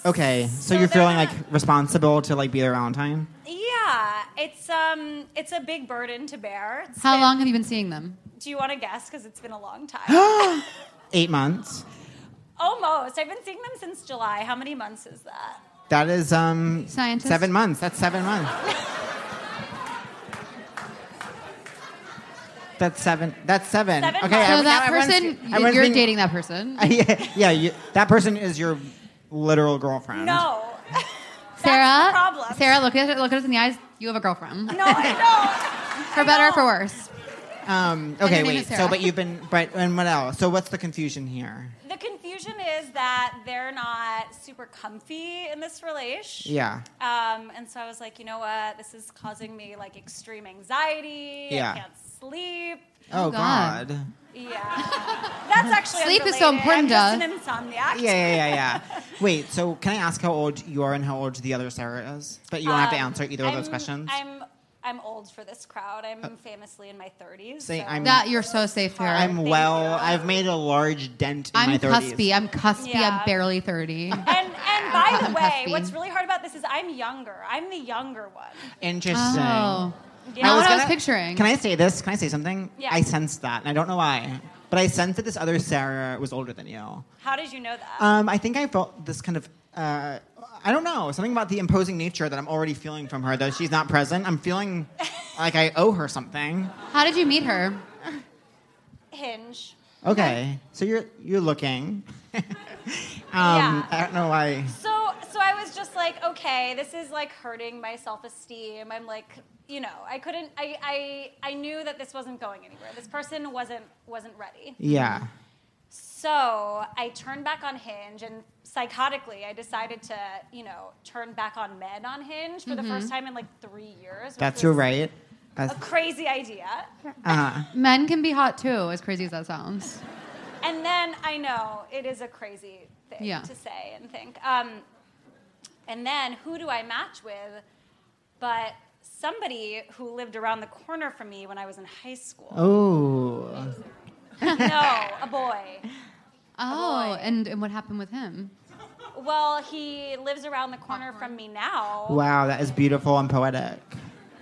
Speaker 6: Okay, so,
Speaker 10: So
Speaker 6: you're
Speaker 10: they're
Speaker 6: feeling
Speaker 10: not-
Speaker 6: like responsible to like be their Valentine.
Speaker 10: Yeah, it's um, it's a big burden to bear. It's
Speaker 2: How
Speaker 10: been-
Speaker 2: long have you been seeing them?
Speaker 10: Do you want to guess? Because it's been a long time.
Speaker 6: Eight months.
Speaker 10: Almost. I've been seeing them since July. How many months is that?
Speaker 6: That is um
Speaker 2: Scientist?
Speaker 6: seven months. That's seven months. that's seven. That's seven.
Speaker 10: Seven
Speaker 6: okay,
Speaker 10: months.
Speaker 2: So that
Speaker 6: every- now everyone's-
Speaker 2: person,
Speaker 6: everyone's
Speaker 2: you're
Speaker 6: being-
Speaker 2: dating that person.
Speaker 6: [LAUGHS] yeah, yeah you, that person is your literal girlfriend. [LAUGHS]
Speaker 10: No. That's the
Speaker 2: Sarah,
Speaker 10: problem.
Speaker 2: Sarah, look at look at us in the eyes. You have a girlfriend,
Speaker 10: No, I
Speaker 2: for better or for worse.
Speaker 6: Um,
Speaker 2: her
Speaker 6: okay,
Speaker 2: name
Speaker 6: wait.
Speaker 2: is Sarah.
Speaker 6: So, but you've been, but and what else? So, what's the confusion here?
Speaker 10: know. the confusion is that they're not super comfy in this relation.
Speaker 6: Yeah.
Speaker 10: Um, and so I was like, you know what? This is causing me like extreme anxiety.
Speaker 6: Yeah.
Speaker 10: I can't sleep.
Speaker 6: Oh,
Speaker 2: God.
Speaker 6: God.
Speaker 10: Yeah.
Speaker 6: [LAUGHS]
Speaker 10: That's actually
Speaker 2: Sleep is so
Speaker 10: unrelated.
Speaker 2: important,
Speaker 10: I'm
Speaker 2: duh.
Speaker 10: just an insomniac.
Speaker 6: Yeah, yeah, yeah, yeah. wait. So, can I ask how old you are and how old the other Sarah is? But you don't have to
Speaker 10: Um,
Speaker 6: answer either of those
Speaker 10: I'm-
Speaker 6: questions.
Speaker 10: I'm I'm old for this crowd. I'm famously in my 30s.
Speaker 6: Say
Speaker 10: so-
Speaker 6: I'm-
Speaker 2: That you're so safe to her.
Speaker 10: Hard.
Speaker 6: I'm
Speaker 10: Thank
Speaker 6: well.
Speaker 10: you.
Speaker 6: I've made a large dent in my
Speaker 2: I'm
Speaker 6: 30s.
Speaker 2: cuspy. I'm cuspy.
Speaker 10: Yeah.
Speaker 2: I'm barely thirty.
Speaker 10: And and by the
Speaker 2: I'm
Speaker 10: way,
Speaker 2: cuspy.
Speaker 10: what's really hard about this is I'm younger. I'm the younger one.
Speaker 6: Interesting.
Speaker 2: Oh,
Speaker 10: Yeah.
Speaker 2: what I was
Speaker 6: gonna-
Speaker 2: picturing.
Speaker 6: Can I say this? Can I say something?
Speaker 10: Yeah.
Speaker 6: I sensed that, and I don't know why, but I sensed that this other Sarah was older than you.
Speaker 10: How did you know that?
Speaker 6: Um, I think I felt this kind of. Uh, I don't know something about the imposing nature that I'm already feeling from her. Though she's not present, I'm feeling
Speaker 10: [LAUGHS]
Speaker 6: like I owe her something.
Speaker 2: How did you meet her?
Speaker 10: Hinge.
Speaker 6: Okay, so you're you're looking. [LAUGHS] um,
Speaker 10: Yeah.
Speaker 6: I don't know why.
Speaker 10: So so I was just like, okay, this is like hurting my self-esteem. I'm like, you know, I couldn't I I I knew that this wasn't going anywhere. This person wasn't wasn't ready.
Speaker 6: Yeah.
Speaker 10: So I turned back on Hinge, and psychotically, I decided to, you know, turn back on men on Hinge for the first time in like three years. which
Speaker 6: Mm-hmm. That's
Speaker 10: was
Speaker 6: your right.
Speaker 10: A crazy idea.
Speaker 6: Uh,
Speaker 2: Men can be hot too, as crazy as that sounds.
Speaker 10: And then I know it is a crazy thing
Speaker 2: Yeah.
Speaker 10: to say and think. Um, and then who do I match with? But somebody who lived around the corner from me when I was in high school.
Speaker 6: oh.
Speaker 10: No, a boy.
Speaker 2: Oh, and, and what happened with him?
Speaker 10: Well, he lives around the corner from me now.
Speaker 6: Wow, that is beautiful and poetic.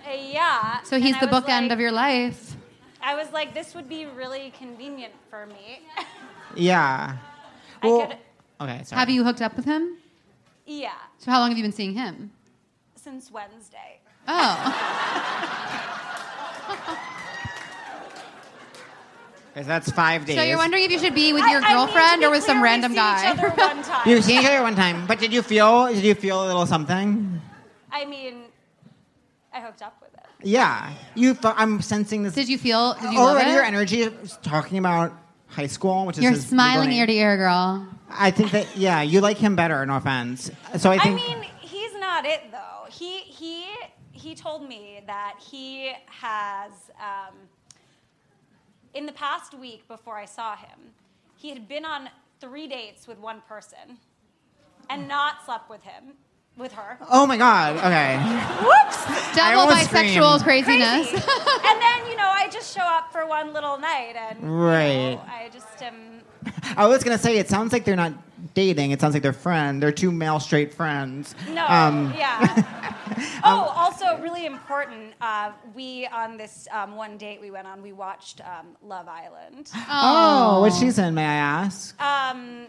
Speaker 10: Uh, yeah.
Speaker 2: So he's
Speaker 10: And I
Speaker 2: the
Speaker 10: was
Speaker 2: bookend
Speaker 10: like-
Speaker 2: of your life.
Speaker 10: I was like, this would be really convenient for me.
Speaker 6: Yeah.
Speaker 10: [LAUGHS] I could,
Speaker 6: Oh. Okay, sorry.
Speaker 2: Have you hooked up with him?
Speaker 10: yeah,
Speaker 2: So how long have you been seeing him?
Speaker 10: since Wednesday.
Speaker 2: Oh,
Speaker 6: Because that's five days.
Speaker 2: so you're wondering if you should be with your
Speaker 10: I- I mean,
Speaker 2: girlfriend
Speaker 10: to
Speaker 2: or
Speaker 10: be
Speaker 2: with some
Speaker 10: clear, we
Speaker 2: random
Speaker 10: see Each other
Speaker 2: guy? [LAUGHS]
Speaker 10: one time.
Speaker 6: You were seeing each other one time, but did you feel? Did you feel a little something?
Speaker 10: I mean, I hooked up with it.
Speaker 6: Yeah, you. fe- I'm sensing this.
Speaker 2: Did you feel? Did you love
Speaker 6: already
Speaker 2: it?
Speaker 6: your energy is talking about high school, which is
Speaker 2: You're
Speaker 6: his
Speaker 2: smiling
Speaker 6: brain.
Speaker 2: ear to ear, girl.
Speaker 6: I think that yeah, you like him better. No offense. So I
Speaker 10: I
Speaker 6: think
Speaker 10: mean, he's not it though. He he he told me that he has um, in the past week before I saw him, he had been on three dates with one person, and not slept with him, with her.
Speaker 6: Oh my god. Okay.
Speaker 10: Whoops!
Speaker 2: Double
Speaker 6: almost
Speaker 2: bisexual
Speaker 6: screamed.
Speaker 2: craziness.
Speaker 10: Crazy. and then you know, I just show up for one little night, and you know,
Speaker 6: Right.
Speaker 10: I just am.
Speaker 6: I was gonna say it sounds like they're not dating. It sounds like they're friends. They're two male straight friends.
Speaker 10: No,
Speaker 6: Um, [LAUGHS]
Speaker 10: yeah. oh, also really important. Uh, we on this um, one date we went on, we watched um,
Speaker 6: [GASPS]
Speaker 10: Love Island.
Speaker 6: Oh, what she's in, may I ask?
Speaker 10: Um,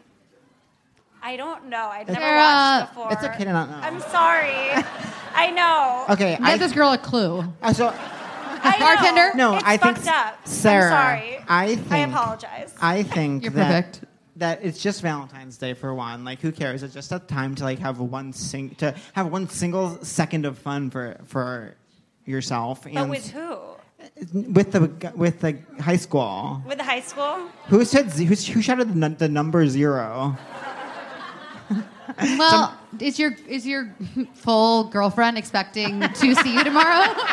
Speaker 10: I don't know. I'd never
Speaker 2: Sarah,
Speaker 10: watched before.
Speaker 6: it's okay to not know.
Speaker 10: I'm
Speaker 6: [LAUGHS]
Speaker 10: sorry. I know.
Speaker 6: Okay.
Speaker 2: Get
Speaker 6: I,
Speaker 2: this girl a clue.
Speaker 6: I so,
Speaker 10: I know.
Speaker 2: Bartender?
Speaker 6: no,
Speaker 10: It's
Speaker 6: I think
Speaker 10: fucked up.
Speaker 6: Sarah.
Speaker 10: I'm sorry.
Speaker 6: I think
Speaker 10: I apologize.
Speaker 6: I think
Speaker 2: You're
Speaker 6: that,
Speaker 2: perfect.
Speaker 6: that it's just Valentine's Day for one. Like, who cares? It's just a time to like have one sing to have one single second of fun for for yourself and
Speaker 10: but with who?
Speaker 6: with the with the high school.
Speaker 10: With the high school?
Speaker 6: Who said z- who's, who shouted the, nu- the number zero?
Speaker 2: Well, is your is your [LAUGHS] full girlfriend expecting to see you tomorrow?
Speaker 10: [LAUGHS]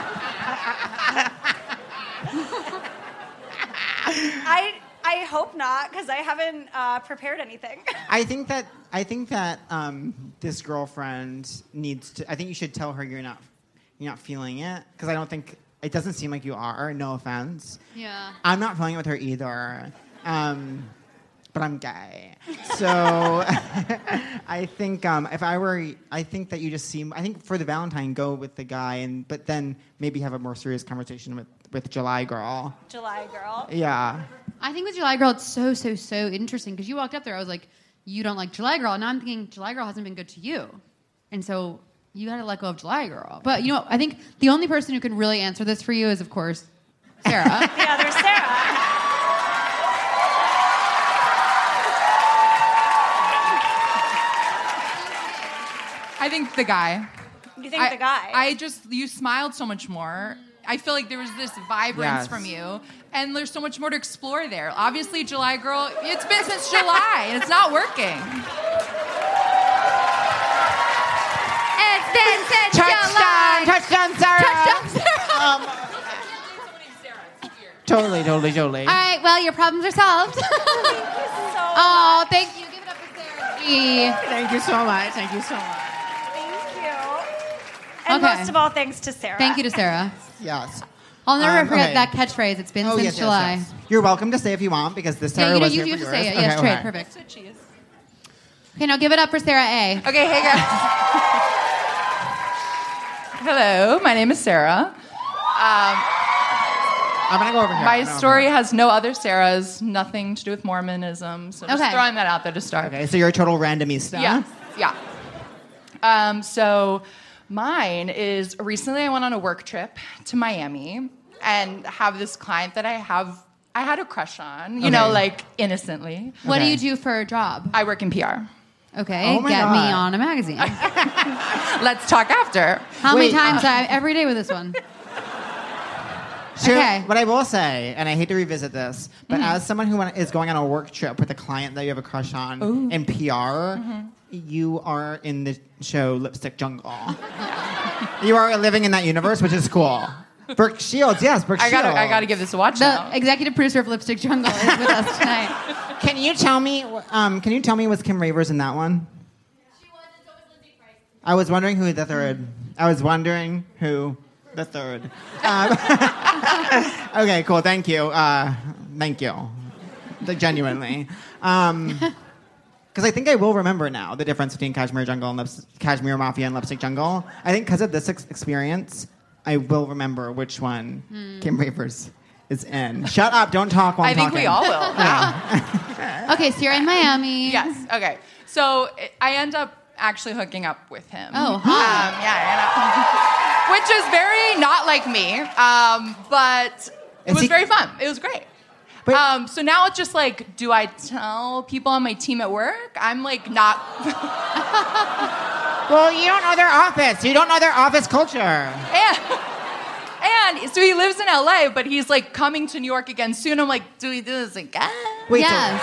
Speaker 10: I I hope not because I haven't uh, prepared anything. [LAUGHS]
Speaker 6: I think that I think that um, this girlfriend needs to. I think you should tell her you're not you're not feeling it because I don't think it doesn't seem like you are. No offense.
Speaker 2: yeah.
Speaker 6: I'm not feeling it with her either. Um, but I'm gay. So [LAUGHS] I think um, if I were, I think that you just seem, I think for the Valentine, go with the guy, and but then maybe have a more serious conversation with, with July Girl.
Speaker 10: July girl.
Speaker 6: Yeah.
Speaker 2: I think with July Girl, it's so so so interesting because you walked up there, I was like, you don't like July Girl, and now I'm thinking July Girl hasn't been good to you, and so you got to let go of July Girl. But you know, I think the only person who can really answer this for you is, of course,
Speaker 6: [LAUGHS]
Speaker 2: Sarah.
Speaker 10: Yeah, there's Sarah.
Speaker 12: I think the guy.
Speaker 10: You think
Speaker 12: I,
Speaker 10: the guy?
Speaker 12: I just you smiled so much more. I feel like there was this vibrance
Speaker 6: Yes.
Speaker 12: from you, and there's so much more to explore there. Obviously, July girl, it's been since July, and it's not working.
Speaker 2: it's been since
Speaker 6: Touchdown! Touchdown, Sarah!
Speaker 2: Touchdown,
Speaker 6: Um,
Speaker 2: Sarah.
Speaker 6: Totally, totally, totally.
Speaker 2: All right, well, your problems are solved. [LAUGHS]
Speaker 10: so
Speaker 6: Um,
Speaker 2: oh, thank you. Give it up for Sarah G.
Speaker 6: Thank you so much. Thank you so much.
Speaker 10: Thank you. And
Speaker 2: Okay.
Speaker 10: most of all, thanks to Sarah.
Speaker 2: Thank you to Sarah.
Speaker 6: Yes.
Speaker 2: I'll never
Speaker 6: Um,
Speaker 2: forget
Speaker 6: okay.
Speaker 2: that catchphrase. It's been
Speaker 6: Oh,
Speaker 2: since
Speaker 6: yes, yes,
Speaker 2: July.
Speaker 6: yes. You're welcome to stay if you want because this Sarah
Speaker 2: Yeah, you, know,
Speaker 6: was
Speaker 2: you,
Speaker 6: here
Speaker 2: you
Speaker 6: for
Speaker 2: just
Speaker 6: yours.
Speaker 2: say it.
Speaker 6: Okay,
Speaker 2: yes, trade.
Speaker 6: okay.
Speaker 2: Perfect. Okay, now give it up for Sarah A.
Speaker 12: Okay, hey guys. Hello, my name is Sarah. Um,
Speaker 6: I'm gonna go over here.
Speaker 12: my
Speaker 6: I'm gonna go over
Speaker 12: story
Speaker 6: here.
Speaker 12: has no other Sarahs, nothing to do with Mormonism. So just
Speaker 2: Okay.
Speaker 12: throwing that out there to start.
Speaker 6: Okay, so you're a total randomista.
Speaker 12: Yeah, yeah. Um, so mine is recently I went on a work trip to Miami and have this client that I have I had a crush on, you know,
Speaker 6: Okay.
Speaker 12: like innocently.
Speaker 2: What do
Speaker 6: Okay.
Speaker 2: you do for a job?
Speaker 12: I work in PR.
Speaker 2: Okay,
Speaker 6: Oh my
Speaker 2: get me
Speaker 6: God.
Speaker 2: on a
Speaker 6: [LAUGHS]
Speaker 2: magazine.
Speaker 12: Let's talk after.
Speaker 2: How
Speaker 6: Wait, uh,
Speaker 2: many times? I, every day with this
Speaker 6: [LAUGHS]
Speaker 2: one.
Speaker 6: Sure.
Speaker 2: Okay.
Speaker 6: What I will say, and I hate to revisit this, but
Speaker 12: Mm-hmm.
Speaker 6: as someone who went- is going on a work trip with a client that you have a crush on in PR,
Speaker 12: Mm-hmm.
Speaker 6: you are in the show Lipstick Jungle. [LAUGHS] you are living in that universe, which is cool. Brooke Shields, yes, Brooke
Speaker 12: I gotta
Speaker 6: Shields.
Speaker 12: I gotta give this a watch now.
Speaker 2: The Uh, executive producer of Lipstick Jungle is with us
Speaker 6: [LAUGHS]
Speaker 2: tonight.
Speaker 6: Can you tell me? Um, can you tell me was Kim Ravers in that one? I was wondering who the third. I was wondering who the third. Um, [LAUGHS] okay, cool. Thank you. Uh, thank you. Like, genuinely. Because I think I will remember now the difference between Cashmere Jungle and Lips- Cashmere Mafia and Lipstick Jungle. I think because of this ex- experience, I will remember which one Kim Ravers is in. Shut up! Don't talk while I'm
Speaker 12: Hmm. I think we
Speaker 6: talking.
Speaker 12: all will.
Speaker 6: [LAUGHS] Yeah.
Speaker 2: Okay, so you're in Miami.
Speaker 12: Yes. Okay. So it- I end up actually hooking up with him.
Speaker 2: Oh,
Speaker 12: um, yeah. I end up- [LAUGHS] which is very not like me, um, but it
Speaker 6: Is
Speaker 12: was
Speaker 6: he-
Speaker 12: very fun. It was great.
Speaker 6: But-
Speaker 12: um, so now it's just like, do I tell people on my team at work? I'm like not.
Speaker 6: Well, you don't know their office. You don't know their office culture.
Speaker 12: And, [LAUGHS] and so he lives in LA, but he's like coming to New York again soon. I'm like, do we do this again?
Speaker 6: Wait, so-
Speaker 2: Yes.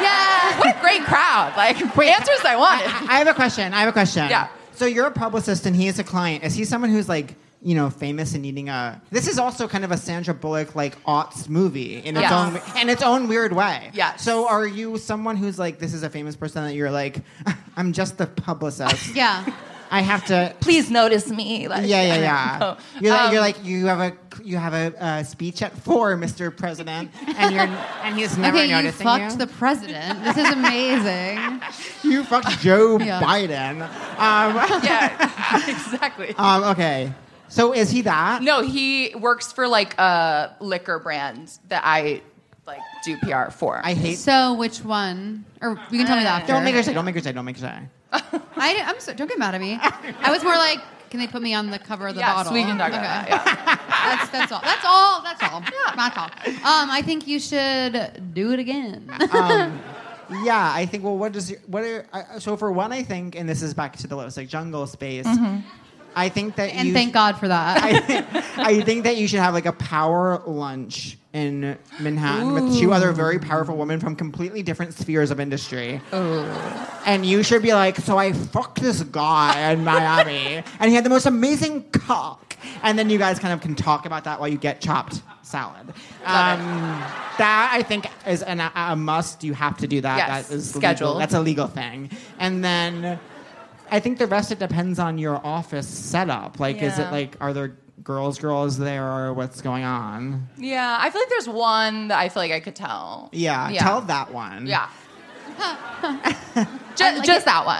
Speaker 2: yes.
Speaker 12: What a great crowd! Like answers I wanted.
Speaker 6: [LAUGHS] I, I have a question. I have a question.
Speaker 12: Yeah.
Speaker 6: So you're a publicist and he is a client. Is he someone who's like, you know, famous and needing a? This is also kind of a Sandra Bullock like aughts movie in its
Speaker 12: Yes.
Speaker 6: own in its own weird way.
Speaker 12: Yes.
Speaker 6: So are you someone who's like, this is a famous person that you're like, [LAUGHS] I'm just the publicist.
Speaker 2: Yeah.
Speaker 6: I have to.
Speaker 12: Please notice me. Like,
Speaker 6: Yeah, yeah,
Speaker 12: I don't
Speaker 6: yeah.
Speaker 12: know.
Speaker 6: You're like,
Speaker 12: Um,
Speaker 6: you're like you have a you have a uh, speech at four, Mr. President, and you're and he's
Speaker 2: [LAUGHS]
Speaker 6: never
Speaker 2: okay, you
Speaker 6: noticing
Speaker 2: fucked the president. This is amazing.
Speaker 6: [LAUGHS] you fucked
Speaker 2: [LAUGHS]
Speaker 6: Joe
Speaker 2: Yeah.
Speaker 6: Biden. Um,
Speaker 12: yeah, [LAUGHS] exactly.
Speaker 6: Um, okay. So is he that?
Speaker 12: no, he works for like a liquor brand that I like do PR for.
Speaker 6: I hate.
Speaker 2: So which one? Or you can tell me that after.
Speaker 6: Uh, don't make her say. Don't make her say. Don't make her say.
Speaker 2: I, am so, don't get mad at me. I was more like, can they put me on the cover of the
Speaker 12: yes,
Speaker 2: bottle?
Speaker 12: we can talk
Speaker 2: Okay.
Speaker 12: about that.
Speaker 2: That's that's all. That's all. That's
Speaker 6: [LAUGHS]
Speaker 2: all. That's all. Um, I think you should do it again.
Speaker 6: Yeah, I think. Well, what does your, what are I, so for one? I think, and this is back to the list, like jungle space. I think
Speaker 2: [LAUGHS]
Speaker 6: that
Speaker 2: Mm-hmm. and
Speaker 6: you
Speaker 2: thank God for that.
Speaker 6: I, I think that you should have like a power lunch in Manhattan with two other very powerful women from completely different spheres of industry. And you should be like, so I fucked this guy in Miami, and he had the most amazing cock. And then you guys kind of can talk about that while you get chopped salad. Um, that I think is an, a, a must. You have to do that.
Speaker 12: Yes,
Speaker 6: that is Legal.
Speaker 12: scheduled.
Speaker 6: That's a legal thing. And then I think the rest it depends on your office setup. Like, is it
Speaker 12: Yeah.
Speaker 6: like are there girls, girls there, or what's going on?
Speaker 12: Yeah. [LAUGHS] yeah, I feel like there's one that I feel like I could tell.
Speaker 6: Yeah,
Speaker 12: Yeah.
Speaker 6: tell that one.
Speaker 12: [LAUGHS] Yeah. just just that one.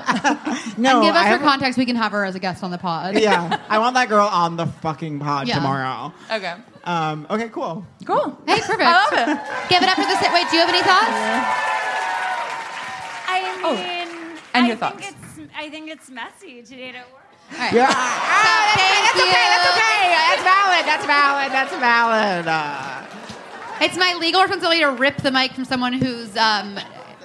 Speaker 6: no,
Speaker 2: and give us
Speaker 6: I
Speaker 2: her
Speaker 6: have-
Speaker 2: contacts. We can have her as a guest on the pod.
Speaker 6: [LAUGHS] Yeah, I want that girl on the fucking pod
Speaker 2: Yeah.
Speaker 6: tomorrow.
Speaker 12: [LAUGHS] Okay.
Speaker 6: Um, okay, cool.
Speaker 12: Cool.
Speaker 2: Hey, perfect.
Speaker 12: I love it.
Speaker 2: Give it up for the sit. Wait, do you have any thoughts?
Speaker 10: [LAUGHS] I
Speaker 12: Oh.
Speaker 10: mean,
Speaker 12: And
Speaker 10: I
Speaker 12: your
Speaker 10: think
Speaker 12: thoughts.
Speaker 10: it's I think it's messy to date at work.
Speaker 6: [LAUGHS] Yeah,
Speaker 2: Thank you.
Speaker 6: that's valid. That's valid. That's valid. Uh,
Speaker 2: It's my legal responsibility to rip the mic from someone who's um,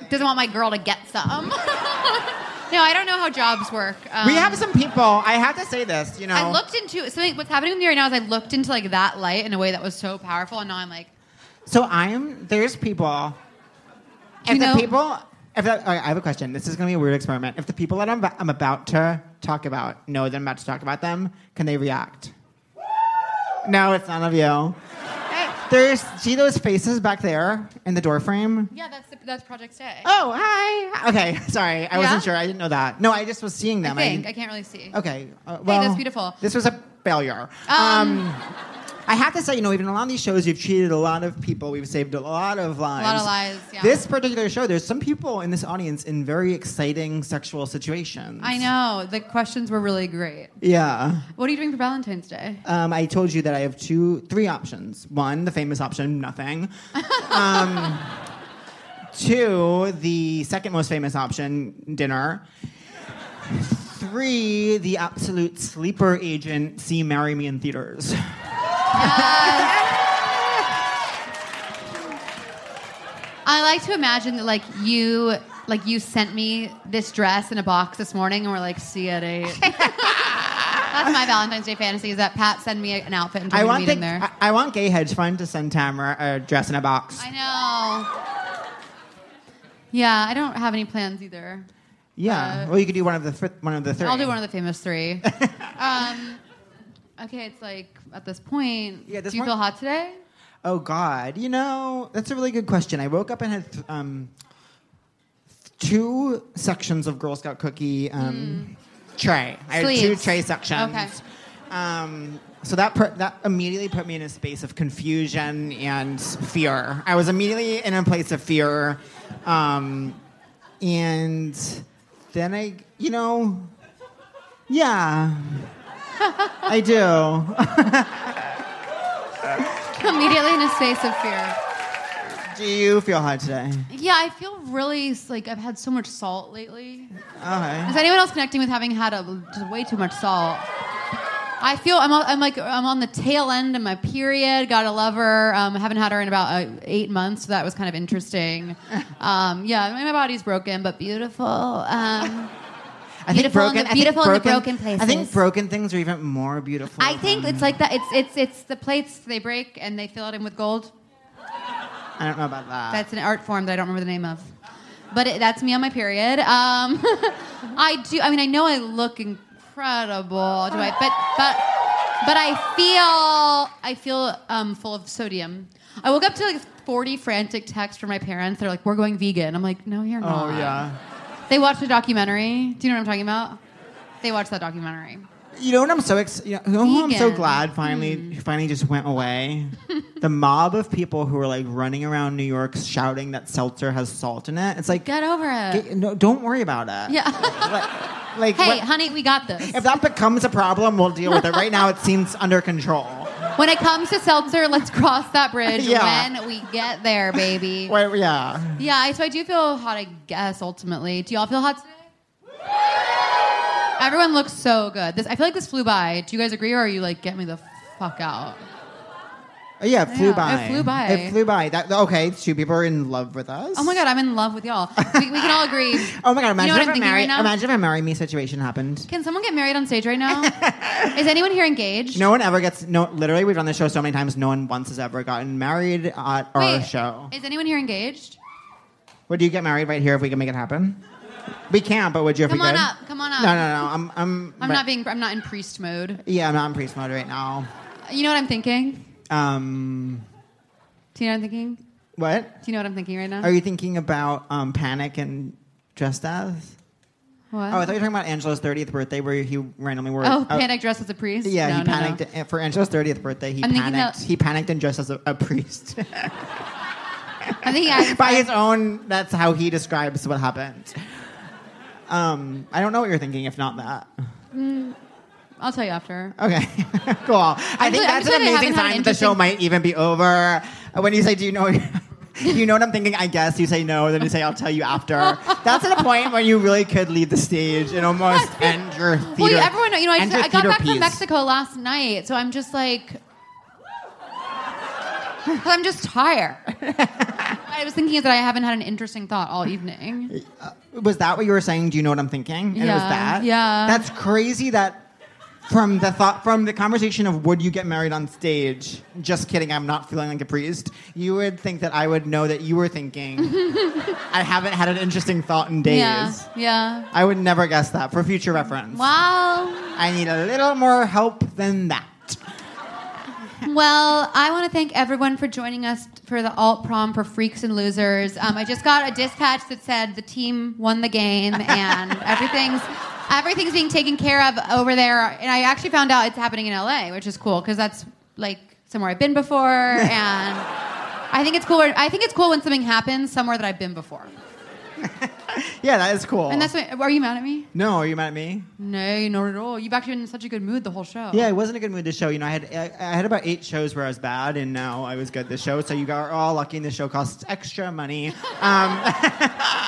Speaker 2: doesn't want my girl to get some. [LAUGHS] no, I don't know how jobs work. Um,
Speaker 6: we have some people. I have to say this. You know,
Speaker 2: I looked into something. What's happening with me right now is I looked into like that light in a way that was so powerful, and now I'm like,
Speaker 6: So I'm there's people.
Speaker 2: Do
Speaker 6: If
Speaker 2: you
Speaker 6: the
Speaker 2: know-
Speaker 6: people, if the, okay, I have a question. This is gonna be a weird experiment. If the people that I'm, ab- I'm about to talk about know that I'm about to talk about them, can they react? No, it's none of
Speaker 2: [LAUGHS]
Speaker 6: you. Eh, There's see those faces back there in the door frame.
Speaker 2: yeah, that's the, that's Project Stay.
Speaker 6: Oh hi. Okay, [LAUGHS] sorry, I
Speaker 2: Yeah?
Speaker 6: wasn't sure. I didn't know that. No, I just was seeing
Speaker 2: I
Speaker 6: them.
Speaker 2: think I
Speaker 6: didn't-
Speaker 2: can't really see.
Speaker 6: Okay. Uh, well,
Speaker 2: that's beautiful.
Speaker 6: This was a failure.
Speaker 2: Um,
Speaker 6: Um, I have to say, you know, even on these shows, you've cheated a lot of people. We've saved a lot of lives.
Speaker 2: lives, yeah.
Speaker 6: This particular show, there's some people in this audience in very exciting sexual situations.
Speaker 2: I know the questions were really great.
Speaker 6: Yeah.
Speaker 2: What are you doing for Valentine's Day?
Speaker 6: Um, I told you that I have two, three options. One, the famous option,
Speaker 2: [LAUGHS]
Speaker 6: nothing. um, two, the second most famous option, dinner. Three, the absolute sleeper agent, see Marry Me in theaters.
Speaker 2: I like to imagine that like you like you sent me this dress in a box this morning, and we're like, see you at eight. [LAUGHS] that's my Valentine's Day fantasy: is that Pat send me an outfit and
Speaker 6: I
Speaker 2: told me to
Speaker 6: want
Speaker 2: meet
Speaker 6: the,
Speaker 2: him there.
Speaker 6: I, I want Gay Hedge Fund to send Tamara a dress in a box.
Speaker 2: I know. Yeah, I don't have any plans either.
Speaker 6: yeah.
Speaker 2: uh,
Speaker 6: well, you could do one of the fir- one of the 3
Speaker 2: I'll do one of the famous [LAUGHS] three. um, okay, it's like at this point.
Speaker 6: Yeah, this
Speaker 2: do you
Speaker 6: one-
Speaker 2: feel hot today?
Speaker 6: Oh God, you know that's a really good question. I woke up and had th- um, two sections of Girl Scout cookie um, tray. I had two
Speaker 2: Hmm. Sleeves.
Speaker 6: tray sections.
Speaker 2: Okay.
Speaker 6: Um, so that per- that immediately put me in a space of confusion and fear. I was immediately in a place of fear, um, and then I, you know,
Speaker 2: [LAUGHS]
Speaker 6: yeah, I do.
Speaker 2: Immediately in a space of fear.
Speaker 6: Do you feel high today?
Speaker 2: Yeah, I feel really like I've had so much salt lately.
Speaker 6: Okay.
Speaker 2: Is anyone else connecting with having had a, just way too much salt? I feel I'm, on- I'm like I'm on the tail end of my period. Got a lover. Um, I haven't had her in about uh, eight months, so that was kind of interesting. Um, yeah, I mean, my body's broken but beautiful. Um,
Speaker 6: I
Speaker 2: Beautiful in the- beautiful in the broken
Speaker 6: I think
Speaker 2: places.
Speaker 6: broken things are even more beautiful.
Speaker 2: I think
Speaker 6: than-
Speaker 2: it's like that. It's it's it's the plates they break and they fill it in with gold.
Speaker 6: I don't know about that.
Speaker 2: That's an art form that I don't remember the name of. But it, that's me on my period. Um, [LAUGHS] I do. I mean, I know I look incredible. Do I? But but but I feel I feel um, full of sodium. I woke up to like 40 frantic texts from my parents. They're like, "We're going vegan." I'm like, "No, you're not."
Speaker 6: oh yeah.
Speaker 2: They watched a documentary. Do you know what I'm talking about? They watched that documentary.
Speaker 6: You know what I'm so ex- you know, you know who I'm so
Speaker 2: Vegan. Hmm.
Speaker 6: glad finally finally just went away.
Speaker 2: [LAUGHS]
Speaker 6: the mob of people who were like running around New York shouting that seltzer has salt in it. It's like
Speaker 2: Get over it.
Speaker 6: get- no, don't worry about it.
Speaker 2: Yeah.
Speaker 6: Like, like
Speaker 2: hey,
Speaker 6: what-
Speaker 2: honey, we got this.
Speaker 6: if that becomes a problem, we'll deal with it. Right now, it seems under control.
Speaker 2: When it comes to seltzer, let's cross that bridge
Speaker 6: [LAUGHS] Yeah.
Speaker 2: when we get there, baby.
Speaker 6: Well, yeah.
Speaker 2: Yeah, I- so I do feel hot, I guess, ultimately. Do y'all feel hot today? Everyone looks so good. This I feel like this flew by. Do you guys agree or are you like, get me the fuck out?
Speaker 6: Yeah, it flew
Speaker 2: Yeah,
Speaker 6: by.
Speaker 2: it flew by.
Speaker 6: It flew by. That, okay, two people are in love with us.
Speaker 2: Oh my god, I'm in love with y'all. We, we can all agree.
Speaker 6: [LAUGHS] Oh my god!
Speaker 2: know what
Speaker 6: Imagine
Speaker 2: I'm
Speaker 6: if a
Speaker 2: thinking
Speaker 6: marry,
Speaker 2: right now?
Speaker 6: imagine if a marry me situation happened.
Speaker 2: Can someone get married on stage right
Speaker 6: [LAUGHS]
Speaker 2: now? Is anyone here engaged?
Speaker 6: No one ever gets no. Literally, we've done this show so many times. No one once has ever gotten married at our
Speaker 2: Wait,
Speaker 6: show.
Speaker 2: Is anyone here engaged?
Speaker 6: Would you get married right here if we can make it happen? We can't, but would you? If
Speaker 2: Come
Speaker 6: we
Speaker 2: on
Speaker 6: could?
Speaker 2: up, come on up.
Speaker 6: No, no, no. I'm, I'm.
Speaker 2: I'm
Speaker 6: right-
Speaker 2: not being I'm not in priest mode.
Speaker 6: Yeah, I'm not in priest mode right now.
Speaker 2: You know what I'm thinking?
Speaker 6: Um,
Speaker 2: Do you know what I'm thinking? Do
Speaker 6: what
Speaker 2: you know what I'm thinking right now?
Speaker 6: are you thinking about? Um, panic and dressed as.
Speaker 2: what?
Speaker 6: Oh, I thought you were talking about Angela's 30th birthday where he randomly wore.
Speaker 2: Oh,
Speaker 6: uh,
Speaker 2: panic dress as a priest?
Speaker 6: Yeah,
Speaker 2: No,
Speaker 6: he
Speaker 2: no, no.
Speaker 6: panicked and for Angela's 30th birthday. He
Speaker 2: I'm thinking
Speaker 6: panicked.
Speaker 2: that-
Speaker 6: He panicked and dressed as a, a priest.
Speaker 2: I think I,
Speaker 6: By his own, that's how he describes what happened. Um, I don't know what you're thinking, if not that.
Speaker 2: I'll tell you after.
Speaker 6: Okay, [LAUGHS] cool. I
Speaker 2: I'm
Speaker 6: think
Speaker 2: just- I'm
Speaker 6: that's
Speaker 2: just like,
Speaker 6: an
Speaker 2: I
Speaker 6: amazing
Speaker 2: haven't had an
Speaker 6: time. The show
Speaker 2: interesting-
Speaker 6: might even be over. Uh, When you say, [LAUGHS] "Do you know?" You know what I'm thinking? I guess you say no, then you say I'll tell
Speaker 2: [LAUGHS]
Speaker 6: you after. That's at a point where you really could leave the stage and almost end your theater.
Speaker 2: [LAUGHS] well, you, everyone, you know, I,
Speaker 6: end your
Speaker 2: I got
Speaker 6: theater
Speaker 2: back from
Speaker 6: piece.
Speaker 2: Mexico last night, so I'm just like, [LAUGHS] 'Cause I'm just tired. I was thinking that I haven't had an interesting thought all evening.
Speaker 6: Was that what you were saying? Do you know what I'm thinking? And it was
Speaker 2: Yeah,
Speaker 6: that.
Speaker 2: yeah.
Speaker 6: That's crazy. That from the thought from the conversation of would you get married on stage? Just kidding. I'm not feeling like a priest. You would think that I would know that you
Speaker 2: [LAUGHS]
Speaker 6: were thinking. I haven't had an interesting thought in days.
Speaker 2: Yeah, yeah.
Speaker 6: I would never guess that for future reference.
Speaker 2: Well,
Speaker 6: I need a little more help than that.
Speaker 2: well, I want to thank everyone for joining us for the alt prom for Freaks and Losers. Um, I just got a dispatch that said the team won the game and everything's everything's being taken care of over there. And I actually found out it's happening in LA, which is cool because that's like somewhere I've been before and. I think it's cool. when- I think it's cool when something happens somewhere that I've been before.
Speaker 6: Yeah, that is cool.
Speaker 2: And that's what, are you mad at me?
Speaker 6: no, are you mad at me?
Speaker 2: No, not at all. You've actually been in such a good mood the whole show.
Speaker 6: Yeah, it wasn't a good mood this show. You know, I had I, I had about eight shows where I was bad, and now I was good this show. So you guys are all lucky. And this show costs extra money. Um,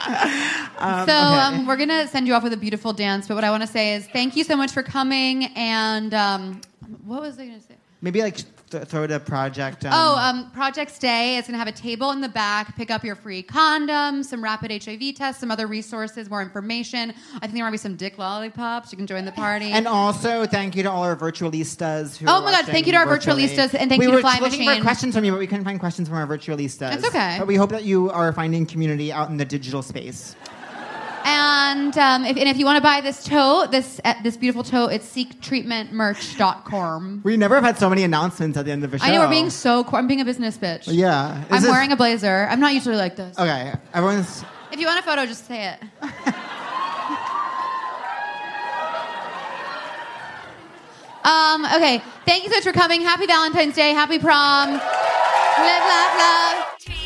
Speaker 2: so
Speaker 6: okay.
Speaker 2: um, we're gonna send you off with a beautiful dance. But what I want to say is thank you so much for coming. And um, what was I gonna say?
Speaker 6: maybe like th- throw the project. Um,
Speaker 2: Oh, um, Project Stay is going to have a table in the back. Pick up your free condoms, some rapid HIV tests, some other resources, more information. I think there might be some dick lollipops. You can join the party.
Speaker 6: and also thank you to all our virtualistas. Who
Speaker 2: Oh
Speaker 6: are
Speaker 2: my God,
Speaker 6: watching
Speaker 2: thank you to our
Speaker 6: virtually.
Speaker 2: virtualistas, and thank
Speaker 6: we
Speaker 2: you to
Speaker 6: were
Speaker 2: Fly
Speaker 6: looking for
Speaker 2: Machine.
Speaker 6: questions from you, but we couldn't find questions from our virtualistas.
Speaker 2: That's okay.
Speaker 6: But we hope that you are finding community out in the digital space.
Speaker 2: And um, if, and if you want to buy this tote, this uh, this beautiful tote, it's seektreatmentmerch.com.
Speaker 6: We never have had so many announcements at the end of a show.
Speaker 2: I know we're being so. Cor- I'm being a business bitch.
Speaker 6: Yeah,
Speaker 2: I'm wearing a blazer. I'm not usually like this.
Speaker 6: Okay, everyone's.
Speaker 2: If you want a photo, just say it. um, okay. Thank you so much for coming. Happy Valentine's Day. Happy prom. Live, laugh, love.
Speaker 1: Treatment.